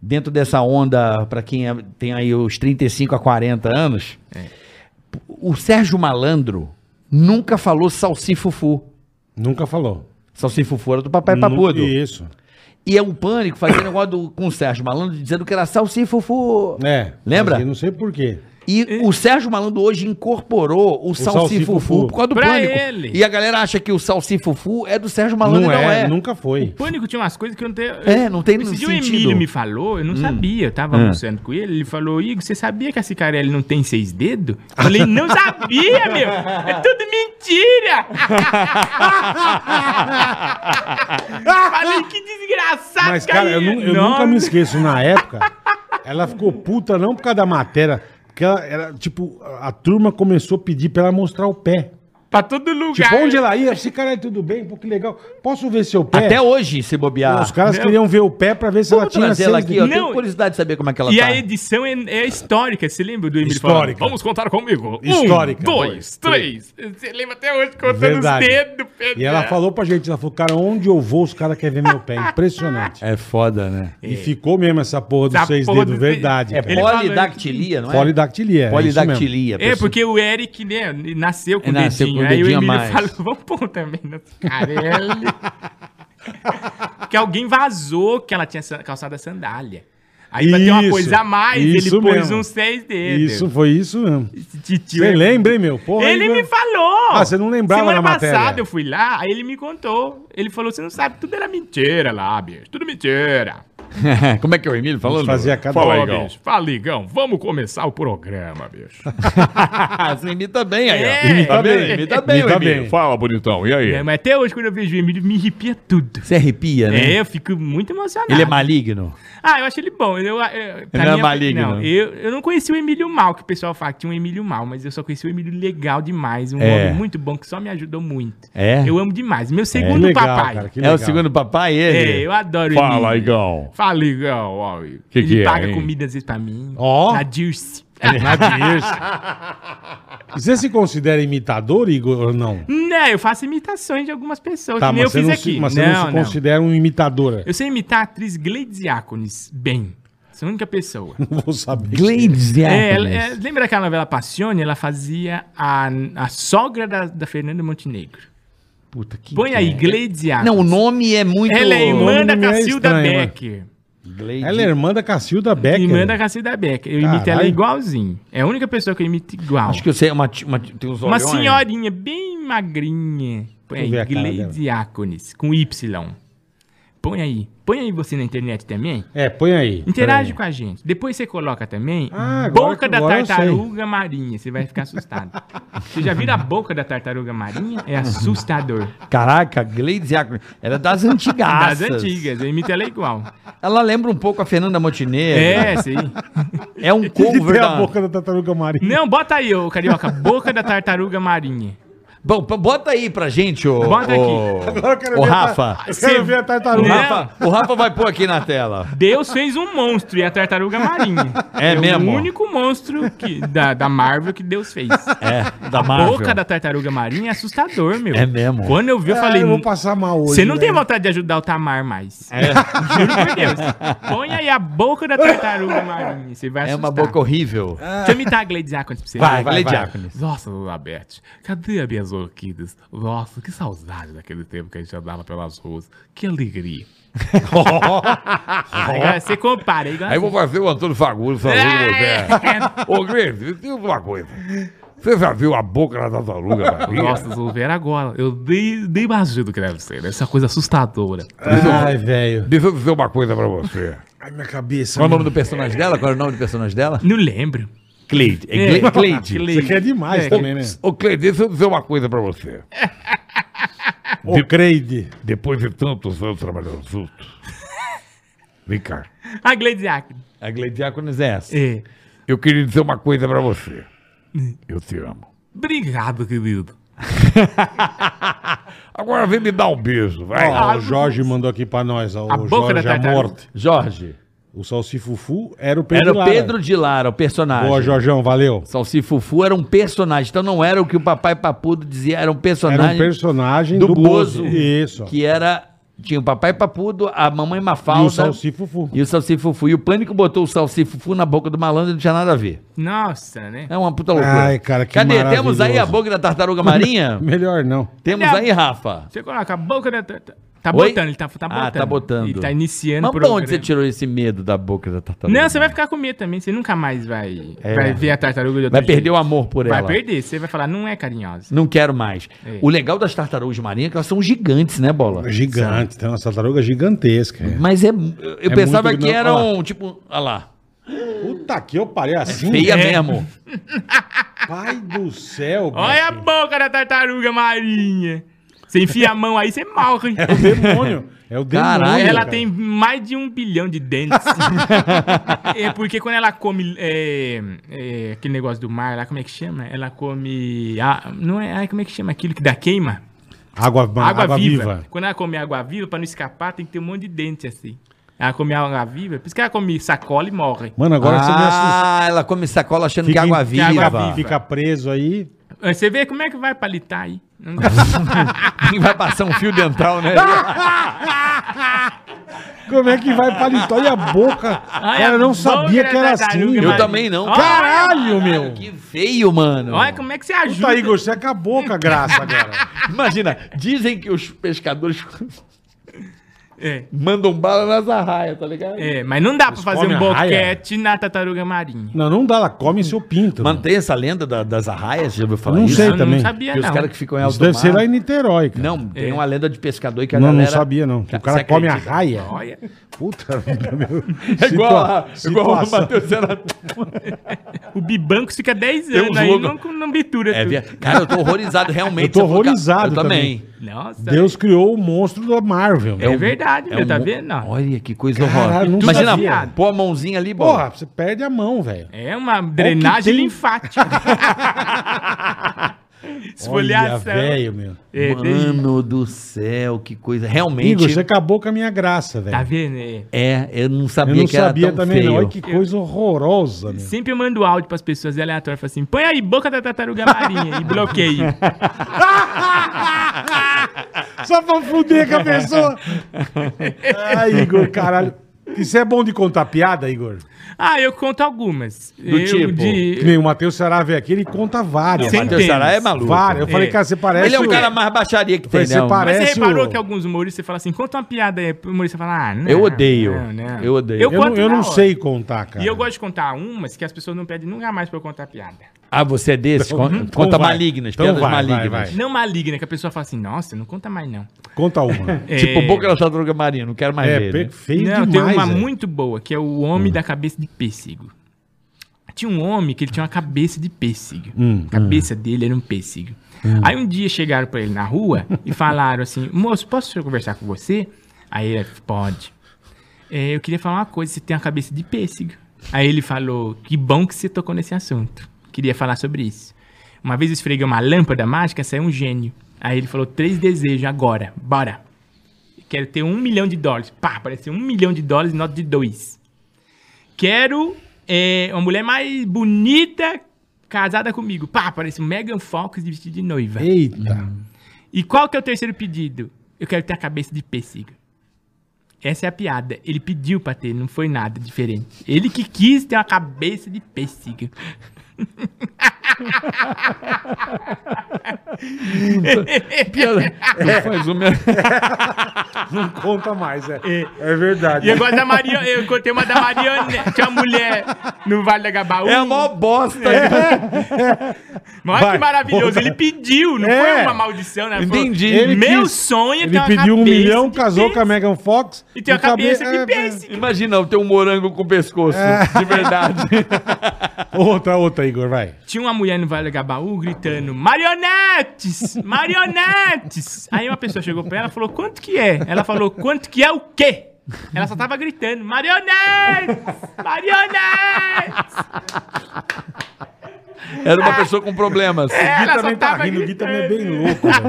Dentro dessa onda pra quem é- tem aí os 35 a 40 anos, o Sérgio Malandro nunca falou salsifufu. Nunca falou. Salsifufu era do papai Nunca- é papudo. Isso. E é o pânico fazendo negócio do- com o Sérgio Malandro dizendo que era salsifufu. É. Lembra? Mas eu não sei porquê. É. E o Sérgio Malandro hoje incorporou o, Salsifufu Salsifufu. por causa do Pra pânico. ele. E a galera acha que o Salsifufu é do Sérgio Malandro Não e não é, é. nunca foi. Pânico tinha umas coisas que eu não tenho. É, não tem Esse dia sentido. Hum. o É. Emílio me falou, eu não sabia. Eu tava almoçando com ele, ele falou: Igor, você sabia que a Cicarelli não tem seis dedos? Eu falei: Não sabia, meu! É tudo mentira! falei: Que desgraçado, Mas, cara, eu, aí." nu- eu Nossa. nunca me esqueço. Na época, ela ficou puta não por causa da matéria. Porque ela era, tipo, a turma começou a pedir pra ela mostrar o pé. Pra todo lugar. Tipo, onde ela ia? Esse cara, tudo bem? Pô, que legal. Posso ver seu pé? Até hoje, se bobear. é. Os caras Não. queriam ver o pé pra ver se ela Vamos tinha trazer ela seis aqui, ó. dedos. Não. Tenho curiosidade de saber como é que ela E tá. a edição é, é histórica, você lembra do Emílio Histórica. falando? Vamos contar comigo. Histórica. Um, dois, três. Você lembra até hoje contando Verdade. os dedos. Pedro. E ela falou pra gente, ela falou, cara, onde eu vou, os caras querem ver meu pé. Impressionante. É foda, né? E ficou mesmo essa porra dos Essa seis porra dedos, dos verdade. É Ele cara. falou- polidactilia, não é? Polidactilia. é isso mesmo. Polidactilia. É, pessoal. porque o Eric, né, nasceu com o É, nasceu dedinho. com o aí o dedinho a Emílio mais. falou, vamos pôr um também na Carelli. que alguém vazou que ela tinha sa- calçado a sandália. Aí pra ter uma Isso, coisa a mais, ele isso pôs mesmo. uns seis dedos. Isso, foi isso mesmo. Esse titio Você é- lembra, hein, meu? Porra, ele Igor. me falou! Ah, você não lembrava Semana da matéria. passada eu fui lá, aí ele me contou. Ele falou, você não sabe, tudo era mentira lá, bicho. Tudo mentira. como é que é o Emílio falando? Fazia cada Fala, hora. Igão. Fala, Igão. Vamos começar o programa, bicho. Você imita tá bem aí, ó. É. Tá Imita bem, imita bem, Imita o Emílio. tá bem. Fala, bonitão. E aí? É, mas até hoje, quando eu vejo o Emílio, me arrepia tudo. Você arrepia, né? É, eu fico muito emocionado. Ele é maligno. Ah, eu acho ele bom. Eu, eu, ele não é maligno. Não, eu, eu não conheci o Emílio Mal, que o pessoal fala que tinha um Emílio Mal, mas eu só conheci o Emílio legal demais. Um É. homem muito bom que só me ajudou muito. É? Eu amo demais. Meu Que segundo legal, papai. cara, que É legal. o segundo papai, É, ele? eu adoro Fala, Emílio. Igão. Fala, Igão. ó. Que ele que é, paga hein? comida às vezes pra mim. Ó. Na Dirce. E Você se considera imitador, Igor, ou não? Não, Né, eu faço imitações de algumas pessoas, Tá, que nem eu mas você fiz não, aqui. se, mas você não, se considera um imitador. Eu sei imitar a atriz Gleides Diácones bem. Sou a única pessoa. Não vou saber. Gleides de É, ela- Hércules. é, lembra daquela novela Passione? Ela fazia a, a sogra da, da Fernanda Montenegro. Puta, que Põe é? aí, Gleides Ah, Diácones. Não, tá. o nome é muito... Ela é irmã nome da não é Cacilda estranho, né? Becker. Gleide- Ela é irmã da Cacilda Becker. Irmã da Cacilda Becker. Eu imito Caralho. ela igualzinho. É a única pessoa que eu imito igual. Acho que eu sei, é uma, ti- uma, tem uns Uma olhões. senhorinha bem magrinha. Põe Deixa eu ver a aí, cara Gleides Diácones, com Y. Põe aí. Põe aí você na internet também. É, põe aí. Interage com a gente. Depois você coloca também Ah, agora boca que- da agora eu tartaruga marinha. Você vai ficar assustado. você já vira a boca da tartaruga marinha? É assustador. Caraca, Gleides Hércules. Ela é das antigas. Das antigas, eu imito ela é igual. Ela lembra um pouco a Fernanda Montenegro. É, sim. É, um Ele cover tem da... a boca da tartaruga marinha. Não, bota aí, ô carioca, boca da tartaruga marinha. Bom, p- bota aí pra gente, ô... Bota ô- Agora eu quero Ô, ver a Rafa. tar- Eu quero ver a O tartaruga. Não. Rafa, o Rafa vai pôr aqui na tela. Deus fez um monstro e a tartaruga marinha. É mesmo? O único monstro que, da, da Marvel que Deus fez. É, da A Marvel. boca da tartaruga marinha é assustador, meu. É mesmo. Quando eu vi, eu Ah, falei. eu vou passar mal hoje. Você não tem velho." vontade de ajudar o Tamar mais. Juro por Deus. Põe aí a boca da tartaruga marinha. Você vai É assustar. uma boca horrível. Ah, Deixa eu imitar a Gleide Diáconis pra você. Vai, vai, Gleide vai. Hércules. Nossa, Dona Beth, cadê as minhas orquídeas? Nossa, que saudade daquele tempo que a gente andava pelas ruas. Que alegria. Agora você compara. Aí, Aí eu vou fazer o Antônio Fagundes É. falando com você. Ô, Gleide, me diz uma coisa. Você já viu a boca da tartaruga? Maria? Nossa, vocês vão ver agora. Eu nem, nem imagino o que deve ser. né? Essa coisa assustadora. Ai, velho. Deixa eu dizer uma coisa pra você. Ai, minha cabeça. Qual é o nome do personagem dela? Qual é o nome do personagem dela? Não lembro. Cleide. É É. Gle- Cleide. Você quer demais também, né? Ô, Cleide, deixa eu dizer uma coisa pra você. O Creide. Depois de tantos anos trabalhando junto. Vem cá. A Gleide Diáconis. A Gleide Diáconos é essa. É. Eu queria dizer uma coisa pra você. Eu te amo. Obrigado, querido. Agora vem me dar um beijo, vai. Ó, o Jorge mandou aqui pra nós. ó, O A boca Jorge da a tartaruga. morte. Jorge. O Salsifufu era o Pedro Era o Lara. Pedro de Lara, o personagem. Boa, Jorjão, valeu. Salsifufu era um personagem. Então não era o que o papai papudo dizia, era um personagem. Era um personagem do do, Bozo. Bozo. Isso. Que era. Tinha o papai papudo, a mamãe E Mafalda. o Salsifufu. E o Salsifufu. E o pânico botou o Salsifufu na boca do malandro e não tinha nada a ver. Nossa, né? É uma puta loucura. Ai, cara, que Cadê? Temos aí a maravilhoso. boca da tartaruga marinha? Melhor não. Temos aí, Rafa. Você coloca a boca da tartaruga. Tá Oi? botando, ele tá, tá botando. Ah, tá botando. Ele tá iniciando Mas o pra programa. onde você tirou esse medo da boca da tartaruga? Não, você vai ficar com medo também. Você nunca mais vai, vai ver a tartaruga de outro É. Vai perder jeito. o amor por Vai ela. perder. Você vai falar, não é carinhosa. Não quero mais. É. O legal das tartarugas marinhas é que elas são gigantes, né, Bola? Gigante, tem uma tartaruga gigantesca. é. Mas é. Eu É pensava muito que grande. Olha eram, tipo. Olha lá. Puta que eu parei assim. É. Feia mesmo. Pai do céu, é Olha a assim. bicho. boca da tartaruga marinha. Você enfia a mão aí, você morre. É o demônio. É o demônio. Caralho, Ela cara. tem mais de um bilhão de dentes. é porque quando ela come é, é, aquele negócio do mar lá, como é que chama? Ela come. ah, não é. Ai, como é que chama aquilo que dá queima? Ah, Água, água, viva. viva. Quando ela come água viva, pra não escapar, tem que ter um monte de dente assim. Ela come água viva, por isso que ela come sacola e morre. Mano, agora você me assustou. ah, ela come sacola achando Fica que é em- água que é viva. água viva. Fica preso aí. Aí Você vê como é que vai palitar aí? Não dá. Quem vai passar um fio dental, né? Como é que vai palitar? Olha a boca. Olha cara, eu não a sabia boca que é era da assim. tartaruga Eu marinha. também não. Olha, Caralho, meu. Que feio, mano. Olha como é que você ajuda. Puta, Igor, você acabou com a graça agora. Imagina, dizem que os pescadores É, mandam bala nas arraias, tá ligado? é, mas não dá pra fazer comem um a raia. boquete na tartaruga marinha. Não, não dá. Ela come seu pinto. mano. Mantém essa lenda da- das arraias, já ouviu falar Eu não isso? sei Eu também. não sabia, Que os não. caras que ficam em alto Isso deve mar- ser lá em Niterói, cara. Não, tem uma lenda de pescador que a não, não galera... sabia, não. O cara Você come a acredita? raia. Olha. Puta vida, meu. É igual, a, Situa- igual o situação. Matheus era... O Bibancos fica 10 Tem anos uns aí, loucos- não, não bitura É, tudo. via- cara, eu tô horrorizado, realmente. Eu tô Você falou, cara, horrorizado Eu também. Nossa, Deus criou o monstro da Marvel. é verdade, meu, tá vendo? Não. um Olha que coisa Caralho, horrorosa. não Imagina, sabia. pô a mãozinha ali, bola. Porra, você perde a mão, velho. É uma drenagem linfática. Olha, Esfoliação. velho, meu. É, tem- Mano do céu, que coisa. Realmente, Igor, você acabou com a minha graça, Tá velho. vendo? É. é, eu não sabia Eu não que era sabia tão também, feio. não. Olha que coisa horrorosa, meu. É. Sempre eu mando áudio pras pessoas aleatórias, falo assim, põe aí boca da tartaruga marinha e bloqueio. Só pra fuder com a pessoa. Ai, Igor, caralho. Isso é bom de contar piada, Igor? Ah, eu conto algumas. Do tipo? Que nem o Matheus Ceará veio aqui, ele conta várias. Sim, Várias. Matheus tem. Ceará é maluco. Várias. Eu falei, É. cara, você parece... Ele é o o- cara mais baixaria que tem, Você né? parece- Mas você reparou o- que alguns humoristas falam assim, conta uma piada aí. O humorista fala, ah, não. Eu odeio. não, não." Eu odeio. Eu, não, conto eu na não hora. sei contar, cara. E eu gosto de contar umas que as pessoas não pedem nunca mais pra eu contar piada. Ah, você é desse? Con- Então Conta vai. malignas, Então piadas vai, vai, malignas. vai. Não maligna, que a pessoa fala assim, nossa, não conta mais não. Conta uma. É, Tipo, boca da tartaruga marinha, não quero mais É, ver. pe- né? feio não, demais. Hum. tem uma velho. muito boa, que é o homem da cabeça de pêssego. Tinha um homem que ele tinha uma cabeça de pêssego. Hum, a cabeça dele era um pêssego. Aí um dia chegaram pra ele na rua e falaram assim, moço, posso conversar com você? Aí ele, pode. "É, eu queria falar uma coisa, você tem uma cabeça de pêssego. Aí ele falou, que bom que você tocou nesse assunto. Queria falar sobre isso. Uma vez eu esfreguei uma lâmpada mágica, saiu um gênio. Aí ele falou, três desejos agora, bora. Quero ter um milhão de dólares. Pá, apareceu um milhão de dólares, nota de dois. Quero é, uma mulher mais bonita casada comigo. Pá, apareceu um Megan Fox de vestido de noiva. Eita. E qual que é o terceiro pedido? Eu quero ter a cabeça de pêssego. Essa é a piada. Ele pediu pra ter, não foi nada diferente. Ele que quis ter uma cabeça de pêssego. Piada- Faz o meu- Não conta mais, é. É verdade. E eu gosto da Mariana. Eu contei uma da Mariana. Tinha uma mulher no Vale da Gabaú. É a maior bosta. É. Mas olha Vai. que maravilhoso. Ele pediu, não É. foi uma maldição, né? Ele falou, Entendi. Ele Meu quis- sonho é ter Ele uma pediu um cabeça milhão, de casou pêssego com a Megan Fox. E tem a cabe- cabeça de é, pêssego. Imagina eu ter um morango com pescoço. De verdade. é. Outra, outra, Igor, vai. Tinha uma mulher no Vale do Gabaú gritando: Marionetes! Marionetes! Aí uma pessoa chegou pra ela e falou: Quanto que é? Ela falou: Quanto que é o quê? Ela só tava gritando: Marionetes! Marionetes! Era uma pessoa com problemas. Ela Gui só também tá tava rindo, o Gui também é bem gritando. louco. velho.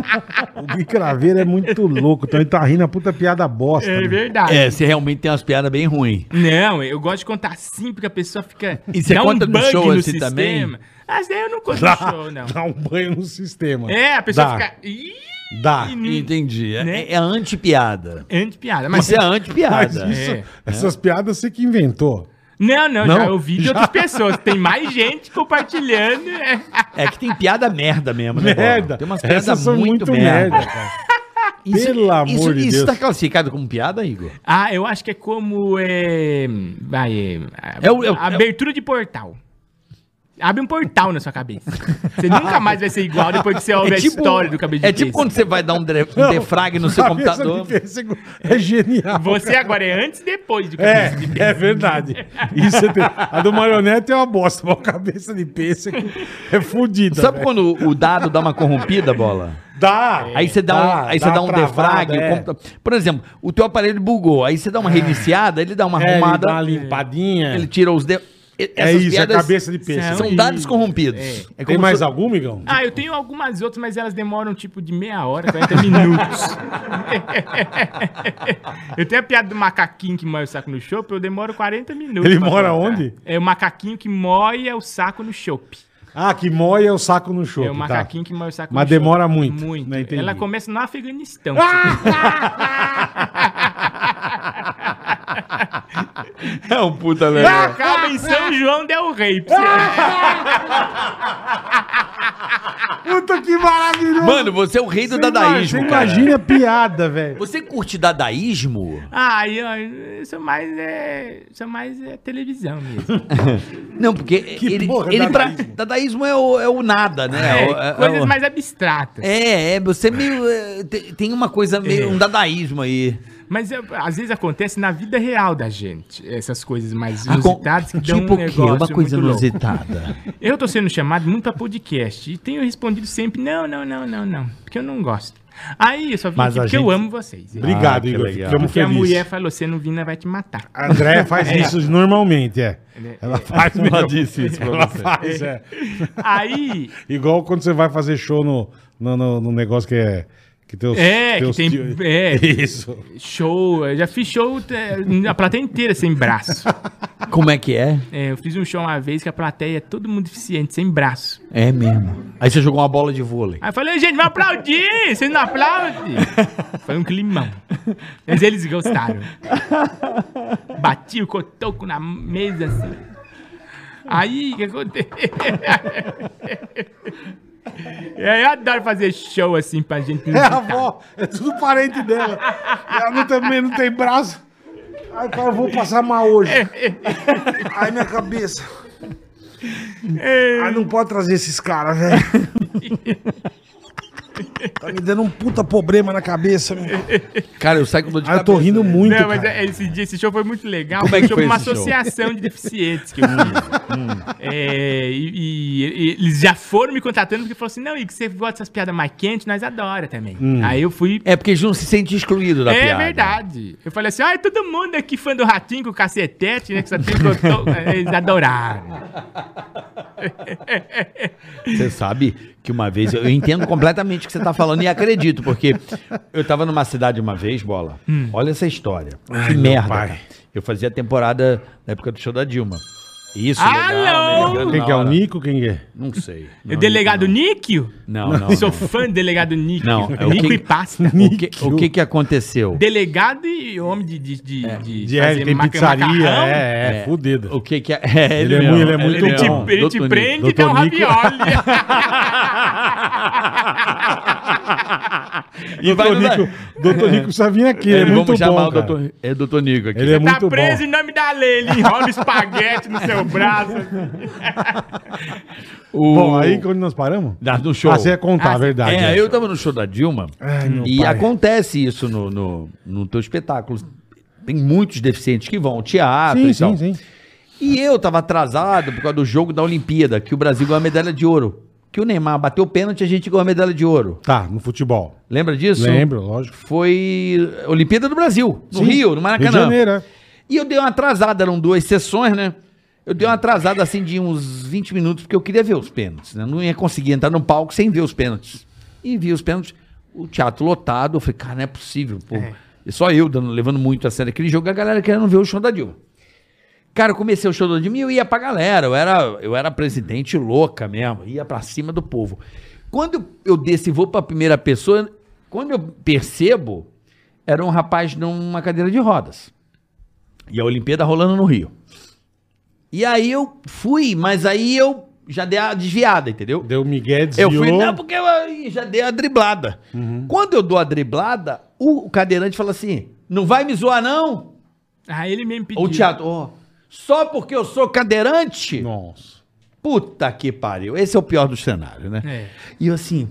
O Gui Craveiro é muito louco, então ele tá rindo a puta piada bosta. É né? verdade. É, você realmente tem umas piadas bem ruins. Não, eu gosto de contar assim, porque a pessoa fica. E você dá um conta no show assim sistema. também? Mas daí eu não conto Dá, no show, não. dá um banho no sistema. É, a pessoa dá, fica. Ih! Dá. Entendi. É, Né? é a anti-piada. Anti-piada. Mas Isso é a Mas anti-piada. isso- É. essas piadas você que inventou. Não, não, Não? já ouvi de outras pessoas. Tem mais gente compartilhando. É. É que tem piada merda mesmo, né? Bola? Merda. Tem umas piadas Essas são muito, muito, merda. merda, cara. Isso, Pelo amor isso, de isso Deus. tá classificado como piada, Igor? Ah, eu acho que é como. É, vai, é, É o- é o- abertura de portal. Abre um portal na sua cabeça. Você nunca mais vai ser igual depois que você ouve a história do cabelo de é tipo peixe. quando você vai dar um, dre- um defrag no seu Cabeça computador. de pêssego é genial. Você agora é antes e depois do cabelo de peixe. É, é verdade. Isso é ter- A do marionete é uma bosta, mas a cabeça de pêssego é fodida. Sabe velho. quando o dado dá uma corrompida, bola? Dá! Aí você dá, um, aí você dá um uma travada, defrag. o é. computa- Por exemplo, o teu aparelho bugou, aí você dá uma reiniciada, É. ele dá uma É, ele arrumada, dá uma ele, limpadinha. tira os dedos. É isso, é cabeça de pêssego. São Não, dados e- corrompidos. Tem É como mais se- algum, migão? Ah, eu tenho algumas outras, mas elas demoram tipo de meia hora, 40 minutos. eu tenho a piada do macaquinho que moe o saco no chopp, eu demoro 40 minutos. Ele pra mora onde? É o macaquinho que moia o saco no chopp. Ah, que moia o saco no show. É o macaquinho que moe o tá. saco Mas no chopp. demora muito, Muito. né, entendi. Ah! Ela começa no Afeganistão. É um puta, velho. Tipo, Acaba em São João Del Rey. pra você Ah! ver. Puta que maravilhoso! Mano, você é o rei do Você dadaísmo, imagina- cara. Imagina a piada, velho. Você curte dadaísmo? Ah, e, ó, isso mais é, isso mais é televisão mesmo. Não, porque ele, porra, ele pra- dadaísmo? dadaísmo, é, o, é o nada, né? É, o- é- coisas é o- mais abstratas. É, é, você meio. é, te- tem uma coisa É. meio. um dadaísmo aí. Mas é, às vezes acontece na vida real da gente, essas coisas mais Ah, com- inusitadas que dão tipo um o quê? negócio Uma coisa muito louco. inusitada. Eu tô sendo chamado muito pra podcast e tenho respondido sempre não, não, não, não, não, porque eu não gosto. Aí eu só vim Mas aqui a porque gente- eu amo vocês. Obrigado, Ah, que Igor. legal. Ficamos Porque a felizes. mulher falou, você não vindo, vai te matar. A Andréia faz isso normalmente, é. Ela faz mesmo. Ela disse isso pra você. faz, é. Aí, Igual quando você vai fazer show no, no, no- no negócio que é... Que tem os, É, que tem- tio- é. Isso. show, eu já fiz show eh, a plateia inteira sem braço. Como é que é? É, eu fiz um show uma vez que a plateia é todo mundo deficiente, sem braço. É mesmo. Aí você jogou uma bola de vôlei. Aí eu falei, gente, vai aplaudir! Vocês não aplaudem? Foi um climão. Mas eles gostaram. Bati o cotoco na mesa assim. Aí, o que aconteceu? É, Eu adoro fazer show assim pra gente. É a avó, é tudo parente dela. Ela não também não tem braço. Aí fala, eu vou passar mal hoje. Ai, minha cabeça. Ai, não pode trazer esses caras, velho. Tá me dando um puta problema na cabeça, meu. Cara, eu saio com dor de Ai, eu tô rindo muito, Não, mas cara. é- esse, dia- esse show foi muito legal. Como é Foi que um show foi pra uma esse show? Hum. associação de deficientes que eu fiz. É, e, e- e eles já foram me contratando porque falaram assim: não, Igor, você gosta dessas piadas mais quentes, nós adora também. Aí eu fui. É porque eles não se sente excluído da É piada. verdade. Eu falei assim: ai, todo mundo aqui fã do ratinho com o cacetete, né? Que só tem botão. Eles adoraram. Você sabe que uma vez, eu entendo completamente o que você tá falando e acredito, porque eu tava numa cidade uma vez, bola. Olha essa história. que merda. Hum. pai. cara. Eu fazia a temporada na época do show da Dilma. Isso, Alô! legal. Ah, Quem que é o Nico? Quem que é? Não sei. o delegado Níquio? Não, não. Sou não. fã do delegado Níquio. Não, é o Níquio que- e pasta. O, que, o que que aconteceu? Delegado e homem de. de, de, de De fazer é, tem maca- pizzaria, macarrão. é, é, É. fudido. O que que é? é Ele é muito- ele é muito Ele te, bom. ele te Doutor Nico. prende e Doutor dá um Nico. ravioli. Tá E vai Doutor no da- Então, Nico, doutor Nico precisa vir aqui, ele é Ele- muito vamos chamar bom, o cara. doutor, é, doutor Nico aqui. Ele é tá muito bom. preso em nome da lei. Ele enrola espaguete no seu braço. O- Bom, aí quando nós paramos? Da- no show. Ah, você ia contar, a verdade. né? É, eu tava no show da Dilma Ai, meu e pai. acontece isso no, no, no teu espetáculo. Tem muitos deficientes que vão ao teatro Sim, e tal. sim, sim. E eu tava atrasado por causa do jogo da Olimpíada, que o Brasil ganhou a medalha de ouro. Que o Neymar bateu o pênalti e a gente ganhou a medalha de ouro. Tá, no futebol. Lembra disso? Lembro, lógico. Foi Olimpíada do Brasil, no Sim. Rio, no Maracanã. Rio de Janeiro, é. E eu dei uma atrasada, eram duas sessões, né? Eu dei uma atrasada assim de uns 20 minutos, porque eu queria ver os pênaltis, né? Eu Não ia conseguir entrar no palco sem ver os pênaltis. E vi os pênaltis, o teatro lotado, eu falei, cara, não é possível, pô. E só eu dando, levando muito a sério aquele jogo, e a galera querendo ver o show da Dilma. Cara, eu comecei o show da Dilma e eu ia pra galera, eu era, eu era presidente louca mesmo, ia pra cima do povo. Quando eu desço e vou pra primeira pessoa, quando eu percebo, era um rapaz numa cadeira de rodas. E a Olimpíada rolando no Rio. E aí eu fui, mas aí eu já dei a desviada, entendeu? Deu Miguel Eu desviou. fui, não, porque eu aí já dei a driblada. Quando eu dou a driblada, o cadeirante fala assim: não vai me zoar, não? Ah, ele mesmo pediu. Ou teatro, ó, só porque eu sou cadeirante? Nossa. Puta que pariu. Esse é o pior do cenário, né? É. E eu assim,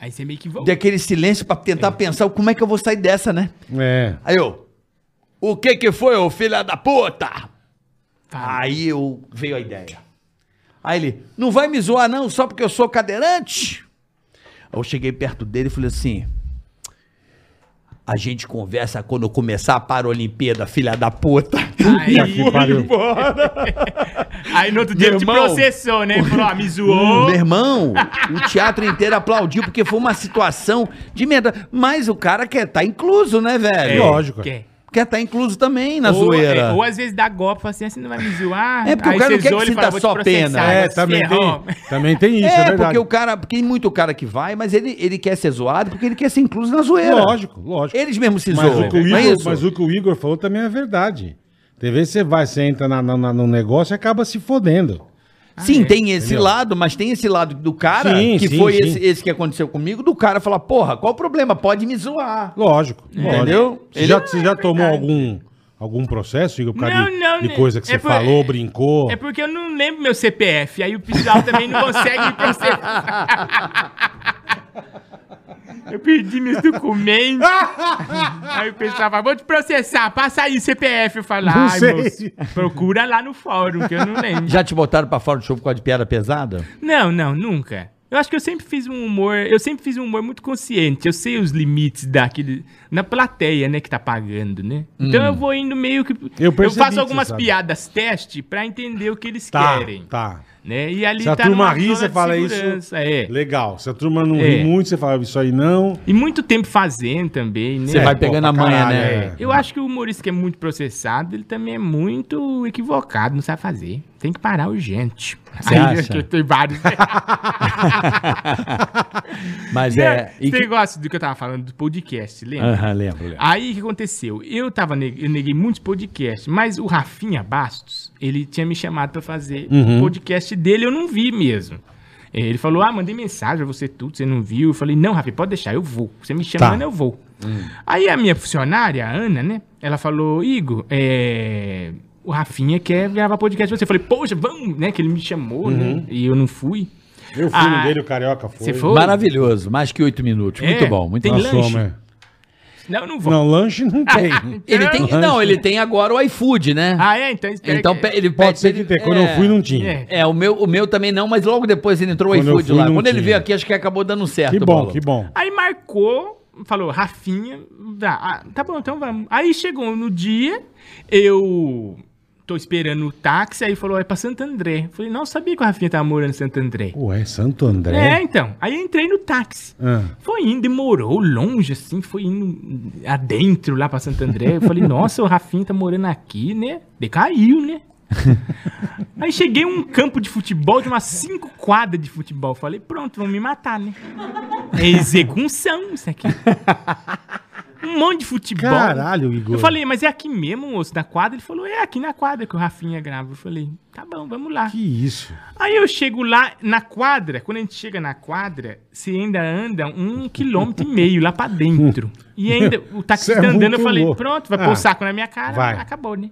Aí você meio que volta. dei aquele silêncio pra tentar pensar como é que eu vou sair dessa, né? É. Aí eu, o que que foi, ô filha da puta? Fala. Aí eu veio a ideia. Aí ele, não vai me zoar não, só porque eu sou cadeirante? Aí eu cheguei perto dele e falei assim, a gente conversa quando começar a Paralimpíada, filha da puta. Aí, Puta que Tá pariu. aí no outro dia Meu ele te irmão. processou, né? Falou, ah, me Hum, zoou. Meu irmão, o teatro inteiro aplaudiu porque foi uma situação de merda. Mas o cara quer estar incluso, né, velho? É. Lógico. É, Quer. Quer estar incluso também na Ou, zoeira. é, ou às vezes dá golpe, fala assim, ah, você não vai me zoar. É, porque o Aí cara não você quer que zoa, ele se fala, dá "Vou te só processar, pena. vai É, se também ferrar." tem, também tem isso, é, é, verdade. porque o cara, porque tem muito cara que vai, mas ele, ele quer ser zoado porque ele quer ser incluso na zoeira. Lógico, lógico. Eles mesmos se Mas zoam. o, que o não é Igor, isso? mas o que o Igor falou também é verdade. Tem vezes que você vai, você entra na, na- na- no negócio e acaba se fodendo. Sim, Ah, é. tem esse Entendeu? lado, mas tem esse lado do cara, Sim, que sim, foi sim. Esse, esse que aconteceu comigo, do cara falar, porra, qual o problema? Pode me zoar. Lógico. É. lógico. Entendeu? Você Ele- já, você já tomou algum, algum processo, Igor, por causa Não, de, não, de né? coisa que É você por- falou, brincou? É porque eu não lembro meu CPF, aí o pessoal também não consegue me processar. Eu perdi meus documentos. Aí o pessoal fala, vou te processar, passa aí o CPF. Eu falo, Não ai, sei." moço, procura lá no fórum, que eu não lembro. Já te botaram pra fora do show por causa de piada pesada? Não, não, nunca. Eu acho que eu sempre fiz um humor, eu sempre fiz um humor muito consciente. Eu sei os limites daquele na plateia, né, que tá pagando, né? Então eu vou indo meio que Hum. Eu percebi que faço você algumas sabe. piadas teste pra entender o que eles Tá, querem, tá. né? E ali Se a tá turma numa ri, zona você de fala isso. segurança, é. Legal. Se a turma não É. ri muito, você fala "Ah, isso aí não. É, E muito tempo fazendo também, né? Você vai pô, pegando pra a manha, caralho, né? é. Eu acho que o humorista que é muito processado, ele também é muito equivocado, não sabe fazer. Tem que parar urgente. Você acha? eu- Tem vários. Mas É, é. Esse e que- negócio do que eu tava falando do podcast, lembra? Aham, lembro, lembro. É. Aí o que aconteceu? Eu tava neg- eu neguei muitos podcasts, mas o Rafinha Bastos, ele tinha me chamado pra fazer o podcast dele, eu não vi mesmo. Ele falou: "Ah, mandei mensagem pra você tudo, você não viu". Eu falei: "Não, Rafinha, pode deixar, eu vou. Você me chama, Tá. Ana, eu vou". Aí a minha funcionária, a Ana, né, ela falou: "Igor, é, o Rafinha quer gravar podcast com você". Eu falei: "Poxa, vamos, né, que ele me chamou, né?". E eu não fui. Eu fui Ah, no dele, o carioca foi. Você foi? Maravilhoso, mais que oito minutos. É, muito bom, muito tem bom. Nós lanche? Ah, fomos, é. Não, eu não vou. Não, lanche não tem. Ele tem, Lanche. não, ele tem agora o iFood, né? Ah, é, então espera então que- pe- ele pede- Pode ser que ele- tenha. Quando é, eu fui, não tinha. É. É, o meu, o meu também não, mas logo depois ele entrou o Quando eu iFood fui, lá. não Quando ele tinha. veio aqui, acho que acabou dando certo. Que bom, Bola. que bom. Aí marcou, falou, Rafinha, tá, ah, tá bom, então vamos. Aí chegou no dia, eu tô esperando o táxi, aí falou, é pra Santo André. Eu Falei, não, eu sabia que o Rafinha tava morando em Santo André. Ué, Santo É, André? então. Aí eu entrei no táxi. Ah. Foi indo, demorou longe, assim, foi indo adentro lá pra Santo André. Eu falei, nossa, o Rafinha tá morando aqui, né? Decaiu, né? Aí cheguei um campo de futebol, de umas cinco quadras de futebol. Falei, pronto, vão me matar, né? É execução isso aqui. Um monte de futebol. Caralho, Igor. Eu falei, mas é aqui mesmo, moço, na quadra? Ele falou, é aqui na quadra que o Rafinha grava. Eu falei, tá bom, vamos lá. Que isso? Aí eu chego lá na quadra. Quando a gente chega na quadra, você ainda anda um quilômetro e meio lá pra dentro. E ainda o taxista cê é andando, eu muito falei, louco. pronto, vai Ah, pôr o saco na minha cara, vai. acabou, né?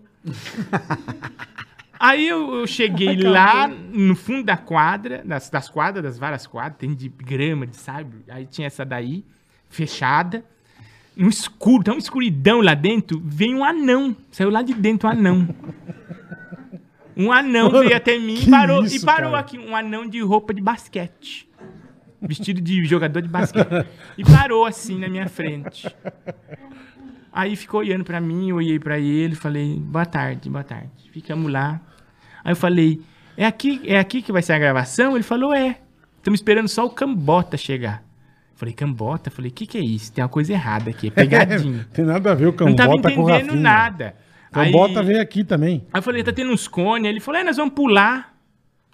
Aí eu, eu cheguei lá no fundo da quadra, das, das quadras, das várias quadras, tem de grama, de sabe? Aí tinha essa daí, fechada. No escuro, tá uma escuridão lá dentro, vem um anão. Saiu lá de dentro um anão. Um anão veio até mim e que parou, isso, e parou cara? aqui. Um anão de roupa de basquete. Vestido de jogador de basquete. E parou assim na minha frente. Aí ficou olhando pra mim, eu olhei pra ele, falei, boa tarde, boa tarde. Ficamos lá. Aí eu falei, é aqui, é aqui que vai ser a gravação? Ele falou, é. Estamos esperando só o Cambota chegar. Falei, Cambota? Falei, o que, que é isso? Tem uma coisa errada aqui, é pegadinha. Tem nada a ver o Eu não tava Cambota Então com o entendendo Rafinha. Então nada. Aí- Cambota veio aqui também. Aí eu falei, tá tendo uns cones. Ele falou, é, nós vamos pular.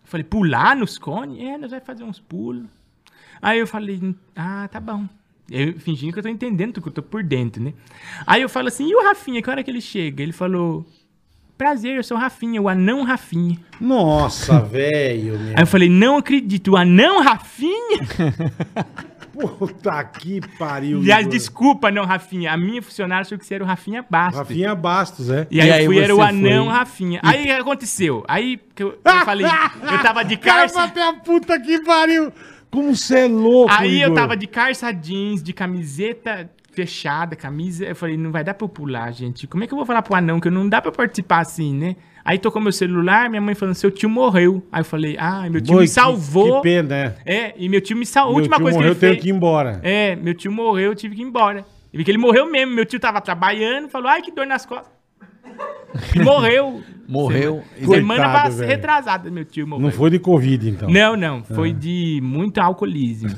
Eu falei, pular nos cones? É, nós vamos fazer uns pulos. Aí eu falei, ah, tá bom. Eu fingindo que eu tô entendendo, que eu tô por dentro, né? Aí eu falo assim, e o Rafinha, que hora que ele chega? Ele falou, Prazer, eu sou o Rafinha, o anão Rafinha. Nossa, velho, meu. Aí eu falei, não acredito, o anão Rafinha? Puta que pariu. Aliás, Igor. desculpa, não, Rafinha. A minha funcionária achou que você era o Rafinha Bastos. Rafinha Bastos, é. E aí, E aí eu fui, era o você anão foi. Rafinha. Aí o que aconteceu? Aí que eu, eu falei, eu tava de calça. Até a puta que pariu. Como você é louco, Aí eu Igor. tava de calça jeans, de camiseta fechada, camisa. Eu falei, não vai dar pra eu pular, gente. Como é que eu vou falar pro anão que não dá pra eu participar assim, né? Aí tocou meu celular, minha mãe falando, seu tio morreu. Aí eu falei, ah, meu tio Boi, me que- salvou. Que pena, é. é, e meu tio me salvou. A Meu última tio coisa morreu, eu que ele tenho fez. que ir embora. É, meu tio morreu, eu tive que ir embora. E Porque ele morreu mesmo. Meu tio tava trabalhando, falou, ai, que dor nas costas. E morreu. Morreu. né? Semana, semana Coitado, passada, velho. retrasada, meu tio morreu. Não foi de Covid, então. Não, não, É. foi de muito alcoolismo.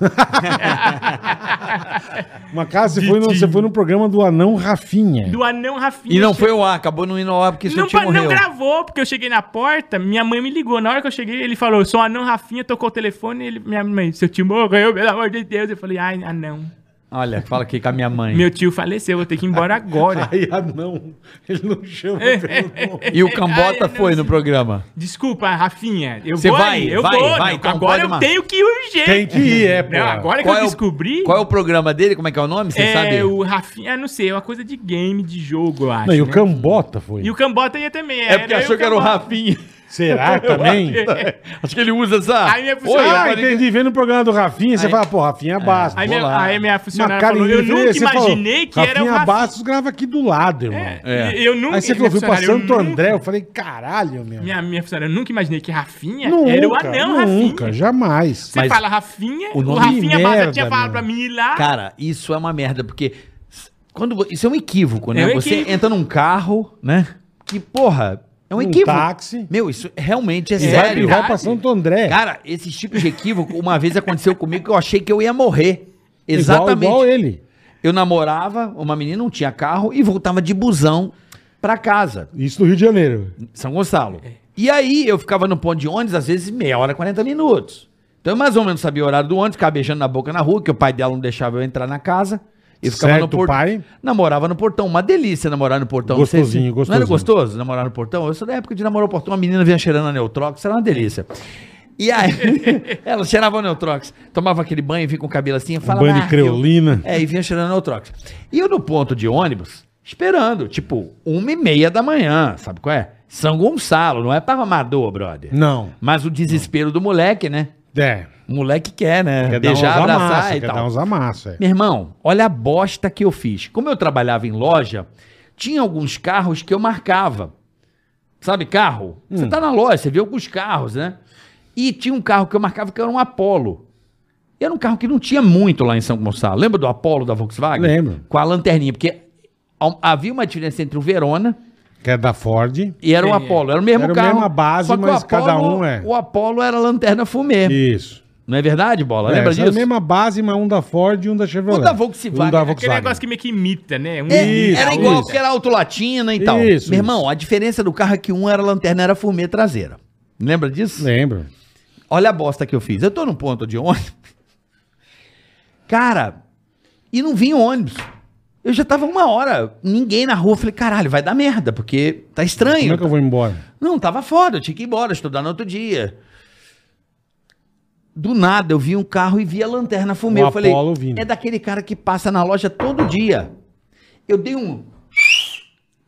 Mas, cara, você foi, no, você foi no programa do Anão Rafinha. Do anão Rafinha. E não foi o o ar, acabou não indo ao ar porque seu não, tio pa- não morreu. gravou, porque eu cheguei na porta, minha mãe me ligou. Na hora que eu cheguei, ele falou, sou anão Rafinha, tocou o telefone, ele, minha mãe, seu tio morreu, pelo amor de Deus. Eu falei, ai, anão. Olha, fala aqui com a minha mãe. Meu tio faleceu, vou ter que ir embora agora. Aí, Anão, ele não chama É, pelo nome. E o Cambota Ai, eu não foi no sei. programa. Desculpa, Rafinha. Eu Você vou vai, aí, eu vai, vou. vai, não, então agora pode eu uma- tenho que ir urgente. Tem que ir, é, pô. Não, agora que Qual eu é o- descobri, Qual é o programa dele? Como é que é o nome? Você é, sabe? o Rafinha, eu não sei, é uma coisa de game, de jogo, eu acho. Não, e o né? Cambota foi. E o Cambota ia também. É porque achou que era o Rafinha. Será também? Acho que ele usa essa. Aí minha Oi, funcionária- ah, rapaz, entendi. Vendo o programa do Rafinha, você fala, pô, Rafinha Bastos. É. Aí vou minha, lá. aí minha funcionária Mas, cara, falou, eu ele- nunca você falou, imaginei que era o Rafinha Rafinha. Bastos grava aqui do lado, irmão. E Eu nunca, Aí você minha falou, fui pra funcionária, eu Santo nunca- André. Eu falei, caralho, meu. Minha, minha funcionária, eu nunca imaginei que Rafinha Nunca, era o anão nunca, Rafinha. jamais. Você Mas- fala Rafinha, o, nome- Rafinha Que Baza merda, tinha falado pra meu. mim ir lá. Cara, isso é uma merda, porque. s- Quando, vo- isso é um equívoco, né? É um Você equívoco. entra num carro, né? Que, porra, é um, Um equívoco. táxi. Meu, isso realmente é E vai, e sério. vai pra Santo André. Cara, esses tipos de equívoco, uma vez aconteceu comigo que eu achei que eu ia morrer. Igual- Exatamente. Igual, ele. Eu namorava, uma menina não tinha carro e voltava de busão pra casa, Isso no Rio de Janeiro. em São Gonçalo. E aí eu ficava no ponto de ônibus, às vezes meia hora, 40 minutos. Então eu mais ou menos sabia o horário do ônibus, ficava beijando na boca na rua, que o pai dela não deixava eu entrar na casa. E ficava Certo, no portão. pai. Namorava no portão. Uma delícia namorar no portão. Não sei se- Gostosinho, Não gostosinho. era gostoso namorar no portão? Eu sou da época de namorar no portão. Uma menina vinha cheirando a Neutrox, era uma delícia. E aí, ela cheirava a Neutrox, tomava aquele banho, vinha com o cabelo assim, falava... banho de "Ah, creolina." eu-" É, e vinha cheirando a Neutrox. E eu no ponto de ônibus, esperando, tipo, uma e meia da manhã, sabe qual é? São Gonçalo, não é para amador, brother. Não. Mas o desespero do moleque, né? É. O moleque quer, né? Quer Beijar, dar um uns abraçar amassos, e quer tal. dar uns amassos, é. Meu irmão, olha a bosta que eu fiz. Como eu trabalhava em loja, tinha alguns carros que eu marcava. Sabe carro? Hum. Você tá na loja, você vê alguns carros, né? E tinha um carro que eu marcava que era um Apollo. E era um carro que não tinha muito lá em São Gonçalo. Lembra do Apollo da Volkswagen? Lembro. Com a lanterninha, porque a- havia uma diferença entre o Verona Que é da Ford. e era o Apollo. Era o mesmo Era a carro. mesma base, só que o mas cada Apollo- um é. O Apollo era lanterna fumê. Isso. Não é verdade, Bola? É, Lembra essa disso? É a mesma base, mas um da Ford e um da Chevrolet. Um da Volkswagen, Um da aquele Aquele Volkswagen. negócio que meio que imita, né? Um É, Isso, era igual, isso. porque era autolatina e tal. Isso, Meu irmão, a diferença do carro é que um era lanterna, era fumê traseira. Lembra disso? Lembro. é Olha a bosta que eu fiz. Eu tô num ponto de ônibus. Cara, e não vinha ônibus. Eu já tava uma hora, ninguém na rua. Eu falei, caralho, vai dar merda, porque tá estranho. Como é que eu vou embora? Não, tava foda, eu tinha que ir embora, estudar no outro dia. Do nada, eu vi um carro e vi a lanterna fumê. O Eu falei, Apollo vindo. é daquele cara que passa na loja todo dia. Eu dei um...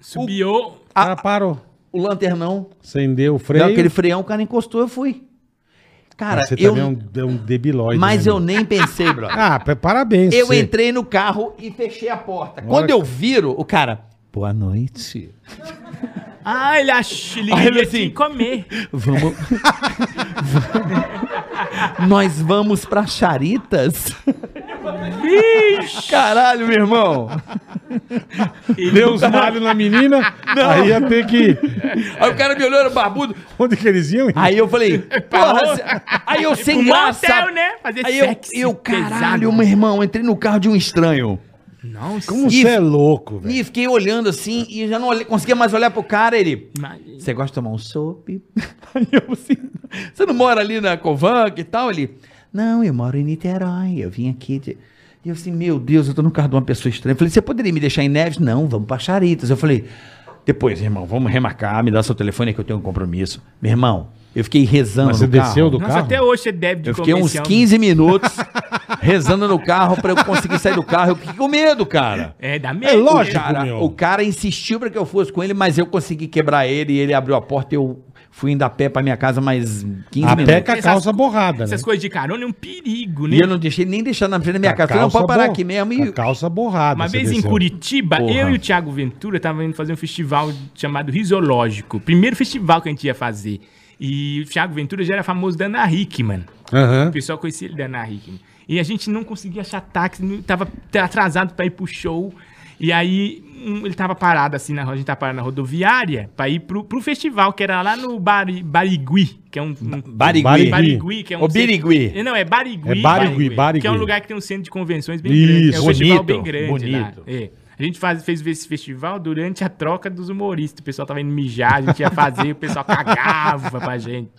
Subiu. Ah, parou. o lanternão, Acendeu o deu freio. aquele freão, o cara encostou, eu fui. Cara, Ah, Você eu, também é um, é um debilóide. mas né, eu meu? nem pensei, brother. Ah, pa- parabéns. eu você. entrei no carro e fechei a porta. Quando eu viro, o cara, boa noite. Ah, ele achou. Ele Aí ele queria assim- te comer. Vamos. Nós vamos pra Charitas? Caralho, meu irmão. Deu uns malhos na menina, aí ia ter que... Aí o cara me olhou, era um barbudo. Onde que eles iam? Aí eu falei, porra, cê- aí eu sem Um graça. motel, né? Fazer Aí eu, sexo eu pesado. caralho, meu irmão, entrei no carro de um estranho. Nossa. Como você é louco, velho. E fiquei olhando assim e já não olhei- conseguia mais olhar pro cara. Ele, Imagina. você gosta de tomar um sope? Aí eu assim, você não mora ali na Covanca e tal? Ele, não, eu moro em Niterói, eu vim aqui de... E eu assim, meu Deus, eu tô no carro de uma pessoa estranha. Eu falei, você poderia me deixar em Neves? Não, vamos pra Charitas. Eu falei, Depois, irmão, vamos remarcar, me dá seu telefone que eu tenho um compromisso. Meu irmão, eu fiquei rezando Mas você no carro. desceu do Nossa, carro? até hoje você deve de Eu fiquei uns comercial. 15 minutos rezando no carro pra eu conseguir sair do carro. Eu fiquei com medo, cara. É, dá medo. É lógico, Cara, meu. o cara insistiu pra que eu fosse com ele, mas eu consegui quebrar ele e ele abriu a porta e eu fui indo a pé pra minha casa mais 15 A minutos. pé com a calça borrada, né? Essas coisas de carona é um perigo, né? E eu não deixei nem deixar na frente da minha casa. Falei, não, pode Calça parar bo- aqui mesmo. com a E calça borrada. Uma você vez em desceu. Curitiba, é Porra. eu e o Thiago Ventura tava indo fazer um festival chamado Risológico. Primeiro festival que a gente ia fazer. E o Thiago Ventura já era famoso da Ana Hickman. né? Aham. O pessoal conhecia ele da Ana Hickman. E a gente não conseguia achar táxi, não- tava t- atrasado pra ir pro show. E aí um, ele tava parado assim na ro- a gente tava parado na rodoviária pra ir pro, pro festival, que era lá no Bari, Barigui, que é um. um Barigui. Barigui. Barigui, que é um. Ô, Birigui. Não, é Barigui. É Barigui, Que é um Barigui. lugar que tem um centro de convenções bem grande. É Isso, um festival bonito, bem grande bonito. lá. É. A gente faz- fez esse festival durante a troca dos humoristas. O pessoal tava indo mijar, a gente ia fazer, o pessoal cagava pra gente.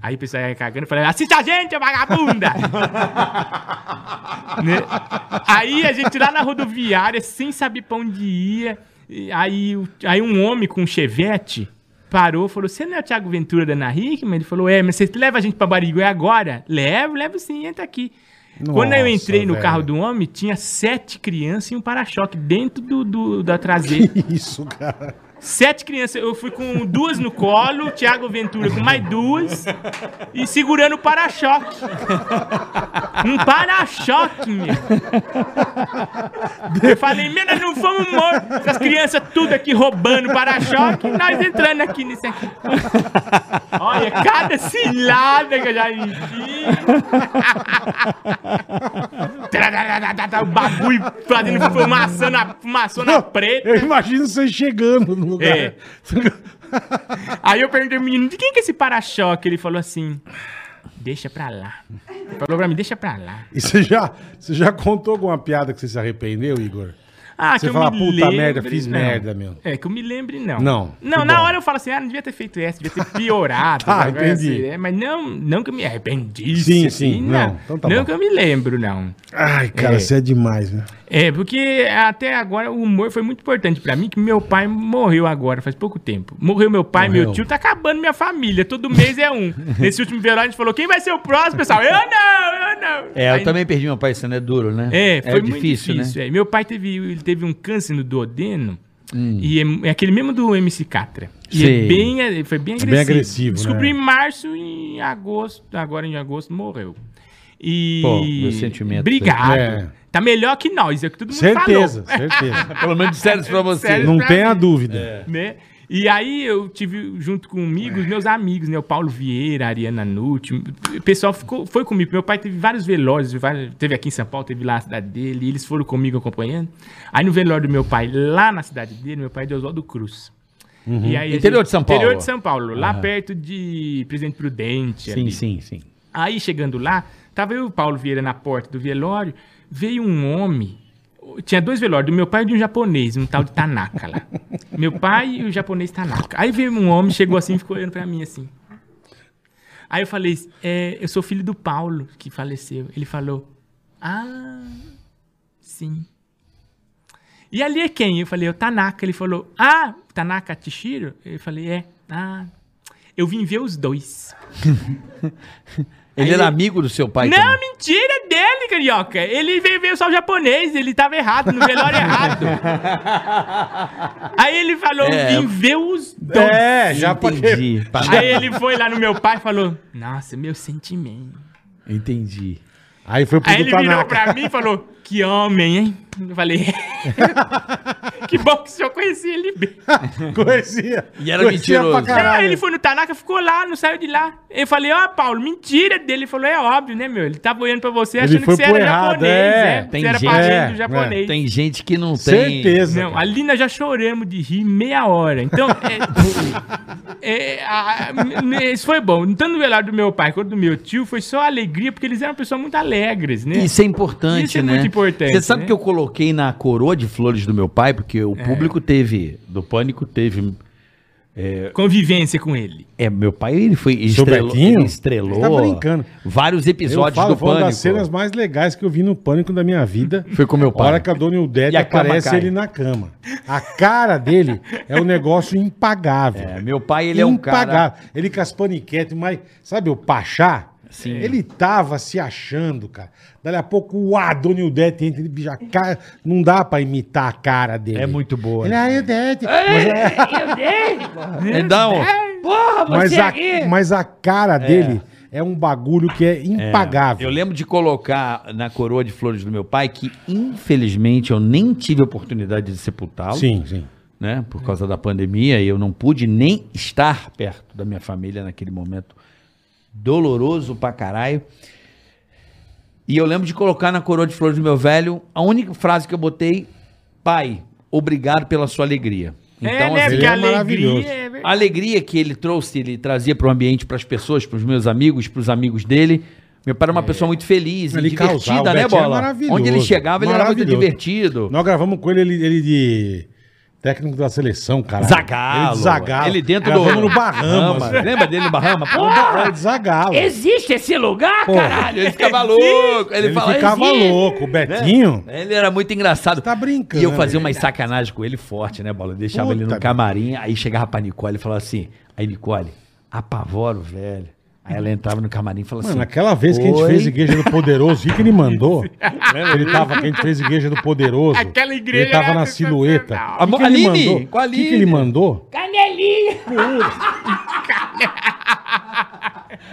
Aí o pessoal ia cagando e falava, assiste a gente, vagabunda! Né? Aí a gente lá na rodoviária, sem saber pra onde ia, e aí, o- aí um homem com um chevette parou e falou, você não é o Thiago Ventura da Ana Hickman? Ele falou, é, mas você leva a gente pra Barigui agora? Levo, levo sim, entra aqui. Quando eu Nossa, entrei no velho. carro do homem, tinha sete crianças e um para-choque dentro do, do- da traseira. Isso, cara. sete crianças. Eu fui com duas no colo, o Thiago Ventura com mais duas e segurando o para-choque. Um para-choque, meu. Eu falei, mena, não vamos morrer. Essas crianças tudo aqui roubando para-choque, nós entrando aqui nisso aqui. Olha, cada cilada que eu já enchi. Tradadadadada, O bagulho fazendo fumaça na, fumaçona preta. Eu imagino você chegando no lugar. É. Aí eu perguntei pro menino, de quem que é esse para-choque? Ele falou assim, deixa pra lá. Ele falou pra mim, deixa pra lá. E você já, você já contou alguma piada que você se arrependeu, Igor? Ah, Você fala, "Puta lembre, merda, fiz não." merda, meu. É, que eu me lembre, não. Não, que Não, na bom. hora eu falo assim, ah, não devia ter feito essa, devia ter piorado. Tá, alguma coisa entendi. né? mas não, não que eu me arrependi. Sim, assim, sim, não. Não, Então tá não bom. que eu me lembro, não. Ai, cara, você é demais, né? É, porque até agora o humor foi muito importante pra mim, que meu pai morreu agora, faz pouco tempo. Morreu meu pai, Morreu. meu tio, tá acabando minha família, todo mês é um. Nesse último verão a gente falou, quem vai ser o próximo, pessoal? Eu não, eu não. É, eu Aí- também perdi meu pai, isso não é duro, né? É, foi muito difícil, né? difícil, né? é. Meu pai teve, ele teve um câncer no duodeno, e é, é aquele mesmo do MC Catra. E Sei. é bem, é, foi bem agressivo. agressivo, Descobri né? em março, em agosto, agora em agosto morreu. E... Pô, meu sentimento. Obrigado. É. Tá melhor que nós, é o que todo mundo Certeza, falou. certeza. né? Pelo menos disseram isso pra você. Sério? Não pra tenha mim. dúvida. né? E aí eu tive junto comigo É. os meus amigos, né? O Paulo Vieira, a Ariana Nucci. O pessoal ficou, foi comigo. Meu pai teve vários velórios, vários- teve aqui em São Paulo, teve lá na cidade dele, e eles foram comigo acompanhando. Aí no velório do meu pai, lá na cidade dele, meu pai é de Oswaldo Cruz. E aí a Uhum. Interior de São Paulo. Interior de São Paulo, lá perto de Presidente Prudente. Sim, sim, sim. Aí chegando lá, tava eu e o Paulo Vieira na porta do velório, veio um homem. Tinha dois velórios, do meu pai e de um japonês, um tal de Tanaka lá. Meu pai e o japonês Tanaka. Aí veio um homem, chegou assim e ficou olhando pra mim assim. Aí eu falei, é, eu sou filho do Paulo, que faleceu. Ele falou, ah, sim. E ali é quem? Eu falei, o Tanaka. Ele falou, ah, Tanaka Tishiro? Eu falei, é, ah, eu vim ver os dois. Ele era amigo do seu pai Não, também. mentira é dele, carioca. Ele veio ver só o japonês, ele tava errado, no velório errado. Aí ele falou, É. vim ver os dois. É, já porque... Entendi. pa- Aí ele foi lá no meu pai e falou, nossa, meu sentimento. Entendi. Aí foi pro Aí ele virou Tanaka. pra mim e falou, que homem, hein? Eu falei, que bom que o senhor conhecia ele bem. Conhecia. E era Conhecia mentiroso. pra caralho. Não, ele foi no Tanaka, ficou lá, não saiu de lá. Eu falei, ó, Paulo, mentira dele. Ele falou, é óbvio, né, meu? Ele tava olhando pra você Ele achando foi que você era pro errado, japonês, é. é. Tem Você era gente- parente é, do japonês. Tem gente que não tem. Certeza. assim, Não, cara. ali nós já choramos de rir meia hora. Então, é, é, a- a- isso foi bom. Tanto do velório do meu pai quanto do meu tio, foi só alegria, porque eles eram pessoas muito alegres, né? Isso é importante, Isso é né? muito importante, Você sabe né? É. que eu coloquei na coroa de flores do meu pai, porque o público teve, do pânico teve Convivência com ele. É, meu pai, ele foi Seu estrelou, Betinho? ele Você estrelou tá brincando. vários episódios eu falo, do foi uma Pânico. das cenas mais legais que eu vi no Pânico da minha vida. Foi com meu A pai. hora que a Dona E Ildélia a cama aparece cai. ele na cama. A cara dele é um negócio impagável. É, meu pai, ele é um cara... Impagável. Ele com as paniquetes, mas sabe o Pachá? Sim. Ele tava se achando, cara. Daí a pouco o Adonildete entra, ele já cara, não dá pra imitar a cara dele. É muito boa. Ele, ah, Ildete. É. Então, Mas, a, mas a cara dele é um bagulho que é impagável. eu lembro de colocar na coroa de flores do meu pai, que infelizmente eu nem tive a oportunidade de sepultá-lo. Sim, sim. né? É. Por causa da pandemia, eu não pude nem estar perto da minha família naquele momento doloroso pra caralho. E eu lembro de colocar na coroa de flores do meu velho a única frase que eu botei: Pai, obrigado pela sua alegria. é, Então, né? assim, Porque é a alegria maravilhoso. é ver- a alegria que ele trouxe, ele trazia pro ambiente, pras pessoas, pros meus amigos, pros amigos dele. Meu pai era uma pessoa muito feliz e É. Ele divertida, causava, o né, Betinho era Bola? maravilhoso, Onde ele chegava, ele era muito maravilhoso. divertido. Nós gravamos com ele, ele, ele de técnico da seleção, cara. Zagalo. Ele de Zagalo. Ele dentro gravamos do... no Bahamas. Bahamas. Lembra dele no Bahamas? Pô, Ele de Zagalo. Existe esse lugar, Pô, caralho? ele ficava louco. Ele, Ele, fala, ficava "Existe". louco. O Betinho... Né? Ele era muito engraçado. Tá brincando. E eu fazia umas sacanagens com ele forte, né, Bola? Eu deixava Puta ele no merda. camarim, aí chegava pra Nicole e falava assim, aí Nicole, apavora o velho. Aí ela entrava no camarim e falava Mano, assim, aquela vez que a gente "Oi?" fez Igreja do Poderoso, o que que ele mandou? ele tava, que a gente fez Igreja do Poderoso. Aquela igreja Ele tava era na silhueta. sensacional. O que que Aline, ele mandou? com a O que que Aline. ele mandou?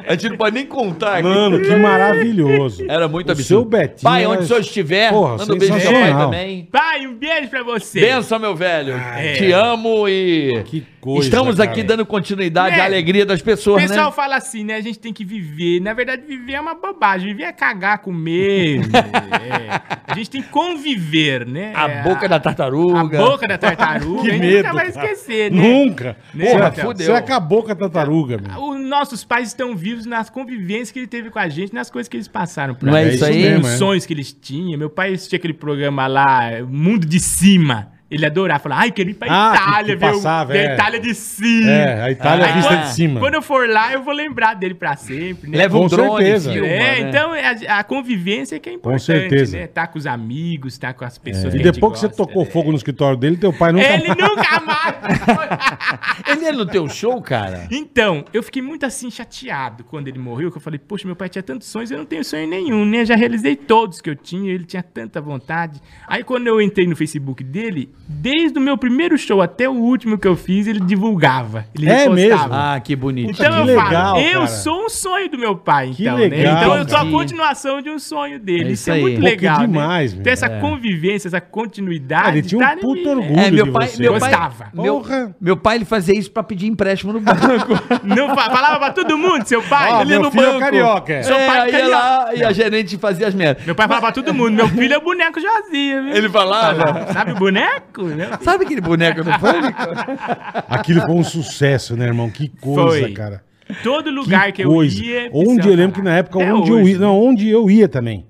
a gente não pode nem contar aqui. Mano, que maravilhoso. É. Era muito O absurdo. Seu Betinho Pai, era- onde o senhor estiver, Porra, manda um beijo pro seu pai sensacional. também. Pai, um beijo pra você. Benção, meu velho. Ah, é. Te amo e... Que coisa, Estamos aqui cara. dando continuidade É. à alegria das O pessoas, pessoal né? fala assim, né? A gente tem que viver. Na verdade, viver é uma bobagem. Viver é cagar, comer. é. A gente tem que conviver, né? A É, boca da tartaruga. A boca da tartaruga. Que a gente medo, nunca vai cara. esquecer, né? Nunca. Né, Porra, Rafael? fudeu. Você acabou com a tartaruga, meu. Os nossos pais estão vivos nas convivências que ele teve com a gente, nas coisas que eles passaram por Não é nós. isso É isso aí? mesmo, Os sonhos que eles tinham. Meu pai assistia aquele programa lá, Mundo de Cima. Ele adorava, falava, ai, queria ir pra Ah, que- Itália, que ver, o- passava, ver é. a Itália de cima. É, a Itália Aí vista Ah, quando- de cima. Quando eu for lá, eu vou lembrar dele pra sempre, né? Leva Com um drone, certeza. filma, é, né? então é a, a convivência que é importante, certeza. É. né? Tá com os amigos, tá com as pessoas. E a gente depois que você gosta, tocou né? fogo no escritório dele, teu pai nunca... Ele nunca mais. Ele é no teu show, cara? Então, eu fiquei muito assim chateado quando ele morreu, que eu falei, poxa, meu pai tinha tantos sonhos, eu não tenho sonho nenhum, né? Já realizei todos que eu tinha, ele tinha tanta vontade. Aí quando eu entrei no Facebook dele, desde o meu primeiro show até o último que eu fiz, ele divulgava. Ele É repostava. mesmo? Ah, que bonito. Então Que eu legal, falo, eu cara. sou um sonho do meu pai, Que então, legal, né? Então eu sou cara. a continuação de um sonho dele. É isso, isso é aí. muito Pô, que legal. né? demais, meu. Ter essa convivência, essa continuidade. Ele tinha tá um em puto mim, né? orgulho É, meu de pai, você. meu pai, Gostava. meu, Porra. meu pai ele fazia isso pra pedir empréstimo no banco. Não fa- falava pra todo mundo, seu pai. Ó, Ele meu no filho é banco. carioca, é. Seu É, pai aí ia lá e a gerente fazia as merdas. Meu pai falava pra todo mundo, meu filho é boneco Josia, viu? Ele falava. Sabe o boneco? Né? Meu filho. Ah, Sabe aquele boneco do pânico? Aquilo foi um sucesso, né, irmão? Que coisa, Foi. cara. Todo lugar que, eu coisa. ia... Onde precisava eu lembro que na falar. época, Até onde eu hoje. né? ia. Não, onde eu ia também.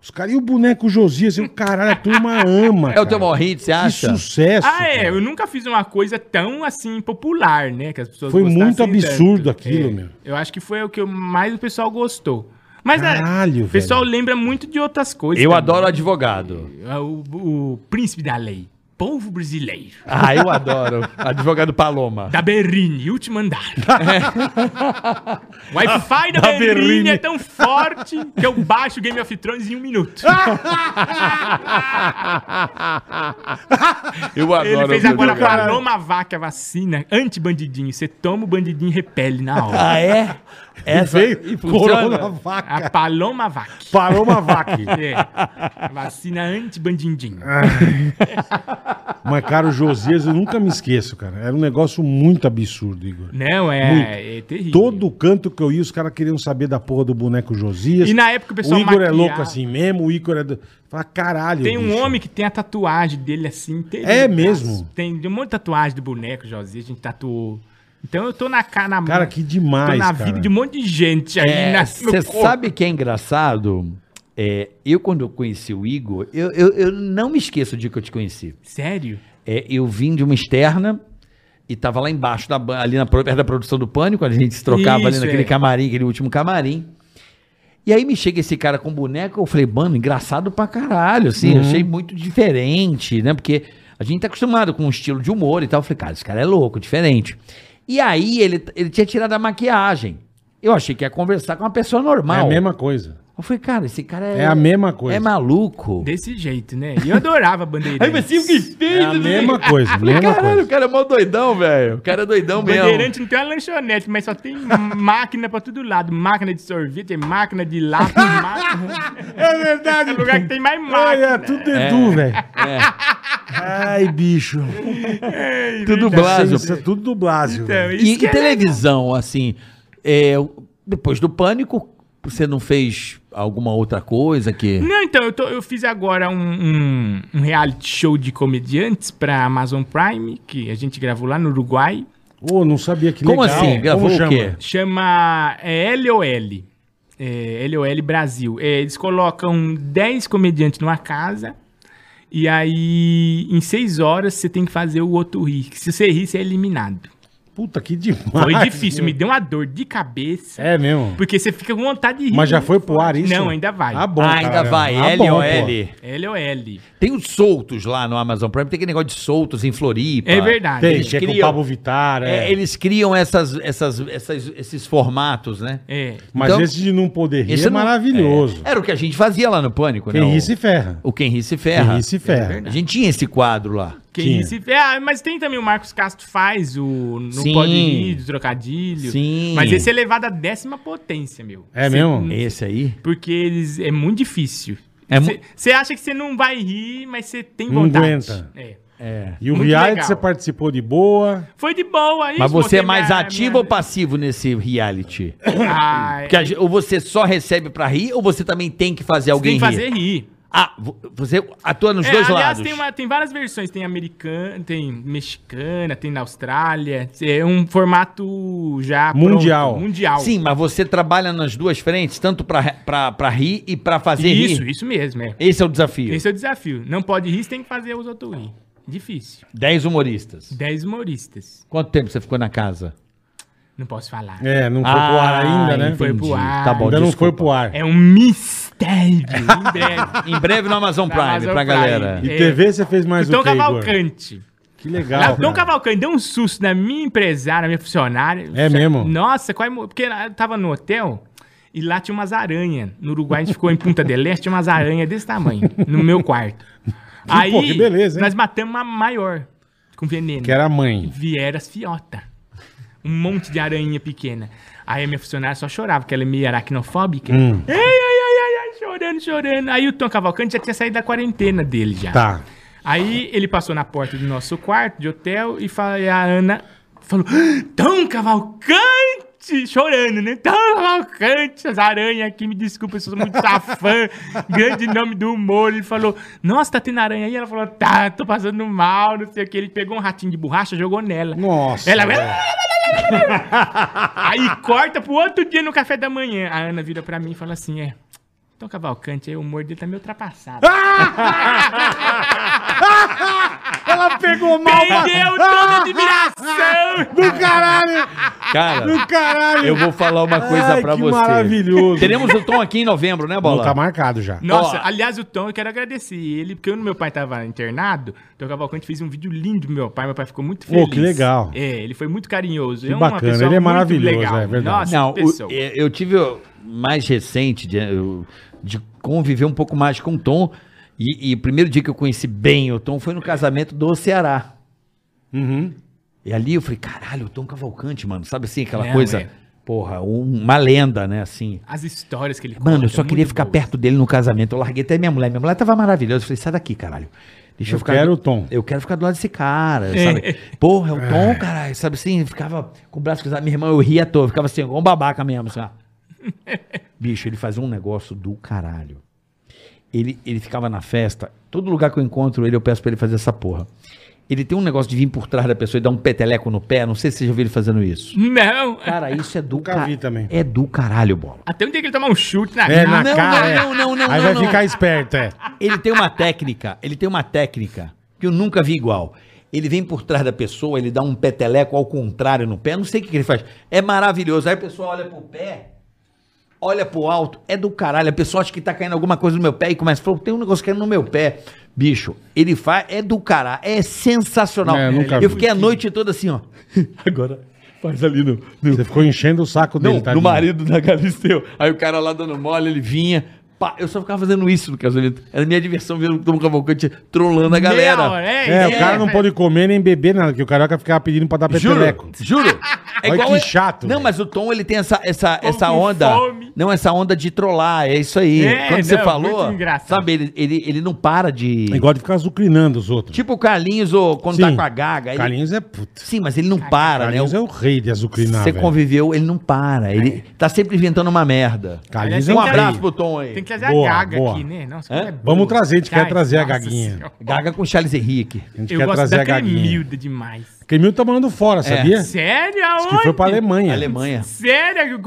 Os caras, e o boneco Josias? Eu, caralho, a turma ama. É o teu cara. maior hit, você Que acha? sucesso. Ah, é, cara. eu nunca fiz uma coisa tão, assim, popular, né? Que as pessoas Foi gostassem muito absurdo aquilo, É, meu. Eu acho que foi o que mais o pessoal gostou. Mas é, Caralho, o pessoal lembra muito de outras coisas. Eu também. adoro advogado. É, O, o príncipe da lei, povo brasileiro, Ah, eu adoro. Advogado Paloma. da Berrine, último andar. É. o Wi-Fi da, Berrine, Berrine. é tão forte que eu baixo Game of Thrones em um minuto. Ah, Eu adoro. Ele fez agora advogado. Paloma Vaca, a vacina anti-bandidinho. Você toma o bandidinho e repele na hora. Ah, é? Essa Veio, e funciona? Coronavac. A Paloma Vaca. Parou uma vaca. É, a vacina anti-bandidinho. Ah, Ah. Mas, cara, o Josias, eu nunca me esqueço, cara. Era um negócio muito absurdo, Igor. Não, Muito. é, é terrível. Todo canto que eu ia, os caras queriam saber da porra do boneco Josias. E na época o o pessoal Igor é maquiava. louco assim mesmo, o Igor é. Do... Fala, caralho. Tem um bicho. homem que tem a tatuagem dele assim. inteira É no braço. mesmo? Tem um monte de tatuagem do boneco, José. A gente tatuou. Então eu tô na cara. Na, Cara, que demais. Tô na cara. vida de um monte de gente aí. É, nas- no Você corpo. sabe que é engraçado? É, eu, quando eu conheci o Igor, eu, eu, eu não me esqueço de que eu te conheci. Sério? É, eu vim de uma externa E tava lá embaixo, da, ban- ali na, pro- perto da produção do Pânico, a gente se trocava ali Isso, naquele é. camarim, aquele último camarim. E aí me chega esse cara com boneco, eu falei, mano, engraçado pra caralho, assim, Uhum. eu achei muito diferente, né? Porque a gente tá acostumado com um estilo de humor e tal. Eu falei, cara, esse cara é louco, diferente. E aí ele, ele tinha tirado a maquiagem. Eu achei que ia conversar com uma pessoa É normal. a mesma coisa. Eu falei, cara, esse cara é. É a mesma coisa. É maluco. Desse jeito, né? E eu adorava Bandeirantes. É a mesma coisa, a mesma Caralho, o coisa. cara é mó doidão, velho. O cara é doidão mesmo. Bandeirante não tem uma lanchonete, mas só tem máquina pra todo lado. Máquina de sorvete, é máquina de lápis, máquina... É verdade. É o lugar que tem mais Ai, é máquina. tudo Edu, velho. É. Ai, bicho. Tudo Blásio. blaso. Isso é tudo do Blásio. Então, velho. E, isso que e é televisão, assim, é, depois do pânico, você não fez alguma outra coisa que. é Não, então, eu, tô- eu fiz agora um, um- um reality show de comediantes pra Amazon Prime, que a gente gravou lá no Uruguai. Ô, não sabia que Como legal. assim? Gravou o chama? quê? Chama é, LOL. É, LOL Brasil. É, eles colocam 10 comediantes numa casa. E aí, em 6 horas, você tem que fazer o outro rir. Se você rir, você é eliminado. Puta, que demais. Foi difícil, me deu uma dor de cabeça. É mesmo. Porque você fica com vontade de rir. Mas já foi pro ar isso? Não, ainda vai. Ah, bom, Ah, ainda caramba. vai, Ah, bom, LOL. pô. LOL. Tem os soltos lá no Amazon Prime, tem aquele negócio de soltos em Floripa. É verdade. Tem, Eles que é com o criam- Pablo Vittar. É, É. eles criam essas, essas, essas- esses formatos, né? É. Mas Então, esse de não poder rir Esse é não- É, maravilhoso. Era o que a gente fazia lá no Pânico, Quem né? ri O- se ferra. O Quem Ri Se Ferra. Quem ri se ferra. A gente tinha esse quadro lá. Quem Tinha. se... ah, mas tem também o Marcos Castro faz o Não Sim. Pode Rir, do Trocadilho. Sim. Mas esse é elevado à décima potência, meu. É Cê- mesmo? Esse aí? Porque eles é muito difícil. É mu- Você acha que você não vai rir, mas você tem Não vontade. aguenta. É. E o Muito reality legal. você participou de boa. Foi de boa isso. Mas você é mais minha- ativo minha- ou passivo nesse reality? Ah, Porque a gen- ou você só recebe pra rir ou você também tem que fazer você tem alguém que fazer rir? rir. Ah, vo- você atua nos É, dois aliás, lados. Tem, uma- tem várias versões. Tem americana, tem mexicana, tem na Austrália. É um formato já pronto, Mundial. mundial. Sim, mas você trabalha nas duas frentes, tanto pra, re- pra, pra rir e pra fazer Isso, rir. isso mesmo, é. Esse é o desafio. Esse é o desafio. Não pode rir, você tem que fazer os outros rir. Difícil. Dez humoristas. 10 humoristas. Quanto tempo você ficou na casa? Não posso falar. É, É, não foi pro Ah, ar ainda, né? Foi pro ar. Tá bom, Ainda não foi desculpa. pro ar. um mistério. Em breve. Em breve no Amazon Na Prime, Amazon pra Prime. galera. E É. TV você fez mais Dom o quê, Igor? Cavalcante. Que legal. Dom cara. Cavalcante deu um susto na minha empresária, na minha funcionária. É mesmo? Nossa, qual é, mo- porque ela- eu tava no hotel e lá tinha umas aranhas. No Uruguai a gente ficou em Punta del Este, tinha umas aranhas desse tamanho, no meu quarto. Aí, pô, que beleza, hein? nós matamos uma maior, com veneno. Que era a mãe. Vieras fiota. Um monte de aranha pequena. Aí a minha funcionária só chorava, porque ela é meio aracnofóbica. Hum. Ai, ai, ai, ai, ai, chorando, chorando. Aí o Tom Cavalcante já tinha saído da quarentena dele já. Tá. Aí ele passou na porta do nosso quarto de hotel e, fala, e a Ana falou: "Ah, Tom Cavalcante! Chorando, né? Tom Cavalcante, as aranhas aqui, me desculpa, eu sou muito safã, grande nome do humor. Ele falou: Nossa, tá tendo aranha aí? Ela falou: Tá, tô passando mal, não sei o que. Ele pegou um ratinho de borracha e jogou nela. Nossa. Ela. velho. Aí corta pro outro dia no café da manhã. A Ana vira pra mim e fala assim: É, Tom Cavalcante, aí o humor dele tá meio ultrapassado. Ela pegou mal pra... Perdeu toda a admiração! Do caralho! Cara, Do caralho! eu vou falar uma coisa Ai, pra que você. maravilhoso. Teremos o Tom aqui em novembro, né, Não, Bola? tá marcado já. Nossa, Ó. aliás, o Tom, eu quero agradecer ele, porque quando meu pai tava internado, o Tom Cavalcante fez um vídeo lindo pro meu pai, meu pai ficou muito Pô, feliz. que legal. É, ele foi muito carinhoso. Que é uma bacana, pessoa ele é muito maravilhoso, é verdade. Nossa, Não, Não, o- eu, eu tive o mais recente de, eu- de conviver um pouco mais com o Tom. E, e o primeiro dia que eu conheci bem o Tom foi no casamento do Ceará. Uhum. E ali eu falei, caralho, o Tom Cavalcante, mano. Sabe assim, aquela Não, coisa. é. Porra, um- uma lenda, né? Assim. As histórias que ele Mano, eu conta, é é só queria muito ficar boas. perto dele no casamento. Eu larguei até minha mulher. Minha mulher tava maravilhosa. Eu falei, sai daqui, caralho. Deixa eu, Eu ficar. quero do- o Tom. Eu quero ficar do lado desse cara, sabe? Porra, é o Tom, caralho. Sabe assim? eu Ficava com o braço cruzado. Minha irmã, eu ria à toa. eu Ficava assim, igual um babaca mesmo. Assim, ó. Bicho, ele fazia um negócio do caralho. Ele, ele ficava na festa. Todo lugar que eu encontro ele, eu peço pra ele fazer essa porra. Ele tem um negócio de vir por trás da pessoa e dar um peteleco no pé. Não sei se você já viu ele fazendo isso. Não, Cara, isso é do Nunca vi caralho. também. É do caralho, bola. até um dia que ele tomar um chute na É, na cara. cara. é. Ah, não, não, não, Aí não, vai não. ficar esperto, é. Ele tem uma técnica, ele tem uma técnica que eu nunca vi igual. ele vem por trás da pessoa, ele dá um peteleco ao contrário no pé, eu não sei o que, que ele faz. É maravilhoso. Aí a pessoa olha pro pé, olha pro alto, é do caralho. A pessoa acha que tá caindo alguma coisa no meu pé e começa a falar, tem um negócio caindo no meu pé. Bicho, ele faz, é do caralho, é sensacional. É, eu nunca eu vi. tá fiquei a noite toda assim, ó. Agora faz ali no, no- Você ficou enchendo o saco dele, não, tá? no marido da Galisteu. Aí o cara lá dando mole, ele vinha. pá, eu só ficava fazendo isso no casamento. Era minha diversão ver o Tom Cavalcante trollando a galera. É, o cara não pode comer nem beber nada, que o carioca ficava pedindo pra dar Juro, peteleco. juro. Olha que chato, É Não, velho. mas o Tom, ele tem essa, essa, essa com onda. fome. Não, essa onda de trollar, é isso aí. É, Quando você não, falou, muito engraçado. sabe, ele, ele, ele não para de... Ele gosta de ficar azucrinando os outros. Tipo o Carlinhos, ou quando tá É Sim. com a gaga. ele- Carlinhos é puta. Sim, mas ele não para, Carlinhos né? é o rei de azucrinar, Você velho. conviveu, ele não para. Ele tá sempre inventando uma merda. Carlinhos é Um o É. Tem que- abraço rei. pro Tom aí. Tem que trazer Boa, a Gaga boa. aqui, né? Nossa, Hã? que ela é Vamos boa. trazer, a gente quer Ai, trazer a nossa Gaguinha. senhora. Gaga com Charles Henrique. A gente Eu quer gosto trazer a da gaguinha. Cremilda demais. Cremil tá mandando fora, sabia? Sério? Diz que Aonde? foi pra Alemanha. É, Alemanha. Sério?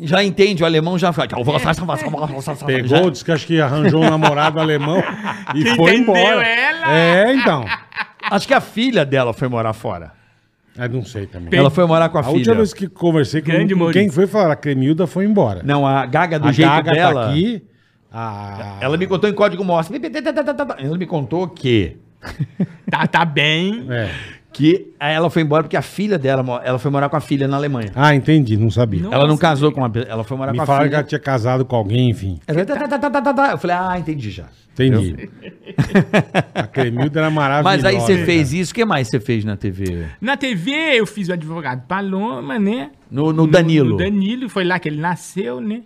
Já entende, o alemão já fala. É. Pegou, disse que acho que arranjou um namorado alemão e Que foi entendeu embora. ela. É, então. Acho que a filha dela foi morar fora. Eu Ah, não sei também. Ela foi morar com a, A filha. última vez que conversei com Grande com quem Maurício. foi falar, a Cremilda foi embora. Não, a Gaga do a jeito Gaga dela. tá aqui. Ah, a- Ela me contou em código Morse. Ela me contou que Tá, tá bem. É. que ela foi embora porque a filha dela, mo- ela foi morar com a filha na Alemanha. Ah, entendi, não sabia. Não. Ela não casou com uma, pe- ela foi morar me com a falaram que filha. ela tinha casado com alguém, enfim. Ela- Eu falei: "Ah, entendi já". Entendi. a Cremilda era maravilhosa. Mas aí você cara. fez isso, o que mais você fez na TV? Na TV eu fiz o advogado Paloma, né? No, no Danilo. No Danilo, foi lá que ele nasceu, né?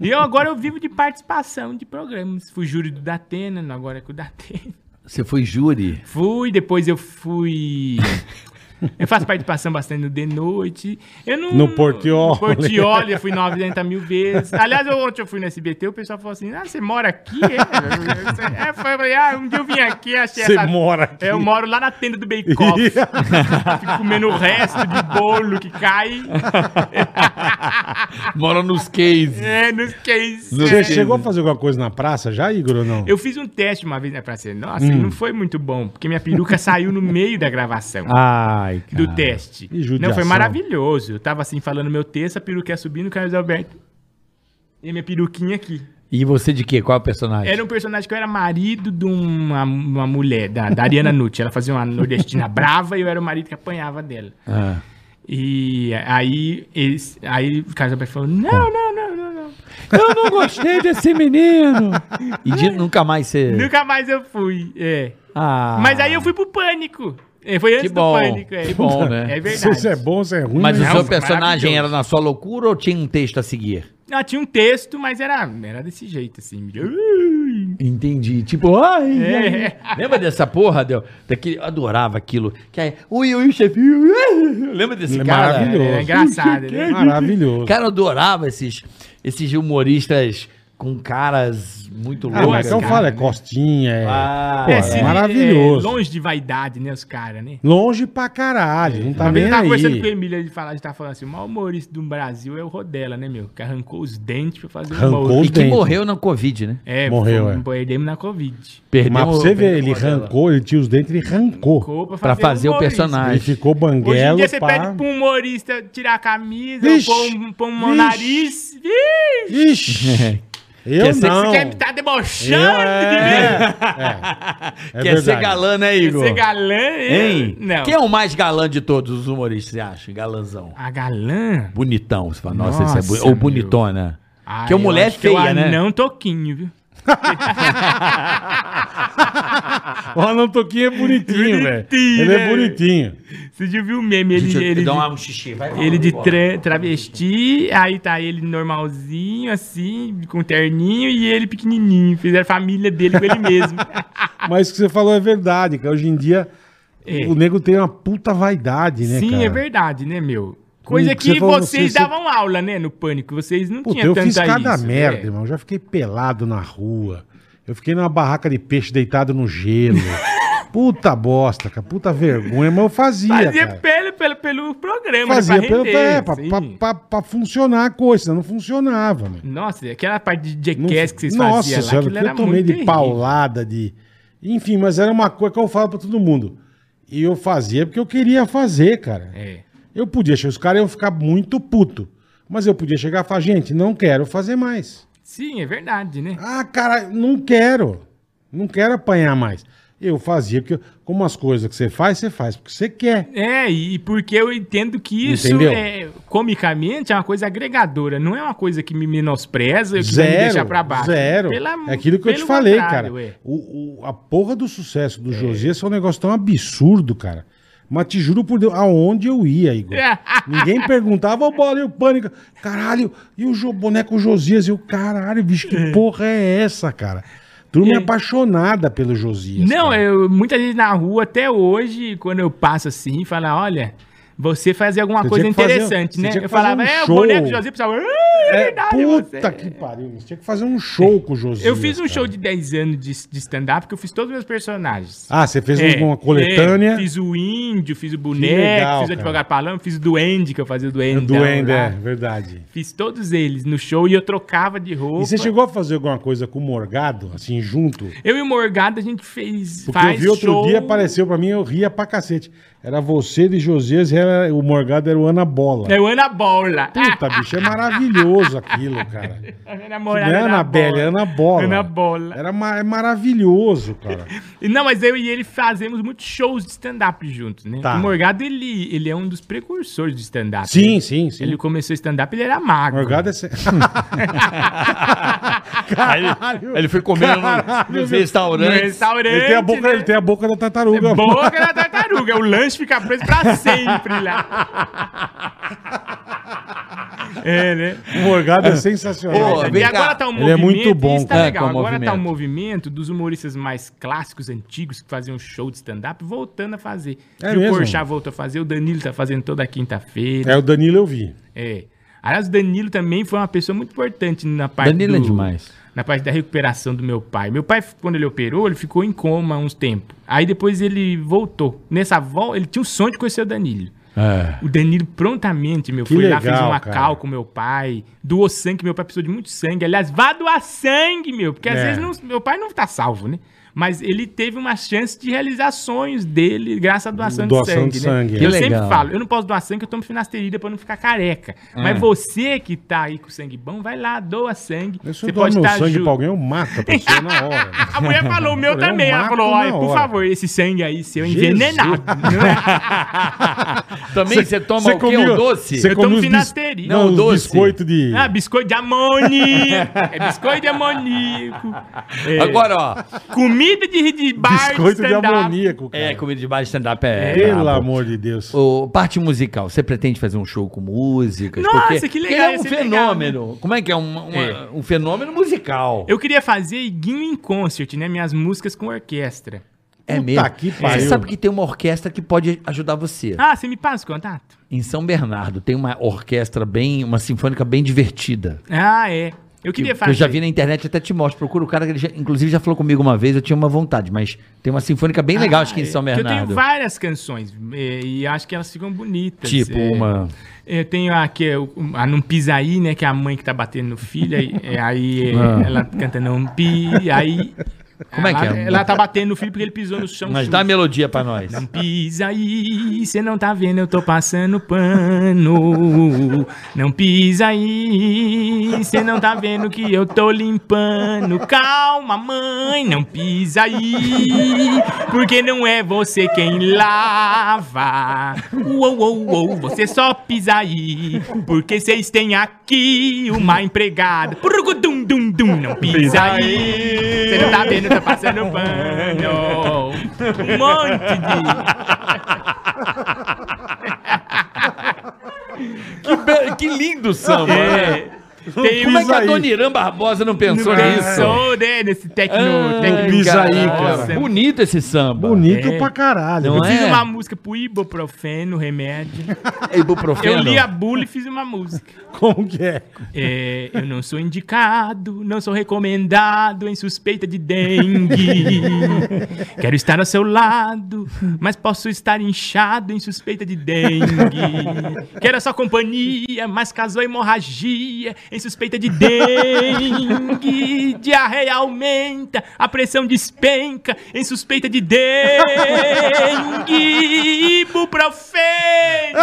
E eu agora eu vivo de participação de programas. Fui júri do Datena, agora é com o Datena. Você foi júri. Fui, depois eu fui. Eu faço participação bastante no De Noite. Eu não, No Portioli. No Portioli, eu fui 90 mil vezes. Aliás, eu- ontem eu fui no SBT, o pessoal falou assim: Ah, você mora aqui? É, Eu- eu- eu- é, foi, eu falei, ah, um dia eu vim aqui, achei É, Você mora aqui. Eu moro lá na tenda do Bake Off. Fico comendo o resto de bolo que cai. Mora nos cases. É, não esquece. Você chegou a fazer alguma coisa na praça já, Igor, ou não? Eu fiz um teste uma vez na praça. Nossa, Hum. e não foi muito bom, porque minha peruca saiu no meio da gravação. Ai, cara. do teste. que judiação. Não, foi maravilhoso. Eu tava assim falando meu texto, a peruca ia subindo, o Carlos Alberto. E a minha peruquinha aqui. E você de quê? Qual é o personagem? Era um personagem que eu era marido de uma, uma mulher, da, da Ariana Nutti. Ela fazia uma nordestina brava e eu era o marido que apanhava dela. Ah. E aí, eles, aí o Carlos Alberto falou: não, não, não, não, não. Eu não gostei desse menino. E de nunca mais você. Nunca mais eu fui. É. Ah. Mas aí eu fui pro pânico. É, Foi antes Que bom, do pânico. É. que bom, né? É Não sei verdade. se é bom ou se é ruim. Mas o Não, seu maravilhoso. personagem era na sua loucura ou tinha um texto a seguir? Ah, tinha um texto, mas era, era desse jeito, assim. Ui. Entendi. Tipo, ai. É. ai. Lembra dessa porra, Del? Daquele, eu adorava aquilo. Que aí, ui, ui, chefinho. ui. Lembra desse Ele é cara? maravilhoso. É, é engraçado, né? Maravilhoso. Cara, eu adorava esses, esses humoristas com caras muito Ah, mas loucas. então cara, fala, é né? costinha, é. Ah, Pô, é, é se- maravilhoso. é, longe de vaidade, né, os caras, né? Longe pra caralho, não tá Uma vez nem eu tava conversando aí. com o Emílio, ele falava, a gente tava falando assim, o maior humorista do Brasil é o Rodela, né, meu? Que arrancou os dentes pra fazer Arrancou humor. os e que dentes. morreu na Covid, né? É, Morreu, foi- é. perdemos na Covid. Perdeu, Mas pra você ver, ele perdeu o arrancou, ele tinha os dentes, ele arrancou. Ficou Pra fazer o humorista. personagem. Ele ficou banguelo. Hoje em dia você pá. pede pro humorista tirar a camisa, Vixe, pôr um, pôr um vixe. nariz. Vixe, Ixi! Eu Quer ser- não. você quer me tá debochando né? de mim? É Quer ser verdade. galã, né, Igor? Você galã? é? Hein? Não. Quem é o mais galã de todos os humoristas, você acha? Galãzão. A é um galã? Bonitão. Você fala, nossa, esse é bu- Nossa, Ou meu. bonitona. Ah, que é eu mulher acho que é o feia, né? anão toquinho, viu? O Alan Toquinho é bonitinho, velho. Bonitinho, Ele é né? bonitinho. Você já viu o meme? Ele, Deixa eu ele, dar uma- um xixi, vai vai, ele de vai. tra- travesti, aí tá ele normalzinho, assim, com terninho, e ele pequenininho. Fizeram família dele com ele mesmo. Mas o que você falou é verdade, cara. Hoje em dia, É. o nego tem uma puta vaidade, né, Sim, cara? é verdade, né, meu? Coisa que você que falou, vocês você- davam aula, né, no Pânico. Vocês não Puta, tinham eu tanta fiz cada isso, merda, né? irmão. Eu já fiquei pelado na rua. Eu fiquei numa barraca de peixe deitado no gelo. puta bosta, cara. Puta vergonha, mas eu fazia, Fazia cara. pelo, pelo, pelo programa, Fazia né, pra pelo, render, é, pra, sim. pra, pra- pra funcionar a coisa, senão não funcionava, mano. Nossa, aquela parte de Não- jackass que vocês Nossa faziam lá, senhora, aquilo que eu era tomei muito de paulada, de. Enfim, mas era uma coisa que eu falo pra todo mundo. E eu fazia porque eu queria fazer, cara. É. Eu podia chegar, os caras iam ficar muito puto. Mas eu podia chegar e falar, gente, não quero fazer mais. Sim, é verdade, né? Ah, cara, não quero. Não quero apanhar mais. Eu fazia, porque eu- como as coisas que você faz, você faz porque você quer. É, e porque eu entendo que isso, Entendeu? é, comicamente, é uma coisa agregadora. Não é uma coisa que me menospreza e que vai me deixar pra baixo. Zero. Pela- é aquilo que eu te pelo falei, contrário, cara. é. O, o- a porra do sucesso do Josias é um negócio tão absurdo, cara. Mas te juro por Deus, aonde eu ia, Igor? Ninguém perguntava, ô bola, e o pânico. Caralho, e o jo- boneco Josias? E o caralho, bicho, que porra é essa, cara? Turma é apaixonada pelo Josias. Não, é cara. eu, muita gente na rua até hoje, quando eu passo assim, fala: olha, você fazia alguma Você coisa tinha que fazer- um- interessante, você né? tinha que Eu fazer falava, um é, show." o boneco de José, pessoal, "Ah, é É, verdade, você." puta que pariu, você tinha que fazer um show com o Josias. Eu fiz um cara. show de 10 anos de, de stand-up que eu fiz todos os meus personagens. Ah, você fez É, uma coletânea. é, fiz o índio, fiz o boneco, legal, fiz o cara. advogado palão, fiz o duende, que eu fazia o duende. do Ender, lá. é, verdade. Fiz todos eles no show e eu trocava de roupa. E você chegou a fazer alguma coisa com o Morgado, assim, junto? Eu e o Morgado, a gente fez. Porque eu vi outro dia, apareceu pra mim, eu ria pra cacete. Era você de Josias e era, o Morgado era o Ana Bola. É o Ana Bola. Puta, bicho, é maravilhoso aquilo, cara. Minha Não namorada é Ana Anabelle, é Ana Bola. Ana Bola. Era ma- é maravilhoso, cara. E Não, mas eu e ele fazemos muitos shows de stand-up juntos, né? Tá. O Morgado, ele, ele é um dos precursores de stand-up. Sim, Né? sim, sim. Ele começou stand-up, ele era magro. Morgado é... se- Aí ele- ele, foi comendo no, nos No restaurantes. restaurante. Ele tem, a boca, né? É ele tem a boca da tartaruga. Boca da tartaruga. O lanche fica preso pra sempre lá. É, né? O Morgado é Pô, sensacional. E vem agora cá. tá um Ele é movimento, muito bom, isso tá cara, legal. com o Agora tá um movimento. movimento dos humoristas mais clássicos, antigos, que faziam show de stand-up, voltando a fazer. É E mesmo? O Porchat voltou a fazer, o Danilo tá fazendo toda quinta-feira. É, o Danilo eu vi. É. Aliás, o Danilo também foi uma pessoa muito importante na parte Danilo é do- demais. Na parte da recuperação do meu pai. Meu pai, quando ele operou, ele ficou em coma uns tempos. Aí depois ele voltou. Nessa volta, ele tinha um sonho de conhecer o Danilo. É. O Danilo prontamente, meu, Que foi lá, legal, fez uma cara. cal com meu pai, doou sangue, meu pai precisou de muito sangue. Aliás, vá doar sangue, meu, porque às É. vezes não- meu pai não tá salvo, né? Mas ele teve uma chance de realizar sonhos dele graças à doação, Doação de de sangue. né? sangue, é. Eu Que legal. sempre falo, eu não posso doar sangue, eu tomo finasterida pra não ficar careca. Mas você que tá aí com sangue bom, vai lá, doa sangue. Se você eu dou pode meu estar sangue ju- pra alguém, eu mato a pessoa na hora. né? A mulher falou, o meu Eu também. Ela mato falou, olha, na por hora. favor, esse sangue aí seu é Jesus. envenenado. Também você toma Você o quê? comia- O doce? Você Um Eu come tomo os bis- finasterida. Não, Não, os doce. biscoito de... Ah, biscoito de amoníaco. É biscoito de amoníaco. É, Agora, ó. Comida de, de bar, biscoito de stand-up. amoníaco, cara. É, comida de bar stand-up é. Pelo brabo. amor de Deus. Ô, parte musical, você pretende fazer um show com músicas? Nossa, Porque que legal, Ele é ia um ser fenômeno. Como é que é? Uma- uma- É. Um fenômeno musical. Eu queria fazer Iguinho em Concert, né? Minhas músicas com orquestra. é Puta mesmo. que você pariu. sabe que tem uma orquestra que pode ajudar você. Ah, você me passa o contato? Em São Bernardo tem uma orquestra bem, uma sinfônica bem divertida. Ah, é. Eu Que, queria que fazer. eu já vi na internet, até te mostro. Procura o cara que ele já- inclusive já falou comigo uma vez, eu tinha uma vontade, mas tem uma sinfônica bem legal, acho que em São Ah, é. Que Eu Bernardo. tenho várias canções é, e acho que elas ficam bonitas. Tipo é. uma. Eu tenho a que é o- a Não Pisa Aí, né? Que é a mãe que tá batendo no filho. Aí, é, aí é, ela canta Não Pi. Aí. Ah. Como é que ela- é? Ela tá batendo no filho porque ele pisou no chão. Mas sujo. dá a melodia pra nós. um Não pisa aí, cê não tá vendo, eu tô passando pano. Não pisa aí, cê não tá vendo que eu tô limpando. Calma, mãe, não pisa aí, porque não é você quem lava. Uou, uou, uou, você só pisa aí, porque vocês têm aqui uma empregada. Dum, dum, dum, não pisa aí, cê não tá vendo, eu tô passando pano. Um monte de. Que, be- que lindo samba! É. Tem Como é que é isso a aí. Dona Irã Barbosa não pensou nisso? Pensou, né, nesse tecno. Ai, tecno- pisa Ah, cara, aí, um Nossa, cara. Bonito esse samba. Bonito É. pra caralho. Não Eu fiz é? uma música pro ibuprofeno, remédio. Ibuprofeno. Eu li a bula e fiz uma música. Como que é? É, eu não sou indicado, não sou recomendado em suspeita de dengue. Quero estar ao seu lado, mas posso estar inchado em suspeita de dengue. Quero a sua companhia, mas casou hemorragia em Tem suspeita de dengue, diarreia aumenta, a pressão despenca. Em suspeita de dengue, ibuprofeno.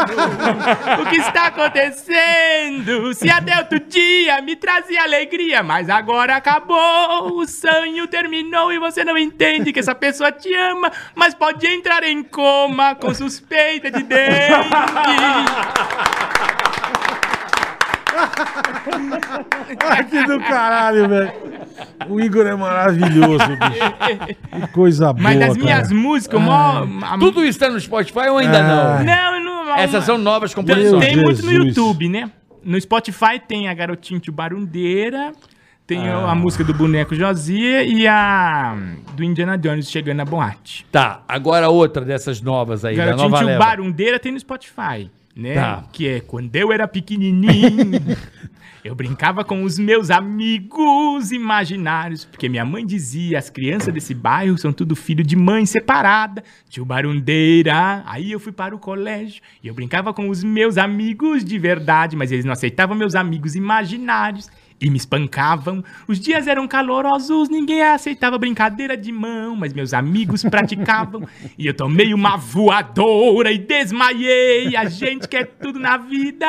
O que está acontecendo? Se até outro dia me trazia alegria, mas agora acabou. O sonho terminou e você não entende que essa pessoa te ama, mas pode entrar em coma com suspeita de dengue. Que do caralho, velho. O Igor é maravilhoso, bicho. Que coisa boa. Mas das minhas cara. músicas, o maior. a- Tudo isso tá no Spotify ou ainda Ah. não? Não, não. Essas são novas Tem, Meu composições. tem muito no Jesus. YouTube, né? No Spotify tem a Garotinho Tio Barundeira, tem a- Ah. a música do Boneco Josia e a do Indiana Jones chegando na boate. Tá, agora outra dessas novas aí, da Garotinho nova Tio leva. um Barundeira tem no Spotify, né? Tá. Que é quando eu era pequenininho. Eu brincava com os meus amigos imaginários, porque minha mãe dizia: as crianças desse bairro são tudo filho de mãe separada, tio Barundeira. Aí eu fui para o colégio e eu brincava com os meus amigos de verdade, mas eles não aceitavam meus amigos imaginários e me espancavam. Os dias eram calorosos, ninguém aceitava brincadeira de mão, mas meus amigos praticavam. e eu tomei uma voadora e desmaiei. A gente quer tudo na vida,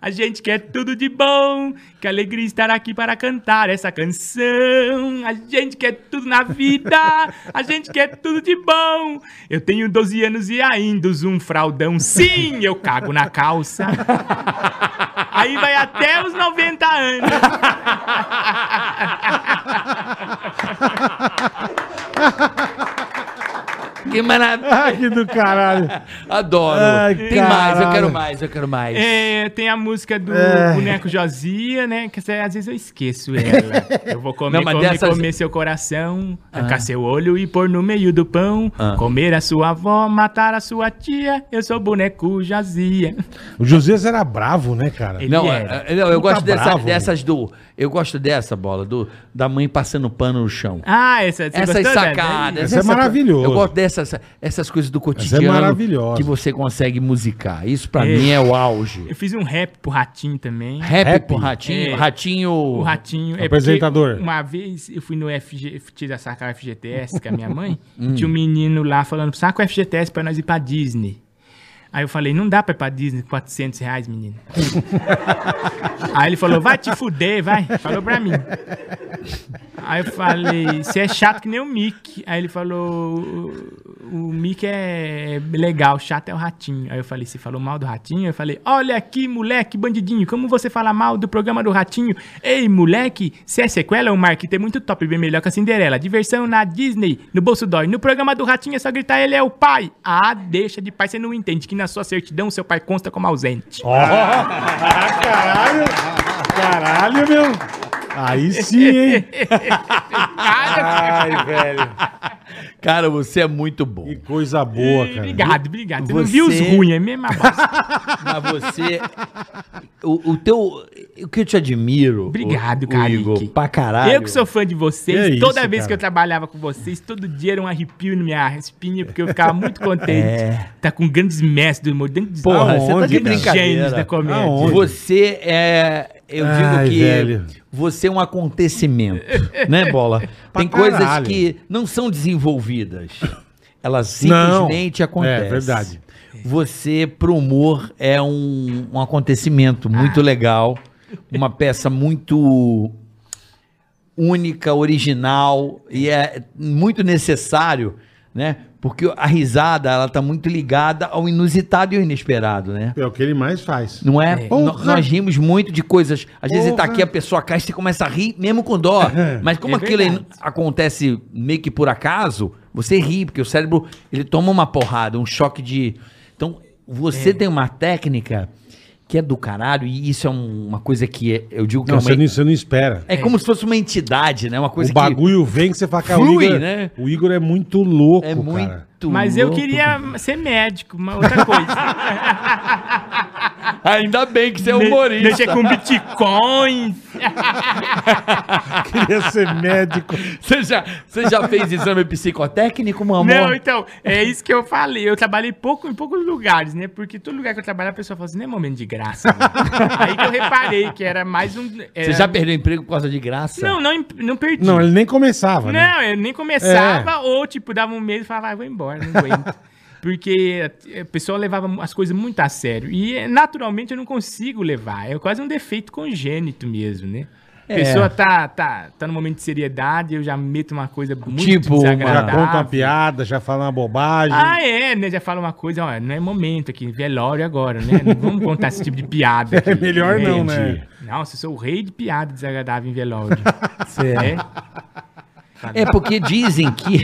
a gente quer tudo de bom. Que alegria estar aqui para cantar essa canção. A gente quer tudo na vida, a gente quer tudo de bom. Eu tenho 12 anos e ainda uso um fraldão. Sim, eu cago na calça. Aí vai até os 90 anos. Que maravilha. Ah, que do caralho. Adoro. Ai, tem mais, eu caralho. quero mais, eu quero mais. É, tem a música do É. boneco Josia, né? Que essa- às vezes eu esqueço ela. Eu vou comer, Não, mas comer, dessas- Ah. comer seu coração, arrancar seu olho e pôr no meio do pão, comer a sua avó, matar a sua tia. Eu sou boneco Josia. O Josias era bravo, né, cara? Ele- Não, é, é. é, não, eu Puta gosto dessa- bravo. dessas do. Eu gosto dessa bola, do, da mãe passando pano no chão. Ah, essa você Essas gostou dessa? sacadas. Essa é maravilhoso. Eu gosto dessas essas coisas é do cotidiano maravilhosa. que você consegue musicar. Isso pra É. mim é o auge. Eu fiz um rap pro Ratinho também. Rap, Rap? com ratinho, É. ratinho. O ratinho. é porque Apresentador. uma vez eu fui no FG, tive a sacar FGTS com a minha mãe. e Tinha um menino lá falando: saca o FGTS pra nós ir pra Disney. Aí eu falei: não dá pra ir pra Disney com 400 reais, menino. Aí ele falou: vai te fuder, vai. Falou pra mim. Aí eu falei: você é chato que nem o Mick. Aí ele falou: o, o Mick é legal, chato é o ratinho. Aí eu falei: você falou mal do ratinho? Eu falei: olha aqui, moleque, bandidinho, como você fala mal do programa do ratinho? Ei, moleque, se é sequela, o Mark tem muito top, bem melhor que a Cinderela. Diversão na Disney, no bolso dói. No programa do ratinho é só gritar: ele é o pai. Ah, deixa de pai, você não entende que na sua certidão seu pai consta como ausente. Caralho! Caralho, meu! Aí sim, hein? Ai, velho. Cara, você é muito bom. Que coisa boa, cara. Obrigado, obrigado. Você não Você- viu os ruins, é mesmo a bosta. Mas você. O, o teu. O que eu te admiro. Obrigado, o- o Kaique. Igor, pra caralho. Eu que sou fã de vocês, Que toda isso, vez cara. que eu trabalhava com vocês, todo dia era um arrepio na minha espinha, porque eu ficava muito contente. Tá com grandes mestres do humor, grandes É. Porra, você tá Aonde, de cara? gênios brincadeira. da comédia. Aonde? Você é. Eu digo Ai, que velho. você é um acontecimento, né, Bola? Pra Tem coisas caralho. que não são desenvolvidas. Elas simplesmente Não. acontecem. É verdade. Você, pro humor, é um, um acontecimento muito legal. Uma peça muito única, original e é muito necessário, né? Porque a risada, ela tá muito ligada ao inusitado e ao inesperado, né? É o que ele mais faz. Não é? Porra. No- Nós rimos muito de coisas. Às vezes você tá Porra. aqui, a pessoa cai, você começa a rir mesmo com dó. Mas como É aquilo aí verdade. acontece meio que por acaso, você ri, porque o cérebro ele toma uma porrada, um choque de. Então, você tem uma técnica que é do caralho, e isso é um- uma coisa que é- eu digo que Não, é uma. você não, você não espera. É como se fosse uma entidade, né? Uma coisa o bagulho vem que você fala, cara, o flui, Igor, né? o Igor é muito que louco, é cara. muito. Mas eu louco. queria ser médico, uma outra coisa. Ainda bem que você é um Me- humorista. Mexer com bitcoins. Queria ser médico. Você já, você já fez exame psicotécnico, mamão? Não, então, é isso que eu falei. Eu trabalhei pouco em poucos lugares, né? Porque todo lugar que eu trabalhava, a pessoa fala assim, não é momento de graça. né?" Aí que eu reparei que era mais um... Você era- já perdeu emprego por causa de graça? Não, não, em- não perdi. Não, ele nem começava, né? Não, eu nem começava, É. ou tipo, dava um mês e falava, ah, vou embora, não aguento. Porque a- a pessoa levava mu- as coisas muito a sério. E eh, naturalmente eu não consigo levar. É quase um defeito congênito mesmo, né? É. A pessoa tá, tá, tá num momento de seriedade, eu já meto uma coisa muito Tipo uma- Já desagradável. conta uma piada, já fala uma bobagem. Ah, é, né? Já fala uma coisa, ó, não é momento aqui, velório agora, né? Não vamos contar esse tipo de piada. Aqui, É melhor não, né? Nossa, eu sou o rei de piada desagradável em velório. É. É porque dizem que,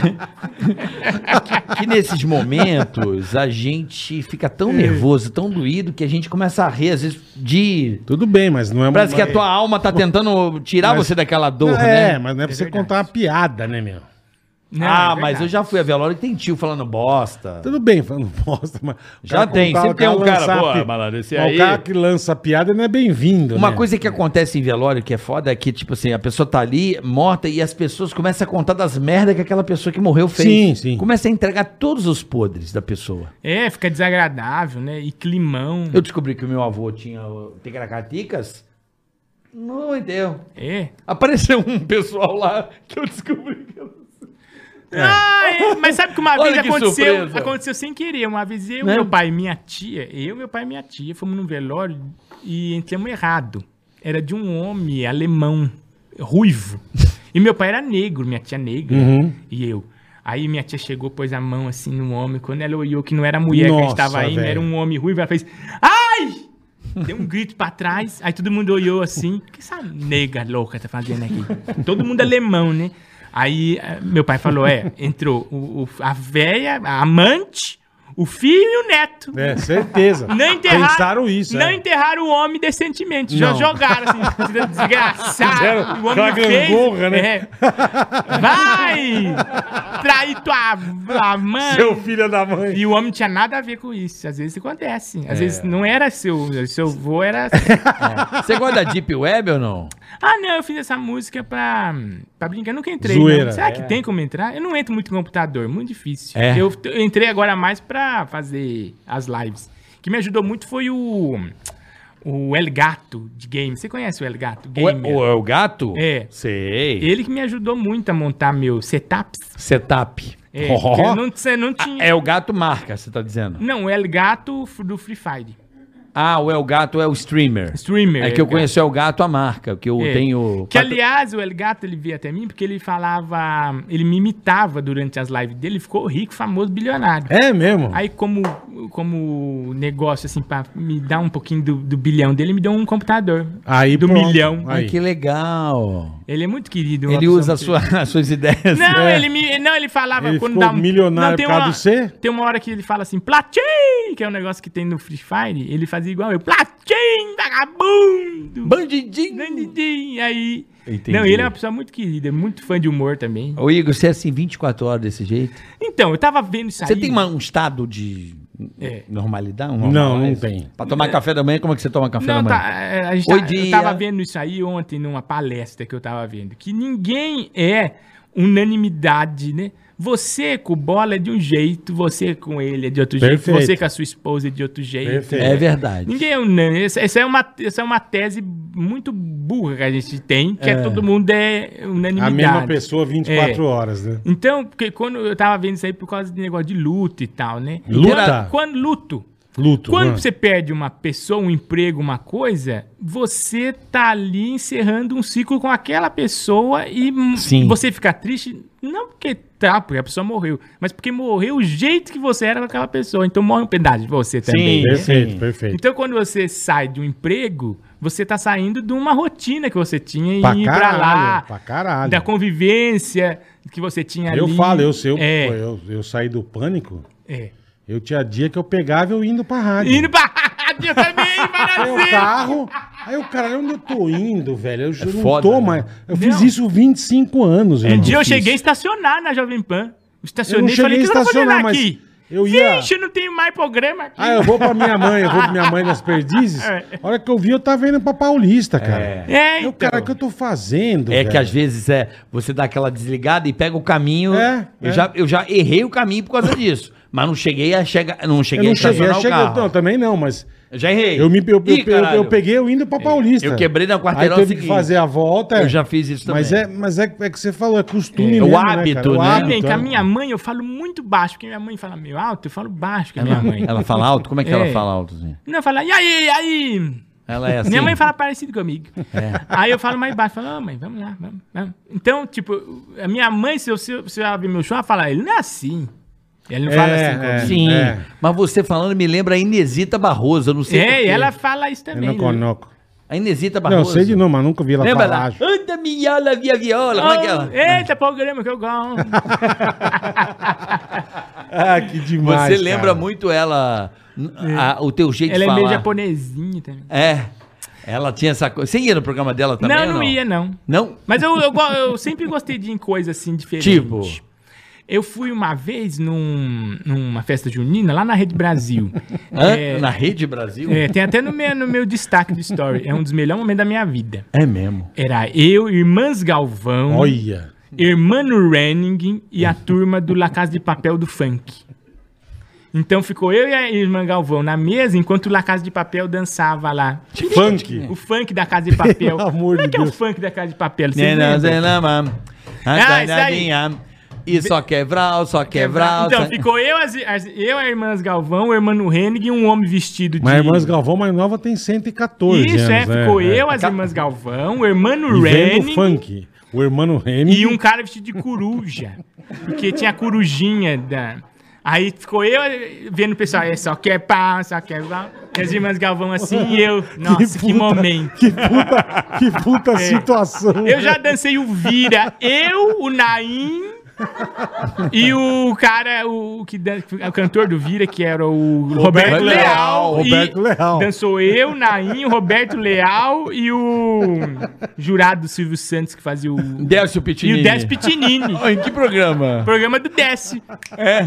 que nesses momentos a gente fica tão nervoso, tão doído, que a gente começa a rir, às vezes, de. Tudo bem, mas não é... Parece que mas- a tua alma tá tentando tirar Mas- você daquela dor, Não, né? É, mas não é pra você contar uma piada, né, meu? Não, ah, mas é verdade. eu já fui a velório e tem tio falando bosta. Tudo bem, falando bosta, mas... o Já cara tem, contar- sempre o tem um cara, lançar a pô, pi- malandro, esse mas aí- O cara que lança a piada não é bem-vindo, Uma né? coisa que acontece em velório que é foda é que, tipo assim, a pessoa tá ali morta e as pessoas começam a contar das merdas que aquela pessoa que morreu fez. Sim, sim. Começa a entregar todos os podres da pessoa. É, fica desagradável, né? E climão. Eu descobri que o meu avô tinha o Ticaracaticas. Não entendeu. É. Apareceu um pessoal lá que eu descobri que eu. Ah, é. Mas sabe que uma Olha vez que aconteceu, surpresa. aconteceu sem querer. Uma vez eu, Né? meu pai e minha tia, eu, meu pai e minha tia, fomos num velório e entramos errado. Era de um homem alemão, ruivo. E meu pai era negro, minha tia negra. Uhum. E eu. Aí minha tia chegou, pôs a mão assim no homem. Quando ela olhou que não era a mulher que a Nossa, gente tava indo, velho. era um homem ruivo, ela fez. Ai! Deu um grito pra trás, aí todo mundo olhou assim, o que essa nega louca tá fazendo aqui? Todo mundo alemão, né? Aí eh, meu pai falou, é, entrou o- o- a véia, a amante, o filho e o neto. É, certeza. Não enterraram, Pensaram isso, não é. enterraram o homem decentemente. Já Não. jogaram assim, desgraçado. Fizeram o homem não aquela fez. gangorra, né? É. Vai! Trair tua a mãe. Seu filho da mãe. E o homem não tinha nada a ver com isso. Às vezes acontece. É. Às vezes não era seu. Seu avô era. Você gosta da Deep Web ou não? ah, não, eu fiz essa música pra, pra brincar. Eu nunca entrei. Zoeira. não. Será que tem como entrar? Eu não entro muito no computador, muito difícil. É. Eu, eu entrei agora mais pra fazer as lives. O que me ajudou muito foi o. O El Gato de game. Você conhece o El Gato? O, Gamer. é- o, o gato? É. Sei. Ele que me ajudou muito a montar meus setups. Setup. É, porque eu não, você não tinha. É o gato marca, você tá dizendo. Não, o El Gato do Free Fire. Ah, o El Gato é o streamer. Streamer. É que eu El Gato. conheço o El Gato a marca, que eu É. tenho. Que, aliás, o El Gato, ele veio até mim porque ele falava... Ele me imitava durante as lives dele. Ele ficou rico, famoso, bilionário. É mesmo? Aí, como, como negócio, assim, pra me dar um pouquinho do, do bilhão dele, ele me deu um computador. Aí do pronto. milhão. Ai, Aí. que legal. Ele é muito querido. uma Ele pessoa usa muito- a sua- as suas ideias. Não, É. ele me, não, ele falava Ele quando ficou dá um milionário não, tem por causa uma- do C? Tem uma hora que ele fala assim, platim, que é um negócio que tem no Free Fire, ele fazia igual eu, platim, vagabundo. Bandidinho. Bandidinho, aí. Entendi. Não, ele é uma pessoa muito querida, muito fã de humor também. Ô, Igor, você é assim 24 horas desse jeito? Então, eu tava vendo isso Você aí. tem uma- um estado de É. normalidade? Um Não, não normalize? tem. Pra tomar café da manhã, como é que você toma café da Não, manhã? tá, é, a gente Oi, tá- dia. eu tava vendo isso aí ontem numa palestra que eu tava vendo, que ninguém é unanimidade, né? Você com o bola é de um jeito, você com ele é de outro Perfeito. jeito, você com a sua esposa é de outro jeito. Perfeito. É verdade. Ninguém é unânime. Essa, essa é uma, essa é uma tese muito burra que a gente tem, que é, todo mundo é A unanimidade. mesma pessoa 24 É. horas, né? Então, porque quando eu tava vendo isso aí por causa de negócio de luto e tal, né? Luta? Então, quando luto. Luto. Quando né? você perde uma pessoa, um emprego, uma coisa, você tá ali encerrando um ciclo com aquela pessoa e hum, Sim. você fica triste, não porque tá, porque a pessoa morreu, mas porque morreu o jeito que você era com aquela pessoa. Então morre um pedaço de você também. né? Perfeito, perfeito. Então, quando você sai de um emprego, você tá saindo de uma rotina que você tinha e Pra ir pra caralho, lá, pra caralho. da convivência que você tinha eu ali. falo, eu sei, eu, É, pô, eu, eu saí do pânico, é. eu tinha dia que eu pegava eu indo pra rádio. Indo pra rádio também, Aí o Brasil! carro, aí o cara, onde eu tô indo, velho? Eu ju- não foda, tô né? É mais. Eu fiz Não. isso 25 anos, Um dia eu É Difícil. cheguei a estacionar na Jovem Pan. Eu não Estacionei e cheguei a falei, o que eu tô fazendo estacionar, mas aqui? Eu ia. Vixe, eu não tenho mais programa aqui. Ah, eu vou pra minha mãe, eu vou pra minha mãe nas perdizes. É. A hora que eu vi, eu tava indo pra Paulista, cara. É, Eu, então. cara, o que eu tô fazendo? É que velho? às vezes é, você dá aquela desligada e pega o caminho. É, eu, é. Já, eu já errei o caminho por causa disso. Mas não cheguei a chegar. Não Eu cheguei não a cheguei, estacionar eu o cheguei carro. não, também não, mas Eu já errei. eu, me, eu, Ih, eu, eu, caralho. É. eu peguei eu indo pra Paulista. Eu quebrei na Aí quarteirão teve seguinte. que fazer a volta. é. Eu já fiz isso também. Mas, é, mas é, é que você falou, é costume É, o mesmo, hábito, né? né? cara? O Tudo bem, hábito, com a é. minha mãe eu falo muito baixo, porque minha mãe fala meio alto, eu falo baixo com a minha Ela, mãe. ela fala alto? Como é que ela É. fala alto? assim? Não, fala, e aí, e aí? Ela é assim. É. Minha mãe fala parecido comigo. Aí eu falo mais baixo, falo, ah, mãe, vamos lá, vamos, vamos. Então, tipo, a minha mãe, se eu, se eu, se eu abrir meu show, ela fala, ele não é assim. Ele não fala É, assim comigo. é. Sim. Mas você falando me lembra a Inesita Barroso. Eu não sei. por É, quê. e ela fala isso Eu também. não né? conoco. A Inesita Não, eu Barroso. sei de nome, mas nunca vi ela Lembra falar. lá? Anda minhola via viola. Como é que é ela? Oh, eita, programa que eu gosto. Ah, que demais. Você lembra cara. muito ela, n- a- o teu jeito Ela de é falar. meio japonesinha também. É. Ela tinha essa coisa. Você ia no programa dela também? não, ou não, ia, não. Não? Mas eu, eu, go- eu sempre gostei de ir em coisa assim diferente. Tipo? Eu fui uma vez num, numa festa junina lá na Rede Brasil. Hã? É, Na Rede Brasil? é, tem até no meu, no meu destaque do story. É um dos melhores momentos da minha vida. É mesmo. Era eu, Irmãs Galvão, Olha. Irmano Renning e a turma do La Casa de Papel do Funk. Então ficou eu e a irmã Galvão na mesa enquanto o La Casa de Papel dançava lá. né? Funk. O funk da Casa de Papel. Pelo amor Como é de que é o Deus. Né, funk da Casa de Papel? Vocês Nena, lembram? zenama, Ah, isso aí. andainadinha, E só quebral, só quebral. Então, só- ficou eu, as, as- eu, a irmã Galvão, o irmão Hennig e um homem vestido de. Mas a Irmãs Galvão mais nova tem 114 Isso, é, anos. né? ficou eu, as Ca- irmãs Galvão, o irmão E vem do Renning funk. O irmão Remy. e um cara vestido de coruja. porque tinha a corujinha da. Aí ficou eu eh, vendo o pessoal, é só que é pá, só que é pá. E as irmãs Galvão assim, e eu. Nossa, que, puta- momento. Que puta, que puta É. situação. Eu já dancei o Vira, eu, o Naim. E o cara, o, que dan- o cantor do Vira, que era o Roberto, Roberto Leal. Leal, e Roberto Leal. Dançou eu, Naim, o Roberto Leal e o jurado Silvio Santos, que fazia o. Décio e Pitinini. o Décio Pitinini. É. Em que programa? Programa do Décio.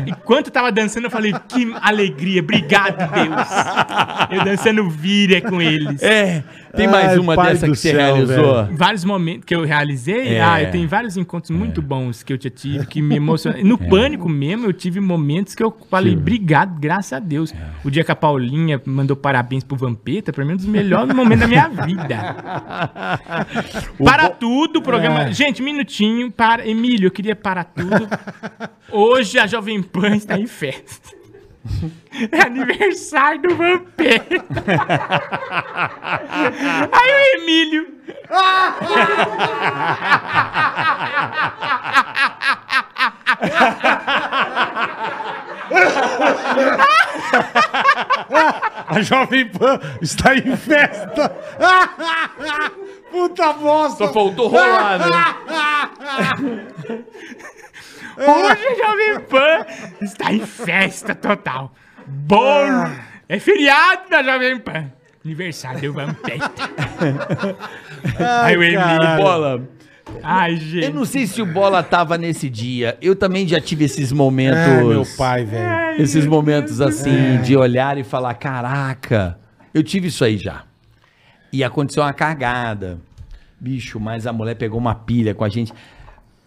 Enquanto eu tava dançando, eu falei, que alegria, obrigado, Deus. Eu dançando Vira com eles. É. Tem Ai, mais uma pai dessa do que você céu, realizou. velho. vários momentos que eu realizei. É. É. Ah, eu tenho vários encontros muito bons que eu já tive, que me emocionaram. No pânico mesmo, eu tive momentos que eu falei, obrigado, graças a Deus. É. O dia que a Paulinha mandou parabéns pro Vampeta, pra mim é um dos melhores momentos da minha vida. para tudo, o programa. É. Gente, minutinho, para. Emílio, eu queria parar tudo. Hoje a Jovem Pan está em festa. É aniversário do Vampeta. Aí o Emílio. A Jovem Pan está em festa. Puta bosta. Só faltou rolar, né? Hoje a Jovem Pan está em festa total. Bolo! É feriado da Jovem Pan. Aniversário do Vampeta. Ai, o Emílio. Bola. Ai, Eu gente. não sei se o Bola tava nesse dia. Eu também já tive esses momentos. Ah, É, meu pai, velho. Esses momentos É. assim, de olhar e falar: caraca, eu tive isso aí já. E aconteceu uma cagada. Bicho, mas a mulher pegou uma pilha com a gente.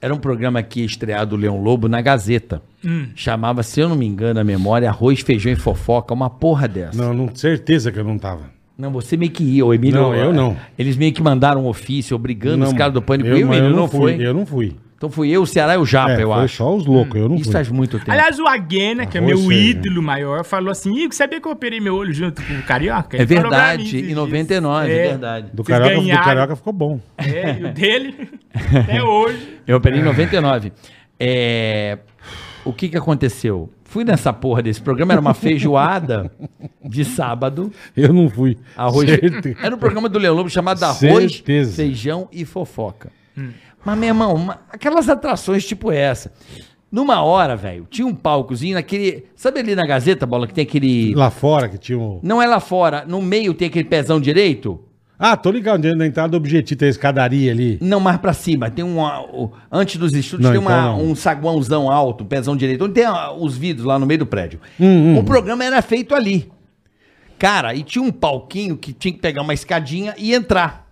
Era um programa que ia estrear do Leão Lobo na Gazeta. Hum. Chamava, se eu não me engano, a memória, Arroz, Feijão e Fofoca, uma porra dessa. Não, não, certeza que eu não tava. Não, você meio que ia, o Emílio. Não, eu não. Eles meio que mandaram um ofício obrigando os caras do Pânico. Eu, e o mas Emílio, não fui, foi? Eu não fui. Então fui eu, o Ceará e o Japa, É, eu foi acho. só os loucos, eu não Isso fui. faz muito tempo. Aliás, o Aguena, que é meu Arroz, feijão. ídolo maior, falou assim: Igor, sabia que eu operei meu olho junto com o Carioca? é Ele falou pra verdade, mim esses em dias. 99, é verdade. Do Vocês carioca, do ganharam. carioca ficou bom. É, e o dele, até hoje. Eu operei em 99. É, O que que aconteceu? Fui nessa porra desse programa, era uma feijoada de sábado. Eu não fui. Arroz. Certe- Era um programa do Leão Lobo chamado Arroz, Certeza. Feijão e Fofoca. Mas, meu irmão, uma- aquelas atrações tipo essa. Numa hora, velho, tinha um palcozinho naquele. Sabe ali na Gazeta, bola, que tem aquele. Lá fora que tinha um... Não é lá fora, no meio tem aquele pezão direito? Ah, tô ligado, na entrada do objetivo, tem a escadaria ali. Não, mais pra cima. Tem um. ah, o- Antes dos estúdios Não, tem uma- então não. um saguãozão alto, pezão direito, onde tem ah, os vidros lá no meio do prédio. Hum, O programa era feito ali. Cara, e tinha um palquinho que tinha que pegar uma escadinha e entrar.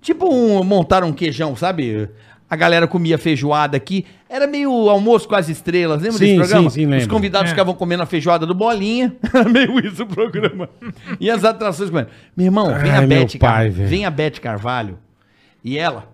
Tipo um. Montaram um queijão, sabe? A galera comia feijoada aqui. Era meio almoço com as estrelas, lembra Sim, desse sim, programa? sim, lembro. Os convidados ficavam comendo a feijoada do Bolinha. Era meio isso o programa. E as atrações comendo. Meu irmão, vem Ai, a meu pai, Beth, Car- velho. vem a Beth Carvalho. E ela,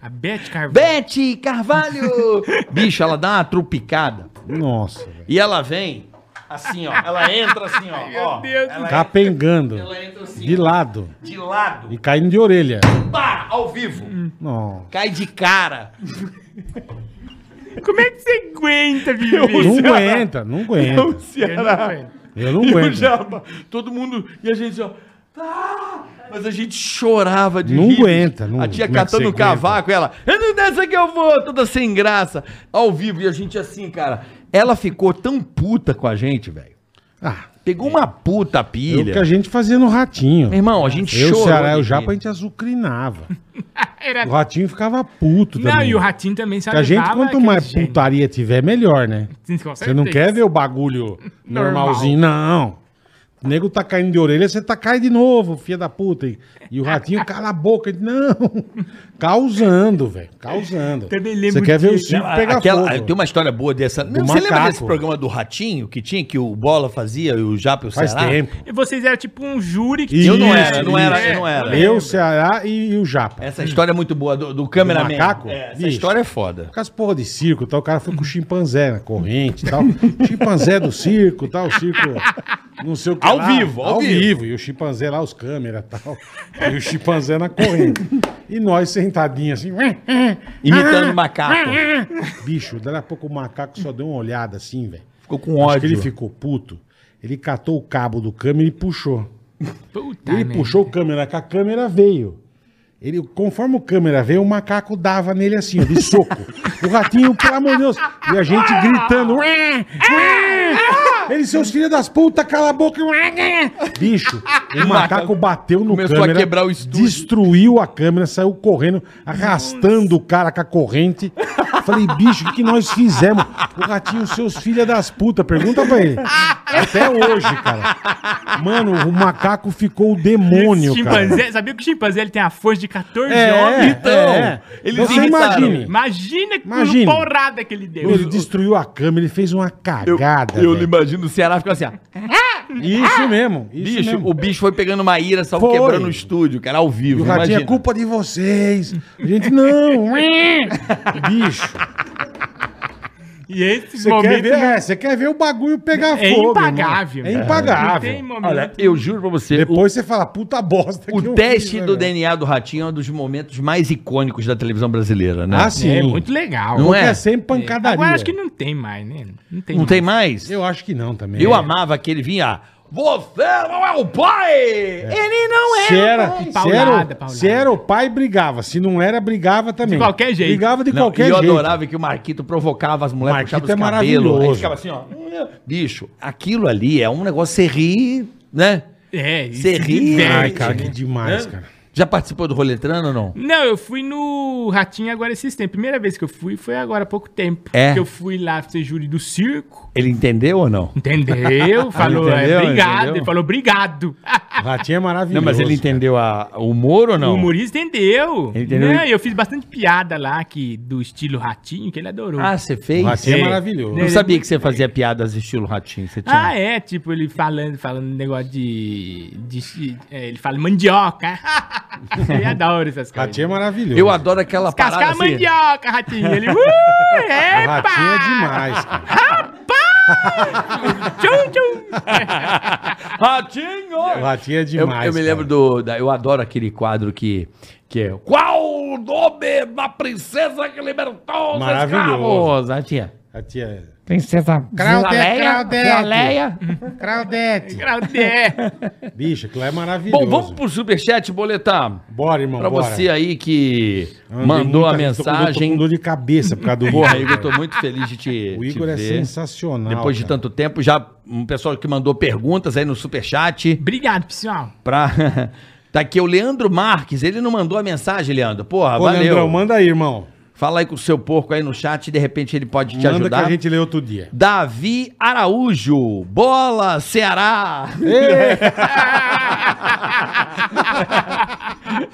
A Beth Carvalho. Bete Carvalho! Bicho, ela dá uma trupicada. Nossa, velho. E ela vem assim, ó. Ela entra assim, ó. ó. Deus ela, Capengando. ela entra assim, De lado. de lado. E caindo de orelha. Pá! Ao vivo. Nossa. Cai de cara. Como é que você aguenta, viu? Não aguenta, não aguenta. Eu não Eu aguento. já- todo mundo. E a gente, ó. "Ah!" Mas a gente chorava de Não rir. aguenta, não- A tia como é que catando você o cavaco, ela. Eu não dessa que eu vou, toda sem graça. Ao vivo. E a gente assim, cara. Ela ficou tão puta com a gente, velho. Ah, Pegou uma puta é o pilha. que a gente fazia no ratinho. Meu irmão, a gente Eu, chorou. Ceará, de eu rir. Japa, a gente azucrinava. Era... O ratinho ficava puto também. Não, e o ratinho também sabe Porque a gente, quanto mais putaria tiver, melhor, né? Você não quer ver o bagulho normalzinho, não. O nego tá caindo de orelha, você tá caindo de novo, filha da puta. E, e o ratinho cala a boca. ele, Não. Causando, velho. Causando. Também lembro Você quer ver o disso. circo pegar Aquela- fogo. Tem um uma história boa dessa. Não, você lembra macaco. desse programa do Ratinho que tinha, que o Bola fazia, e o Japa e o Faz Ceará? tempo. E vocês eram tipo um júri que Eu não Isso, era, não era, isso. eu não era. Eu, o Ceará e, e o Japa. Essa história é muito boa, do, do cameraman. Do macaco? É, essa Bicho. história é foda. Com as porra de circo e tal, o cara foi com o chimpanzé na corrente e tal. chimpanzé do circo e tal, o circo. Não sei o que. Ao lá. vivo, ao vivo. E o chimpanzé lá, os câmeras e tal. E o chimpanzé na corrente. E nós sentadinhos assim. Imitando o macaco. Bicho, daí a pouco o macaco só deu uma olhada assim, velho. Ficou com Acho que ódio. ele ficou puto. Ele catou o cabo do câmera e puxou. Puta Ele merda. puxou o câmera, que a câmera veio. Ele, conforme o câmera veio, o macaco dava nele assim, ó, de soco. o ratinho, pelo amor de Deus. E a gente gritando. "Ué, ué". Ele, seus filhos das putas, cala a boca. ué, ué". Bicho, o macaco bateu no Começou a câmera. quebrar o estúdio. Destruiu a câmera, saiu correndo, arrastando o cara com a corrente. Falei, bicho, o que, que nós fizemos? O ratinho, seus filhos das putas, pergunta pra ele. Até hoje, cara. Mano, o macaco ficou o um demônio, cara. Chimpanzé, sabia que o chimpanzé ele tem a força é de 14 É, homens? então, é. eles você imitaram. imagine. Imagina, Imagine. que porrada que ele deu. Ele destruiu a câmera, ele fez uma cagada. Eu velho. imagino o Ceará ficando assim, ó. Isso Ah! mesmo. Isso Bicho, mesmo. o bicho foi pegando uma ira, só Foi. quebrando o estúdio, cara, ao E vivo. o ratinho é imagina. culpa de vocês. A gente, não. Bicho, E esses você quer, ver, momentos é, você quer ver o bagulho pegar é fogo. irmão. impagável. É né? Não impagável. tem momento. Olha, eu juro pra você, o- Depois você fala, puta bosta. que o, eu teste fiz, né, do velho? DNA do Ratinho é um dos momentos mais icônicos da televisão brasileira, né? Ah, sim. É muito legal. Não Porque é? é sempre pancadaria. Agora acho que não tem mais, né? Não tem Não mais. tem mais? Eu acho que não também. Eu É. amava aquele vinha. Você não é o pai! Ele não é! Se era, pai. se Paulada, era o- paulada. se era o pai, brigava. Se não era, brigava também. De qualquer jeito. Brigava de Não, qualquer e eu jeito. adorável que o Marquito provocava as mulheres, Marquito puxava os é cabelos. Aí maravilhoso. ficava assim, ó. Bicho, aquilo ali é um negócio, você ri, né? É, isso Você ri, diverte, Ai, cara, né? que demais, cara. Já participou do roletrano ou não? Não, eu fui no Ratinho agora esses tempos. Primeira vez que eu fui foi agora há pouco tempo. É. Que eu fui lá ser júri do circo. Ele entendeu ou não? Entendeu? Falou, é, entendeu, obrigado. entendeu? Ele falou, obrigado. O Ratinho é maravilhoso. Não, mas ele entendeu a- o humor ou não? O humorista entendeu. Ele entendeu. Não, eu fiz bastante piada lá que, do estilo ratinho, que ele adorou. Ah, você fez? O Ratinho é Sei. maravilhoso. Né? Não sabia que você fazia piadas estilo ratinho. Você tinha... Ah, é, tipo, ele falando, falando negócio de. de- é, ele fala mandioca. ele adora essas O coisas. Ratinho é maravilhoso. Eu adoro aquela parada Cascar a assim. mandioca, ratinho. Ele. Uh, O Ratinho é epa! demais, cara. Tchum, tchum. Ratinho! O Ratinho é Eu, demais. eu me lembro do. da- eu adoro aquele quadro que, que é. Qual o nome da princesa que libertou os Maravilhoso. escravos? Aí tinha, do. Ratinho é. Princesa Claudete. Zaleia. Claudete. Claudé. Bicho, aquilo é maravilhoso. Bom, vamos pro superchat, boletar. Bora, irmão. Pra bora. você aí que Andei mandou a muita- tô com- Tô mensagem. com dor de cabeça por causa do Porra, Igor, Igor, eu tô cara. muito feliz de te, O te Igor é ver. sensacional. Depois de cara. tanto tempo, já um pessoal que mandou perguntas aí no superchat Obrigado, pessoal. pra, Tá aqui o Leandro Marques, ele não mandou a mensagem, Leandro. Porra, Ô, Ah, valeu. Leandrão, manda aí, irmão. Fala aí com o seu porco aí no chat, de repente ele pode te manda ajudar. que a gente lê outro dia. Davi Araújo, bola Ceará.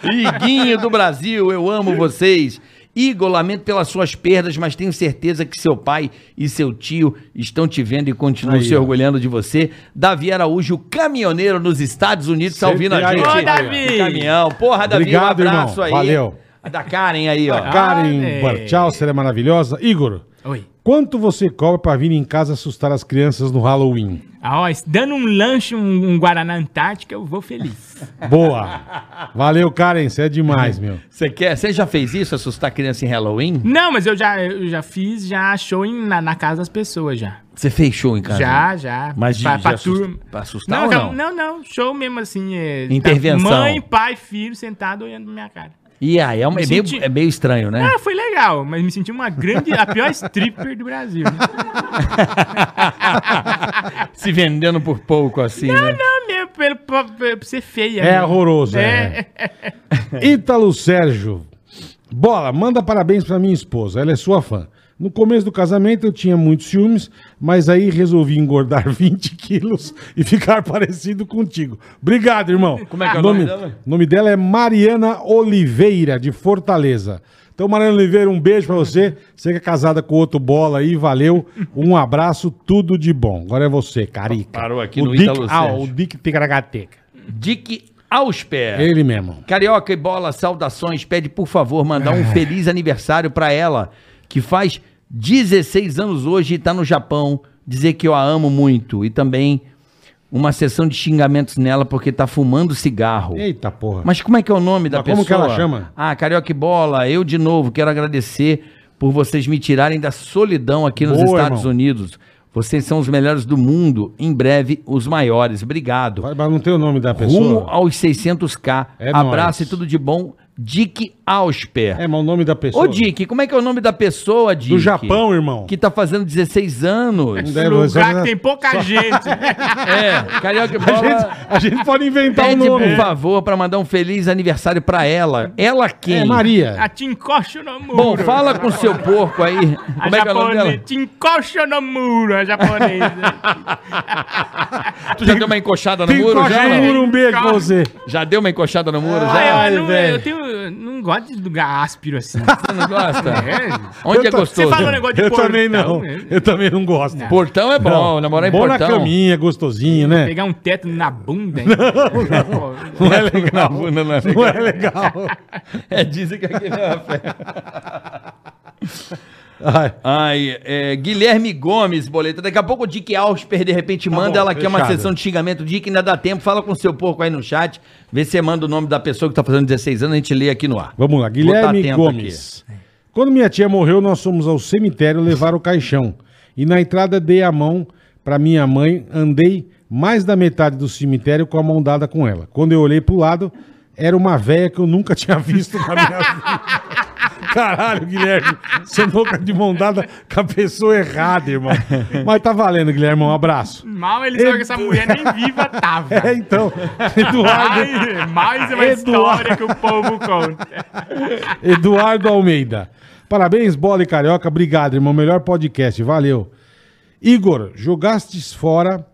Iguinho do Brasil, eu amo vocês. Igor, lamento pelas suas perdas, mas tenho certeza que seu pai e seu tio estão te vendo e continuam Aí, se ó. orgulhando de você. Davi Araújo, caminhoneiro nos Estados Unidos, está ouvindo a Sempre gente. aí, ó. Ô, Davi! no Caminhão. Porra, Davi, um Obrigado, irmão. abraço aí. Valeu. A Da Karen aí, ó. Karen velho. Bartchal, será maravilhosa. Igor, Oi. quanto você cobra pra vir em casa assustar as crianças no Halloween? Ah, ó, dando um lanche, um, um Guaraná Antártica, eu vou feliz. Boa. Valeu, Karen, você é demais, meu. Você quer? Você já fez isso? Assustar criança em Halloween? Não, mas eu já, eu já fiz, já show em- na, na casa das pessoas já. Você fez show em casa? Já, já. Tá Mas de, pra, de pra assus- turma. pra assustar Não, ou não? não, não, não, show mesmo assim. é, Intervenção. tá mãe, pai, filho sentado olhando pra minha cara. E aí, é, uma- é meio, Senti- é meio estranho, né? Ah, foi legal, mas me senti uma grande, a pior stripper do Brasil. né? Se vendendo por pouco, assim, né? Não, mesmo, pelo, pra, pra ser feia. É mesmo. horroroso, é. É. Ítalo Sérgio. Bola, manda parabéns pra minha esposa, ela é sua fã. No começo do casamento eu tinha muitos ciúmes, mas aí resolvi engordar 20 quilos e ficar parecido contigo. Obrigado, irmão. Como é que é o nome dela? O nome dela é Mariana Oliveira, de Fortaleza. Então, Mariana Oliveira, um beijo pra você. Você que é casada com outro bola aí, valeu. Um abraço, tudo de bom. Agora é você, Carica. Parou aqui o no Dick, Ítalo ah, Sérgio. o Dick Tigragateca. Dick Ausper. Ele mesmo. Carioca e Bola, saudações. Pede, por favor, mandar É. um feliz aniversário pra ela, que faz 16 anos hoje e tá no Japão. Dizer que eu a amo muito. E também uma sessão de xingamentos nela porque tá fumando cigarro. Eita porra. Mas como é que é o nome da Mas pessoa? como que ela chama? Ah, Carioca e Bola, eu de novo quero agradecer por vocês me tirarem da solidão aqui nos Boa, Estados irmão. Unidos. Vocês são os melhores do mundo, em breve os maiores. Obrigado. Vai, mas não tem o nome da Rumo pessoa. aos 600k. É nóis. Abraço e tudo de bom. Dick Ausper. É, mas o nome da pessoa. Ô Dick, como é que é o nome da pessoa, Dick? Do Japão, irmão. É. Que tá fazendo 16 anos. deve- Lugar só- que tem pouca gente. é, Carioca e A, gente, Bola... a gente pode inventar um Pede, nome. por favor, pra mandar um feliz aniversário pra ela. Ela quem? É Maria. Ah, A te encosta no muro. Bom, fala com seu porco aí. A Como é que é o nome dela? japonesa. Te encosta no muro, a japonesa. Tu já deu uma encoxada no Tem muro? coxa Já, né? no muro, um beijo pra você. já deu uma encoxada no muro? Ah, Já? eu, não, velho. eu tenho, eu não gosto de lugar áspero assim. Você não gosta? É. Onde é tô- né? gostoso? Você fala um negócio de Eu portão, também não. né? Eu também não gosto. Pô, Portão é bom, namorar em Bom na portão. caminha, gostosinho, né? Pegar um teto na bunda. hein? Pô, Não é legal. Não é legal. É, dizem que aquele é uma fé. Ai, Ai, é, Guilherme Gomes, boleta. Daqui a pouco o Dick Ausper, de repente, manda. Tá bom, ela quer uma fechado. sessão de xingamento. Dick, ainda dá tempo. Fala com seu porco aí no chat. Vê se você manda o nome da pessoa que tá fazendo 16 anos. A gente lê aqui no ar. Vamos lá, Vou tá Guilherme atento Gomes. Quando minha tia morreu, nós fomos ao cemitério levar o caixão. E na entrada dei a mão para minha mãe, andei mais da metade do cemitério com a mão dada com ela. Quando eu olhei pro lado, era uma véia que eu nunca tinha visto na minha vida. Caralho, Guilherme, você nunca de mão dada com a pessoa errada, irmão. Mas tá valendo, Guilherme, um abraço. Mal ele sabe que essa mulher nem viva tava. É, então, Eduardo, Ai, mais uma Eduardo. história que o povo conta. Eduardo Almeida. Parabéns, Bola e Carioca. Obrigado, irmão. Melhor podcast. Valeu. Igor, jogastes fora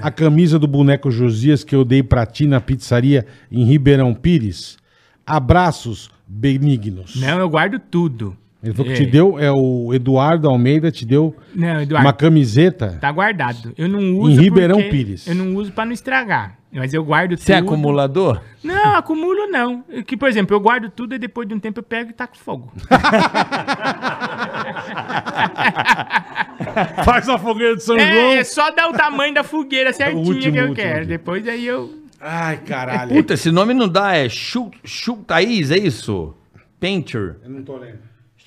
a camisa do boneco Josias que eu dei pra ti na pizzaria em Ribeirão Pires? Abraços benignos. Não, eu guardo tudo. Ele falou que É. te deu, é o Eduardo Almeida te deu Não, Eduardo, uma camiseta. tá guardado. Eu não uso Em Ribeirão porque- Pires. Eu não uso pra não estragar. Mas eu guardo Você é tudo. acumulador? Não, acumulo não. É Que, por exemplo, eu guardo tudo e depois de um tempo eu pego e taco fogo. Faz a fogueira de São É, é só dar o tamanho da fogueira certinha último, que eu último, quero. último. Depois aí eu. Ai, caralho. Puta, esse nome não dá. É Chu Chu- Thaís, é isso? Painter. Eu não tô lendo.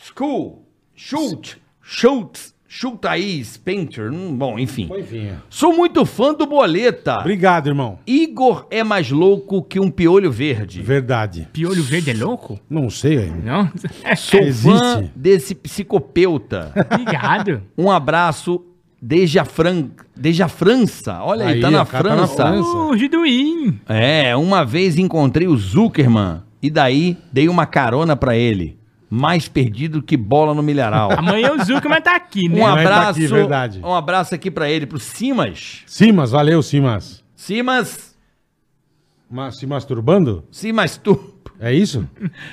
School. Schultz. Schultz. Schultz. Painter. Hum, bom, enfim. Enfim. é. Sou muito fã do Boleta. Obrigado, irmão. Igor é mais louco que um piolho verde. Verdade. Piolho verde é louco? Não sei, irmão. Não? Sou fã Existe. desse psicopeuta. Obrigado. Um abraço Desde a, Fran... Desde a França. Olha aí, Aí, tá na o cara tá na França. França. O Juduim. É, uma vez encontrei o Zuckerman e daí dei uma carona pra ele. Mais perdido que bola no milharal. Amanhã o Zuckerman tá aqui, né? Um Não é abraço, daqui, verdade. um abraço aqui pra ele, pro Simas. Simas, valeu, Simas. Simas, Ma- se masturbando? Simas tu, É isso?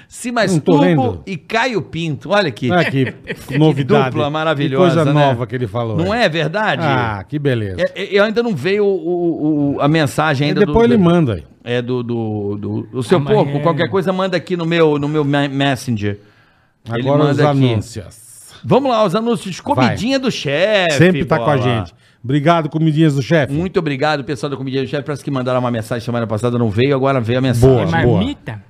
Simas Não tô Turbo lendo. e Caio Pinto. Olha aqui, Ah, que novidade. dupla Que maravilhosa, coisa né? nova que ele falou. não é verdade? Ah, que beleza. É, é, Eu ainda não veio o- o- o- a mensagem E ainda. É, depois do, ele manda aí. É do do, do, do seu Amanhã. porco. Qualquer coisa manda aqui no meu no meu me- messenger. Ele Agora os manda aqui. anúncios. Vamos lá, os anúncios. Comidinha do chefe. Sempre tá com a bola. gente. Obrigado, comidinhas do chefe. É, Muito obrigado, pessoal da Comidinha do Chefe. Parece que mandaram uma mensagem semana passada, não veio, agora veio a Boa. mensagem. Marmita.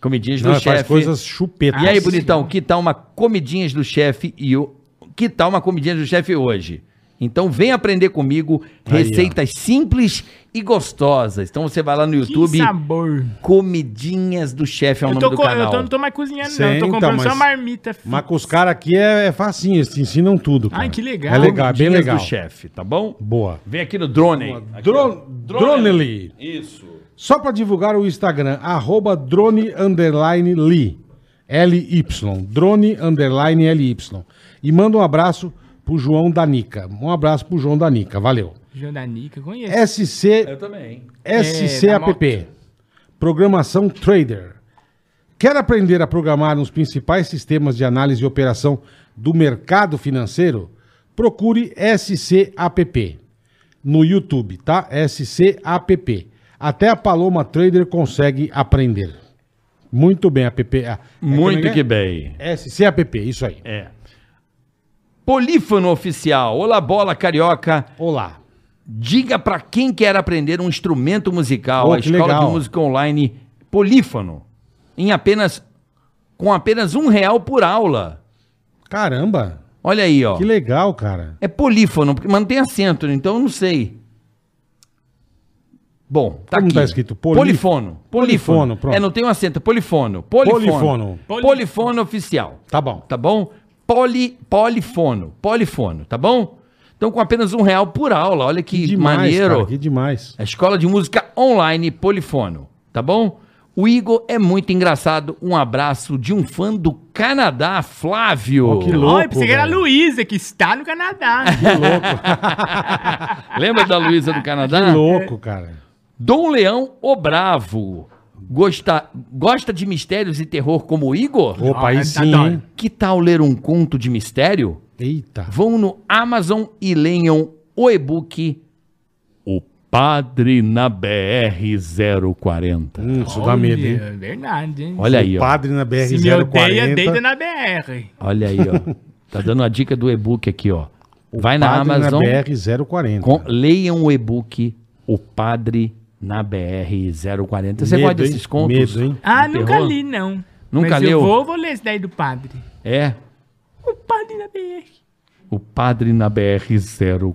Comidinhas Não, do ele faz Chefe. coisas chupetas. E aí, bonitão, que tal uma comidinhas do chefe e o que tal uma comidinhas do chefe hoje? Então vem aprender comigo Aí, receitas simples e gostosas. Então você vai lá no YouTube, Que sabor. comidinhas do chefe é o Eu, nome tô do co- eu canal. tô- não tô mais cozinhando, Sim, não. Eu tô então, comprando só mas- marmita. fi. Mas com os caras aqui é, é facinho, eles te ensinam tudo. cara. Ai, que legal. É legal, é bem Comidinhas legal. do chefe, tá bom? Boa. Vem aqui no drone. Aqui, ó. Dron- Dronely. Isso. Só pra divulgar o Instagram, arroba drone underline li. L-Y. Drone underline L-Y. E manda um abraço pro João Danica. Um abraço pro João Danica. Valeu. Jordanica, conheço. SC Eu também. É, SCAPP. Programação Trader. Quer aprender a programar nos principais sistemas de análise e operação do mercado financeiro? Procure SCAPP no YouTube, tá? SCAPP. Até a Paloma Trader consegue aprender. Muito bem, app. Ah, é Muito é? que bem. SCAPP, isso aí. É. Polífono oficial. Olá, bola carioca. Olá. Diga pra quem quer aprender um instrumento musical, Oh, a que escola legal. de música online Polífono, em apenas com apenas um real por aula. Caramba, Olha aí, ó. que legal, cara. É polífono, porque mas não tem acento, então eu não sei. Bom, tá Como aqui. tá escrito? Poli- Polifono. Polifono. Polifono, pronto. É, não tem um acento. Polifono. Polifono. Polifono. Poli- Polifono oficial. Tá bom. Tá bom? Poli, polifono. Polifono, tá bom? Então, com apenas um real por aula. Olha que, maneiro. cara, que demais. A escola de música online Polifono, tá bom? O Igor é muito engraçado. Um abraço de um fã do Canadá, Flávio. Ó, que louco. Olha, pensei que era a velho. Luísa, que está no Canadá. Lembra da Luísa do Canadá? Que louco, cara. Dom Leão o Bravo. Gosta, gosta de mistérios e terror como o Igor? Opa, aí Ah, tá sim, adoro. hein? Que tal ler um conto de mistério? Eita. Vão no Amazon e leiam o e-book O Padre na BR 040. Hum, isso dá medo, hein? Olha, Verdade, hein? Olha aí, ó. Padre na Se me odeia, BR-040. deita na BR. Olha aí, ó. Tá dando a dica do e-book aqui, ó. Vai na Padre Amazon, na BR-040. com- leiam o e-book O Padre na BR 040. Você Medo, gosta hein? desses contos? Medo, hein? Ah, De nunca terror? li, não. Nunca Mas leu? eu vou, vou ler esse daí do padre. É. O padre na BR. O Padre na BR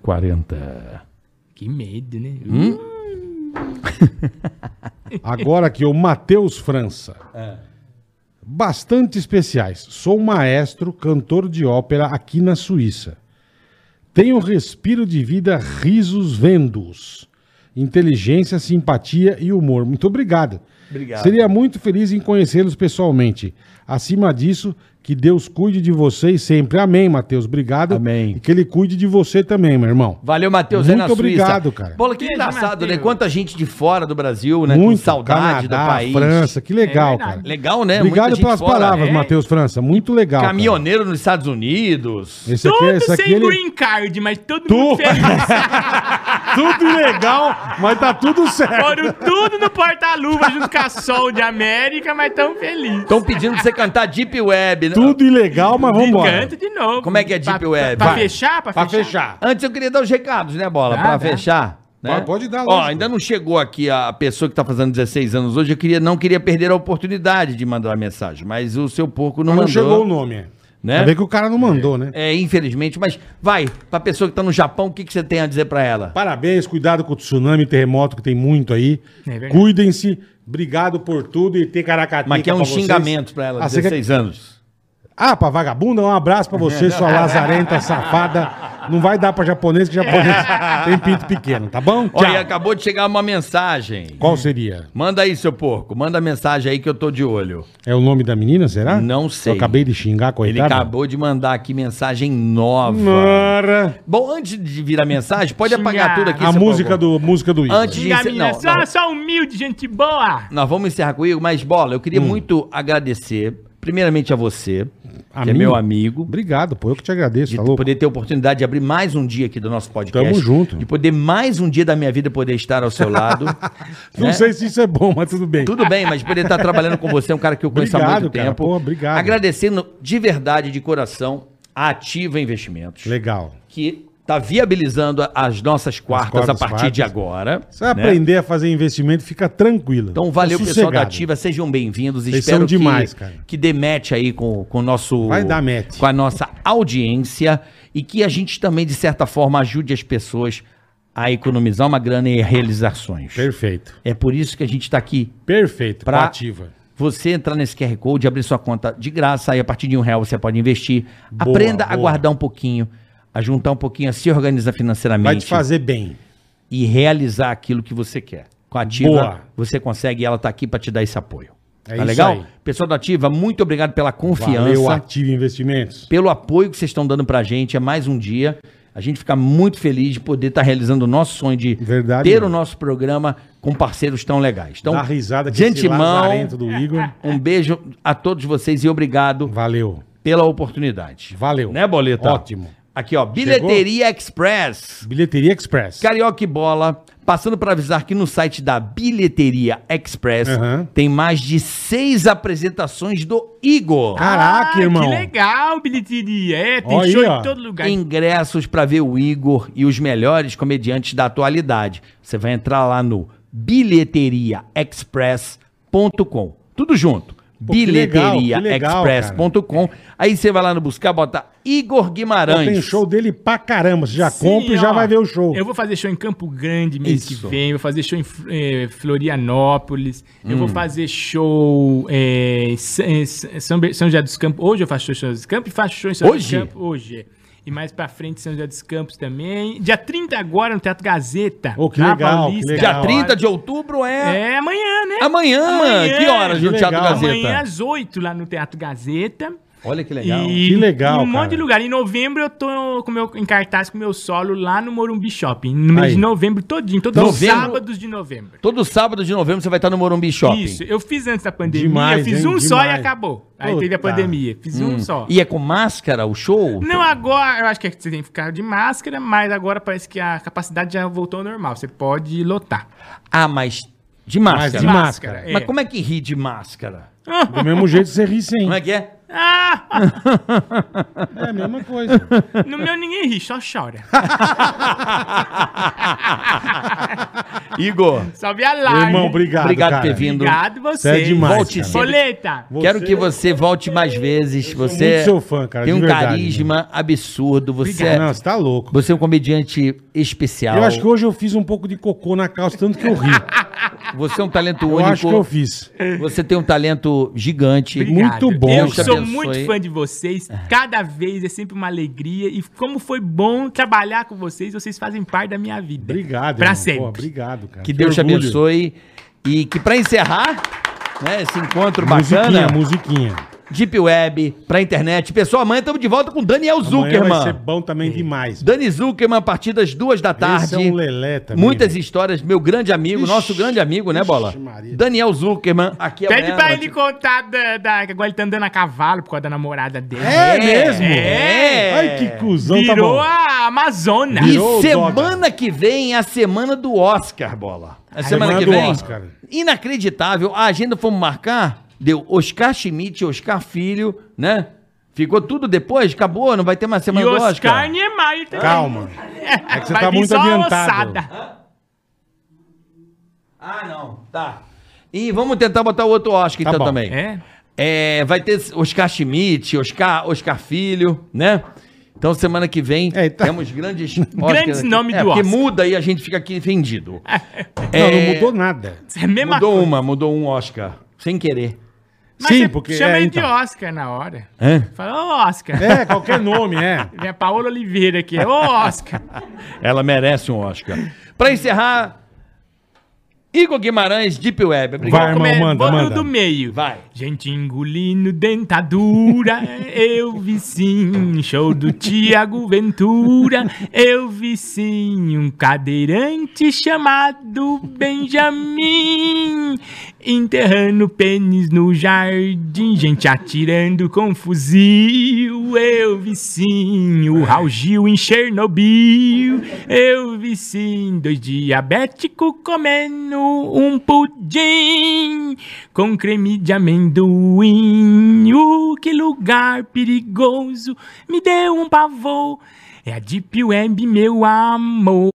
040. Que medo, né? Hum? Agora aqui, o Matheus França. É. Bastante especiais. Sou maestro, cantor de ópera aqui na Suíça. Tenho respiro de vida, risos vendos. Inteligência, simpatia e humor. Muito obrigado. Obrigado. Seria muito feliz em conhecê-los pessoalmente. Acima disso, que Deus cuide de vocês sempre. Amém, Matheus. Obrigado. Amém. E que ele cuide de você também, meu irmão. Valeu, Matheus. é Muito na Suíça. obrigado, cara. Bola, que Beijo, engraçado, né? Matheus. Quanta gente de fora do Brasil, né? Com saudade Canadá, do país. França, que legal, É verdade. cara. Legal, né? Obrigado gente pelas fora. né? palavras, é. Matheus França. Muito legal. cara. Caminhoneiro nos Estados Unidos. Esse aqui, é- Todo esse aqui sem ele... green card, mas todo Tu- mundo feliz. tudo legal, mas tá tudo certo. Foram tudo no porta-luva junto com a Sol de América, mas tão feliz. Então, Estão pedindo pra você cantar Deep Web. né? Tudo ilegal, mas E vambora. canta de novo. Como é que é Deep pra, Web? Pra, Vai. fechar, pra Pra fechar? fechar. Antes eu queria dar os recados, né, Bola? Dá, pra dá. fechar. Né? Pode- pode dar, Ó, lógico. ainda não chegou aqui a pessoa que tá fazendo 16 anos hoje. Eu queria, não queria perder a oportunidade de mandar a mensagem, mas o seu porco não Não mandou. chegou o nome. é. Né? Ainda bem que o cara não mandou, né? É, infelizmente, mas vai, pra pessoa que tá no Japão, o que, que você tem a dizer pra ela? Parabéns, cuidado com o tsunami, terremoto, que tem muito aí. É verdade. Cuidem-se. Obrigado por tudo e ter caracateca Mas que é um pra vocês. xingamento pra ela, Ah, você quer- 16 anos. Ah, pra vagabunda, um abraço pra você, sua lazarenta safada. Não vai dar pra japonês, que japonês tem pinto pequeno, tá bom? Tchau. Olha, acabou de chegar uma mensagem. Qual seria? Manda aí, seu porco. Manda a mensagem aí que eu tô de olho. É o nome da menina, será? Não sei. Eu acabei de xingar, Ele coitada. acabou de mandar aqui mensagem nova. Nora. Bom, antes de vir a mensagem, pode Xingar. apagar tudo aqui. A seu música porco. do, música do Igor. é Antes de Diga, encer... menina, não, só, não. só humilde, gente boa. Nós vamos encerrar com o Igor, mas, Bola, eu Hum. queria muito agradecer, primeiramente a você, A que é mim? meu amigo. Obrigado, pô. Eu que te agradeço, De tá louco? poder ter a oportunidade de abrir mais um dia aqui do nosso podcast. Tamo junto. De poder mais um dia da minha vida poder estar ao seu lado. Não né? sei se isso é bom, mas tudo bem. Tudo bem, mas poder estar trabalhando com você, um cara que eu conheço há Obrigado, muito cara. tempo. Pô, obrigado. Agradecendo de verdade, de coração, a Ativa Investimentos, Legal. que está viabilizando as nossas quartas a quartas, partir de quartas. é agora. Você vai né? aprender a fazer investimento, fica tranquilo. Então, valeu, Fica pessoal da Tá sossegado. Ativa. Sejam bem-vindos. Vocês Espero são demais, que, cara. que dê match aí com, com o nosso. Vai dar match. Com a nossa audiência e que a gente também, de certa forma, ajude as pessoas a economizar uma grana e a realizar sonhos. Perfeito. É por isso que a gente está aqui. Perfeito. Pra- Pra... Ativa. Você entrar nesse QR Code, abrir sua conta de graça, aí a partir de um real você pode investir. Boa, Aprenda a boa. guardar um pouquinho, a juntar um pouquinho, a se organizar Vai te financeiramente fazer bem. e realizar aquilo que você quer. Com a Ativa, Boa. você consegue e ela tá aqui para te dar esse apoio. É tá isso legal? aí. Pessoal da Ativa, muito obrigado pela confiança, Valeu, Ativa Investimentos. pelo apoio que vocês estão dando pra gente. É mais um dia. A gente fica muito feliz de poder estar realizando o nosso sonho de Verdade, ter mano. o nosso programa com parceiros tão legais. Então, Dá risada com de esse antemão, lazarento do Igor. um beijo a todos vocês e obrigado Valeu. pela oportunidade. Valeu. Né, Boleta? Ótimo. Aqui, ó, Bilheteria Express. Bilheteria Express. Carioca e Bola, passando para avisar que no site da Bilheteria Express Aham. tem mais de seis apresentações do Igor. Caraca, Ah, irmão. Que legal, bilheteria. É, tem Olha aí, show ó. em todo lugar. Ingressos para ver o Igor e os melhores comediantes da atualidade. Você vai entrar lá no bilheteriaexpress.com. Tudo junto. Pô, que legal, que legal, bilheteriaexpress.com. Aí você vai lá no buscar, bota Igor Pô, Guimarães. Tem show dele pra caramba. Você já Sim, compra e já ó. vai ver o show. Eu vou fazer show em Campo Grande mês Isso. que vem, vou fazer show em eh, Florianópolis, eu Hum. vou fazer show eh, em Sa- em Sa- São, Be- São José dos Campos. Hoje eu faço show em São José dos Campos e faço show em São Hoje? José dos Campos hoje. é. E mais pra frente, São José dos Campos também. Dia 30 agora no Teatro Gazeta. Ô, que na legal, que Paulista. legal. Dia 30 de outubro é, É amanhã, né? amanhã. Amanhã. Que horas Que no Teatro legal. Gazeta? Amanhã às 8 lá no Teatro Gazeta. Olha que E, Que legal, e cara. um monte de lugar. Em novembro eu tô com meu, em cartaz com meu solo lá no Morumbi Shopping. No mês Aí. de novembro todinho, todos Novembro- os sábados de novembro. Todo sábado de novembro você vai estar no Morumbi Shopping. Isso, eu fiz antes da pandemia, Demais, eu fiz hein? um só e Demais. acabou. Aí Puta. Hum. teve a pandemia, fiz um só. E é com máscara o show? Não, agora, eu acho que você tem que ficar de máscara, mas agora parece que a capacidade já voltou ao normal, você pode lotar. Ah, mas de máscara. Mas de máscara. é. Mas como é que ri de máscara? Do mesmo jeito você ri sem. Como é que é? Ah, É tá? a mesma coisa. no meu ninguém ri, só chora. Igor, Salve a live. Irmão, obrigado, Obrigado por cara. ter vindo. Obrigado Você você. é demais, Volte cara. sempre. Boleta. Você- quero que você volte mais vezes. sou Você muito seu fã, cara, tem um de verdade, carisma absurdo. Você é, Não, você tá louco. você é um comediante especial. Eu acho que hoje eu fiz um pouco de cocô na calça, tanto que eu ri. Você é um talento Eu único. acho que eu fiz. Você tem um talento gigante. Obrigado. Muito bom, Eu cara. sou Deus te muito abençoe. fã de vocês. Cada vez é sempre uma alegria. E como foi bom trabalhar com vocês. Vocês fazem parte da minha vida. Obrigado. Pra irmão. sempre. Pô, obrigado, cara. Que Deus te orgulho. abençoe. E que pra encerrar né, esse encontro Musiquinha, bacana, musiquinha. Deep Web, pra internet. Pessoal, amanhã estamos de volta com Daniel Amanhã vai ser Zuckerman. bom também demais. Dani Zuckerman, a partir das duas da tarde. Esse é um lelé também. Muitas velho. histórias, meu grande amigo, Ixi, nosso grande amigo, né, Bola? Ixi, Maria. Daniel Zuckerman, aqui é Pede amanhã, pra nós- ele contar da, da, que agora ele tá andando a cavalo por causa da namorada dele. É mesmo? É. Ai, que cuzão, Virou tá bom. a Amazônia. E Virou o semana que vem é a semana do Oscar, Bola. É semana, semana que do vem. Oscar. Inacreditável. A agenda fomos marcar, deu Oscar Schmidt, Oscar Filho, né? Ficou tudo depois, acabou, não vai ter mais semana E então. do Oscar, Oscar. Niemeyer também. Calma. É que você tá muito adiantado. Ah, não. Tá. E vamos tentar botar o outro Oscar Tá então bom. também. É? É, vai ter Oscar Schmidt, Oscar, Oscar Filho, né? Então semana que vem É, tá. temos grandes Oscars Grandes aqui. nome é, do porque Oscar. muda e a gente fica aqui ofendido. Não, não mudou nada. Isso é a mesma Mudou coisa. uma, mudou um Oscar. Sem querer. Mas Sim, você porque- chama é, ele então. de Oscar na hora. Hã? Fala, ô Oscar. É, qualquer nome, é. Vem a Paola Oliveira aqui. Ô Oscar. Ela merece um Oscar. Pra encerrar, Igor Guimarães, Deep Web. Obrigado. Vai, irmão, Come- manda, bolo manda. do meio. Vai. Gente engolindo dentadura, eu vi sim. um Show do Tiago Ventura, eu vi sim. Um cadeirante chamado Benjamin, enterrando pênis no jardim. Gente atirando com fuzil, eu vi sim. O Raul Gil em Chernobyl, eu vi sim. Dois diabéticos comendo um pudim com creme de amendoim. Uh, que lugar perigoso, me deu um pavor. É a Deep Web, meu amor.